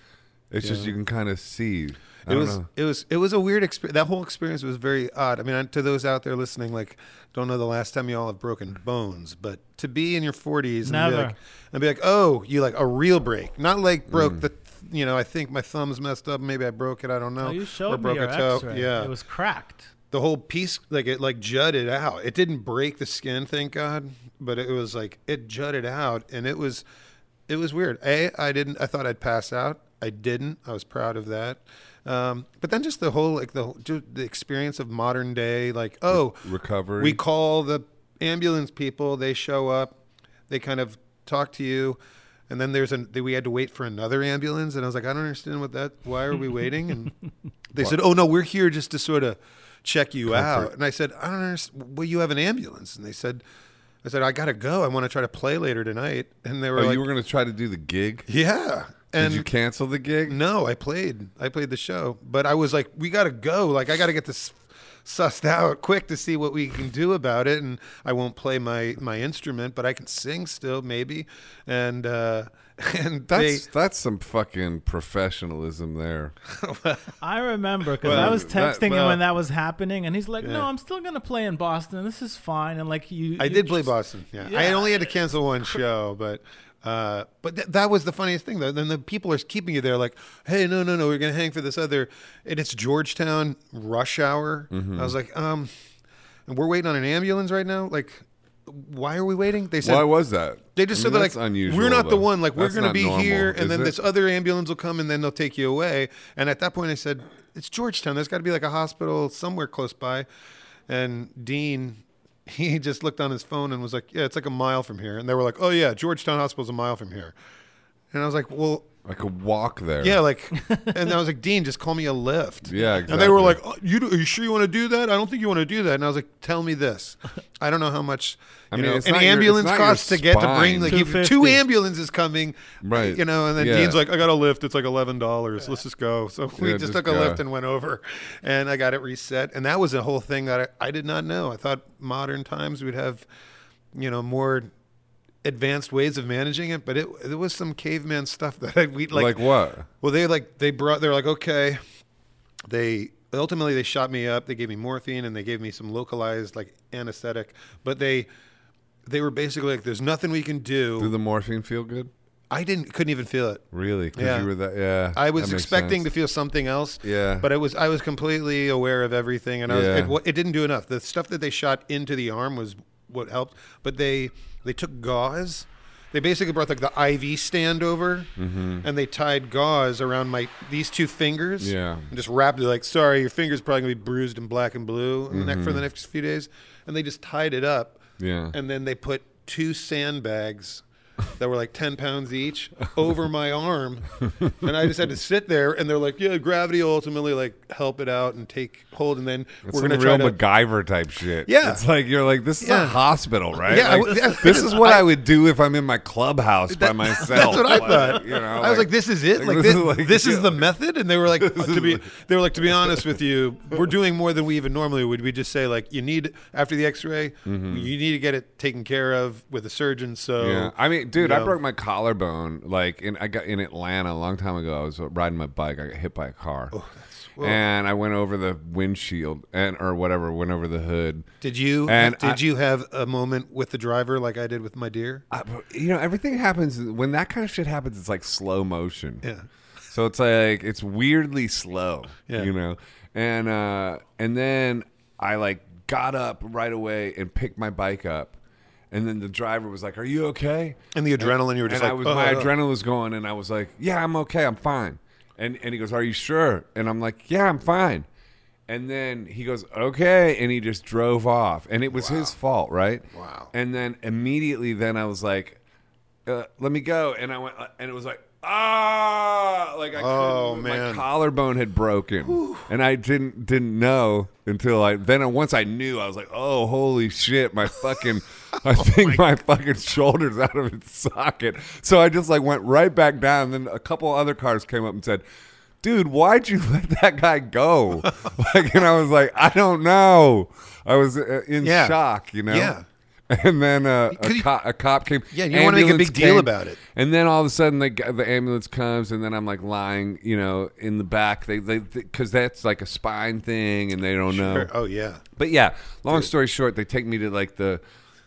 A: it's just you can kind of see. I
B: It
A: don't
B: was
A: know.
B: it was it was a weird experience. That whole experience was very odd. I mean, I- to those out there listening, like, don't know the last time you all have broken bones, but to be in your forties and be
C: Never.
B: like, and be like, oh, you like a real break, not like
A: Mm.
B: broke the, you know, I think my thumb's messed up, maybe I broke it, I don't know,
C: Oh, you
B: or
C: showed me
B: broke
C: your
B: a toe.
C: X-ray.
B: Yeah,
C: it was cracked.
B: the whole piece like it like jutted out it didn't break the skin thank god but it was like it jutted out and it was it was weird a i didn't i thought i'd pass out i didn't i was proud of that um, but then just the whole like the whole- ju- the experience of modern day like oh
A: recovery.
B: we call the ambulance people they show up they kind of talk to you and then there's an we had to wait for another ambulance and i was like i don't understand what that why are we waiting and they said oh no we're here just to sort of check you out and i said i don't understand well you have an ambulance and they said i said i gotta go i want to try to play later tonight and they were
A: Oh,
B: like
A: you were gonna try to do the gig.
B: yeah and
A: Did you cancel the gig?
B: no, I played. I played the show, but I was like, we gotta go. Like, I gotta get this sussed out quick to see what we can do about it. And I won't play my my instrument, but I can sing still, maybe. And uh, and
A: That's
B: they,
A: that's some fucking professionalism there.
C: I remember because
A: Well,
C: I was
A: that-
C: texting him
A: well-
C: when that was happening, and he's like, "No, I'm still gonna play in Boston. This is fine." And like you,
B: I
C: you
B: did play
C: just-
B: Boston. Yeah. I
C: Yeah.
B: only had to cancel one show, but uh, but th- that was the funniest thing though. Then the people are keeping you there, like, hey, no, no, no, we're gonna hang for this other, and it's Georgetown rush hour.
C: Mm-hmm.
B: I was like, um, and we're waiting on an ambulance right now. Like, why are we waiting? They said
A: Why was that?
B: they just
A: I mean,
B: said
A: that's
B: like
A: unusual.
B: we're not
A: though.
B: the one. Like we're
A: That's
B: going to
A: not
B: be
A: normal,
B: here, and
A: is
B: then
A: it?
B: this other ambulance will come, and then they'll take you away. And at that point, I said, "It's Georgetown. There's got to be like a hospital somewhere close by." And Dean, he just looked on his phone and was like, "Yeah, it's like a mile from here." And they were like, "Oh yeah, Georgetown Hospital's a mile from here." And I was like, "Well,
A: I could walk there.
B: yeah, like," and I was like, "Dean, just call me a lift."
A: Yeah,
B: And they were
A: exactly.
B: like, oh, "You do- are you sure you want to do that? I don't think you want to do that." And I was like, "Tell me this. I don't know how much."
A: I
B: You
A: mean,
B: know,
A: it's
B: an
A: not your- it's
B: ambulance
A: not your
B: costs to get to
A: spine.
B: bring like you,
C: 250.
B: two ambulances coming,
A: Right.
B: You know, and then
A: Yeah.
B: Dean's like, "I got a lift. It's like eleven dollars. Let's just go." So we
A: Yeah,
B: just,
A: just
B: took a
A: go.
B: lift and went over, and I got it reset. And that was a whole thing that I, I did not know. I thought modern times we'd have, you know, more advanced ways of managing it, but it there was some caveman stuff that I, we
A: Like, what?
B: well, they like they brought. They're like, okay. They ultimately they shot me up. They gave me morphine and they gave me some localized like anesthetic. But they they were basically like, there's nothing we can
A: Did
B: do.
A: the morphine feel good?
B: I didn't couldn't even feel it.
A: Really? Because
B: Yeah.
A: you were that. Yeah.
B: I
A: that
B: was
A: makes
B: expecting to
A: sense.
B: feel something else.
A: Yeah.
B: But it was I was completely aware of everything, and I was,
A: Yeah.
B: it, wa- it didn't do enough. The stuff that they shot into the arm was what helped, but they they took gauze. They basically brought like the IV stand over,
A: Mm-hmm.
B: and they tied gauze around my these two fingers.
A: Yeah.
B: And just wrapped it like, sorry, your finger's probably gonna be bruised and black and blue in the neck for the next few days, and they just tied it up.
A: Mm-hmm. Yeah.
B: And then they put two sandbags that were like 10 pounds each over my arm. And I just had to sit there and they're like, yeah, gravity will ultimately like help it out and take hold. And then
A: It's
B: we're
A: some
B: going to try
A: real
B: to.
A: MacGyver type shit.
B: Yeah.
A: It's like you're like this is
B: Yeah.
A: a hospital, right?
B: Yeah, I
A: Like,
B: w- yeah,
A: this is what
B: I-
A: I, would do if I'm in my clubhouse by myself.
B: That's what I thought.
A: You know,
B: I was like, "This is it. Like this, this is the method." And they were like, "To be, they were like, to be honest with you, we're doing more than we even normally would. We just say like, you need after the X-ray, you need to get it taken care of with a surgeon." So
A: Mm-hmm. Yeah, I mean, dude,
B: Yeah.
A: I broke my collarbone like in I got in Atlanta a long time ago. I was riding my bike, I got hit by a car,
B: Oh,
A: and I went over the windshield and or whatever, went over the hood.
B: Did you
A: And
B: did
A: I-
B: you have a moment with the driver like I did with my deer?
A: I, you know, everything happens when that kind of shit happens. It's like slow motion.
B: Yeah.
A: So it's like it's weirdly slow.
B: Yeah.
A: You know, and uh, and then I like got up right away and picked my bike up, and then the driver was like, "Are you okay?"
B: And the adrenaline, you were just
A: and
B: like,
A: I was
B: "Oh,
A: my
B: oh."
A: adrenaline was going, and I was like, "Yeah, I'm okay, I'm fine." And and he goes, "Are you sure?" And I'm like, "Yeah, I'm fine." And then he goes, "Okay," and he just drove off, and it was his fault, right?
B: Wow.
A: And then immediately, then I was like, uh, "Let me go," and I went, uh, and it was like, ah, like I
B: Oh,
A: couldn't-
B: man.
A: my collarbone had broken, and I didn't didn't know until I then once I knew I was like, oh, holy shit, my fucking.
B: Oh
A: I think my, fucking shoulder's out of its socket. So I just like went right back down. Then a couple other cars came up and said, "Dude, why'd you let that guy go?" like, and I was like, "I don't know." I was uh, in
B: Yeah.
A: shock, you know.
B: Yeah.
A: And then uh,
B: Could
A: a,
B: you-
A: co- a cop came.
B: Yeah, you don't wanna make a
A: ambulance
B: big deal
A: came,
B: about it.
A: And then all of a sudden, the g- the ambulance comes, and then I'm like lying, you know, in the back. They they because that's like a spine thing, and they don't know.
B: Oh yeah.
A: But yeah, long story short, they take me to like the,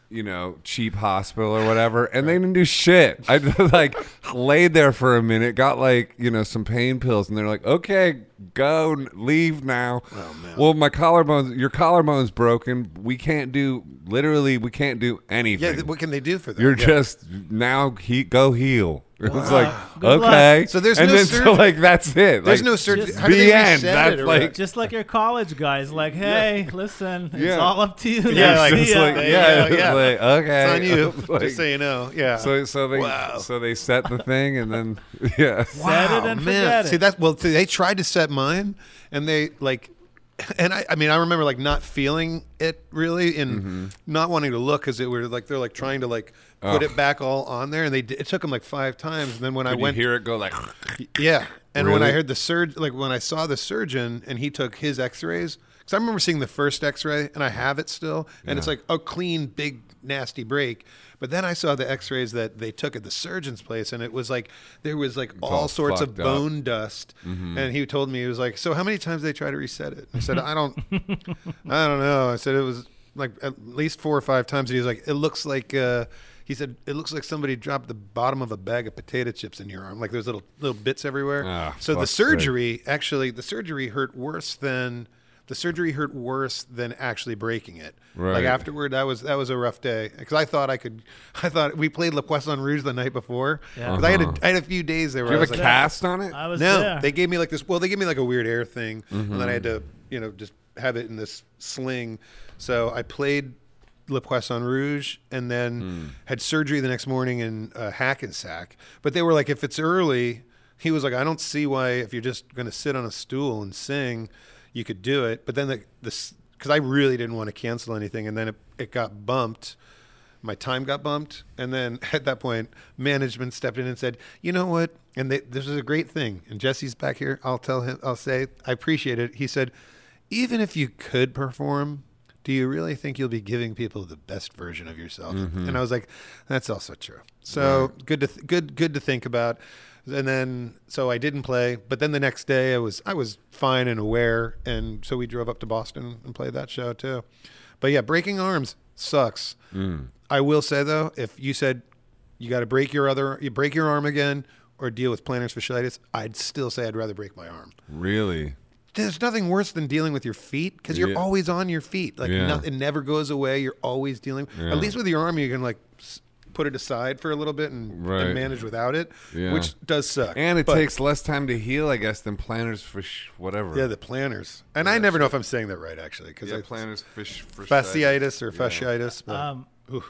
A: you know, cheap hospital or whatever, and they didn't do shit. I just, like laid there for a minute, got like you know some pain pills, and they're like, okay, go n- leave now.
B: Oh,
A: Well, my collarbones, your collarbone's broken. We can't do literally, we can't do
B: Yeah.
A: anything.
B: th- What can they do for that?
A: You're
B: Yeah.
A: just now he go heal. It was like
C: Good luck.
A: okay,
B: So there's
A: and
B: no
A: then so
B: surgery.
A: like that's it.
B: There's
A: Like,
B: no surgery.
C: Just-
B: How do they
A: The end.
B: reset
A: That's
B: it or
A: like-
B: what?
C: Just like your college guys, like, hey, listen, it's
A: Yeah.
C: all up to you.
A: Yeah,
C: now.
A: like,
C: See
A: it's
C: ya."
A: like,
B: Yeah,
A: yeah,
B: yeah, yeah.
A: like, okay,
B: It's on you.
A: Like,
B: just so you know. Yeah.
A: So so they
B: Wow.
A: so they set the thing and then yeah.
C: Set it
B: Wow, man.
C: and forget it.
B: See that? Well, see, they tried to set mine, and they like, and I, I mean, I remember like not feeling it really, and not wanting to look because it were like they're like trying to like put it back all on there, and they did, it took them like five times, and then when I
A: When you
B: went,
A: hear it go like
B: yeah, and when I
A: Really?
B: heard the surge, like when I saw the surgeon, and he took his X-rays, because I remember seeing the first X-ray, and I have it still, and it's like a clean, big, nasty break. But then I saw the X-rays that they took at the surgeon's place, and it was like there was like all,
A: all
B: sorts of
A: fucked up. Mm-hmm.
B: bone bone dust. And he told me he was like, "So how many times did they try to reset it?" I said, "I don't, I don't know." I said it was like at least four or five times. And he was like, "It looks like," uh, he said, "It looks like somebody dropped the bottom of a bag of potato chips in your arm. Like there's little little bits everywhere."
A: Ah,
B: so the
A: fuck's sake.
B: surgery actually, the surgery hurt worse than. The surgery hurt worse than actually breaking it. Like
A: Right.
B: afterward, that was that was a rough day because I thought I could. I thought we played La Poisson Rouge the night before.
C: Yeah.
B: 'Cause I had a, I had a few days there.
A: Do
B: Where
A: Uh-huh. you
B: I was
A: have a
B: like,
A: cast on it?
C: I was
B: no,
C: there.
B: they gave me like this. Well, they gave me like a weird air thing, and then I had to, you know, just have it in this sling. So I played Le Poisson Rouge, and then had surgery the next morning in uh, Hackensack. But they were like, if it's early, he was like, I don't see why if you're just going to sit on a stool and sing, you could do it. But then the this because I really didn't want to cancel anything, and then it, it got bumped my time got bumped and then at that point management stepped in and said you know what and they, this is a great thing and jesse's back here i'll tell him i'll say i appreciate it he said even if you could perform do you really think you'll be giving people the best version of yourself and i was like that's also true so good to th- good good to think about and then so i didn't play but then the next day i was i was fine and aware and so we drove up to boston and played that show too but yeah breaking arms sucks
A: Mm.
B: I will say though, if you said you got to break your other, you break your arm again, or deal with plantar fasciitis, I'd still say I'd rather break my arm.
A: really?
B: There's nothing worse than dealing with your feet because you're
A: Yeah.
B: always on your feet. Like
A: Yeah.
B: no, it never goes away. You're always dealing.
A: Yeah.
B: At least with your arm, you can like s- put it aside for a little bit and, and
A: Right.
B: manage without it,
A: Yeah.
B: which does suck.
A: And it
B: But-
A: takes less time to heal, I guess, than planners for sh- whatever.
B: yeah the planners. And I never know if I'm saying that right actually because
A: yeah
B: I
A: planners fish for
B: fasciitis or fasciitis. But,
C: Um,
B: Ooh.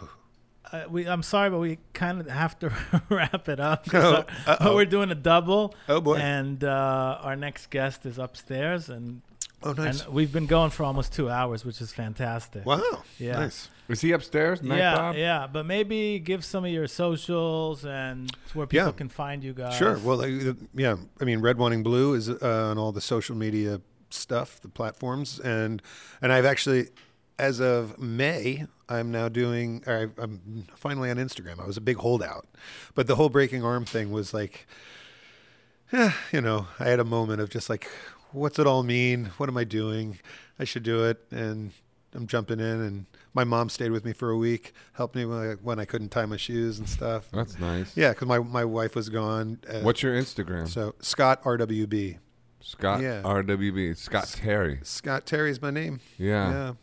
C: uh, we, I'm sorry, but we kind of have to wrap it up.
B: Oh, uh-oh.
C: but we're doing a double.
B: Oh, boy.
C: And uh, our next guest is upstairs, and
B: oh nice.
C: and we've been going for almost two hours, which is fantastic.
B: wow.
C: Yeah.
B: Nice.
A: Is he upstairs? Night
C: yeah,
A: Bob?
C: yeah. But maybe give some of your socials and where people
B: Yeah.
C: can find you guys.
B: Sure. Well, like, the- yeah. I mean, Red Wanting Blue is uh, on all the social media stuff, the platforms, and and I've actually, as of May, I'm now doing. Or I, I'm finally on Instagram. I was a big holdout, but the whole breaking arm thing was like, eh, you know, I had a moment of just like, what's it all mean? What am I doing? I should do it, and I'm jumping in. And my mom stayed with me for a week, helped me when I, when I couldn't tie my shoes and stuff.
A: That's nice.
B: Yeah, because my, my wife was gone. Uh,
A: What's your Instagram?
B: so Scott RWB.
A: Scott
B: Yeah.
A: RWB. Scott Terry.
B: Scott Terry's my name.
A: Yeah.
B: Yeah.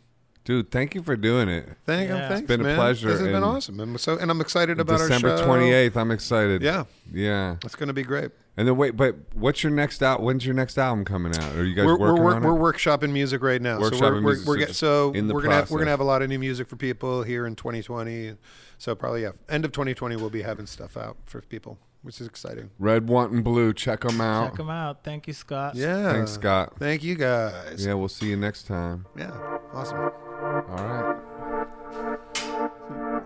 A: Dude, thank you for doing it.
B: Thank you.
C: Yeah.
B: Thanks,
C: It's
A: Ah. been a
B: man.
A: pleasure,
B: This has been
A: and-
B: awesome. And so, and I'm excited about
A: December
B: our show.
A: 28th. I'm excited.
B: Yeah.
A: Yeah.
B: It's going to be great.
A: And then wait, but what's your next out? When's your next album coming out? Are you guys
B: we're,
A: working
B: we're,
A: on it?
B: we're workshopping music right now.
A: Workshopping
B: so we're, we're,
A: music,
B: we're
A: so
B: get,
A: just
B: so
A: in the
B: we're gonna have,
A: process.
B: we're gonna have a lot of new music for people here in 2020. So probably yeah, end of 2020 we'll be having stuff out for people, which is exciting.
A: Red, white, and blue. Check them out.
C: Check them out. Thank you, Scott.
B: Yeah.
A: Thanks, Scott.
B: Thank you guys.
A: Yeah, we'll see you next time.
B: yeah. Awesome.
A: All right.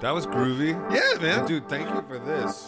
A: That was groovy.
B: Yeah, man.
A: Dude, thank you for this.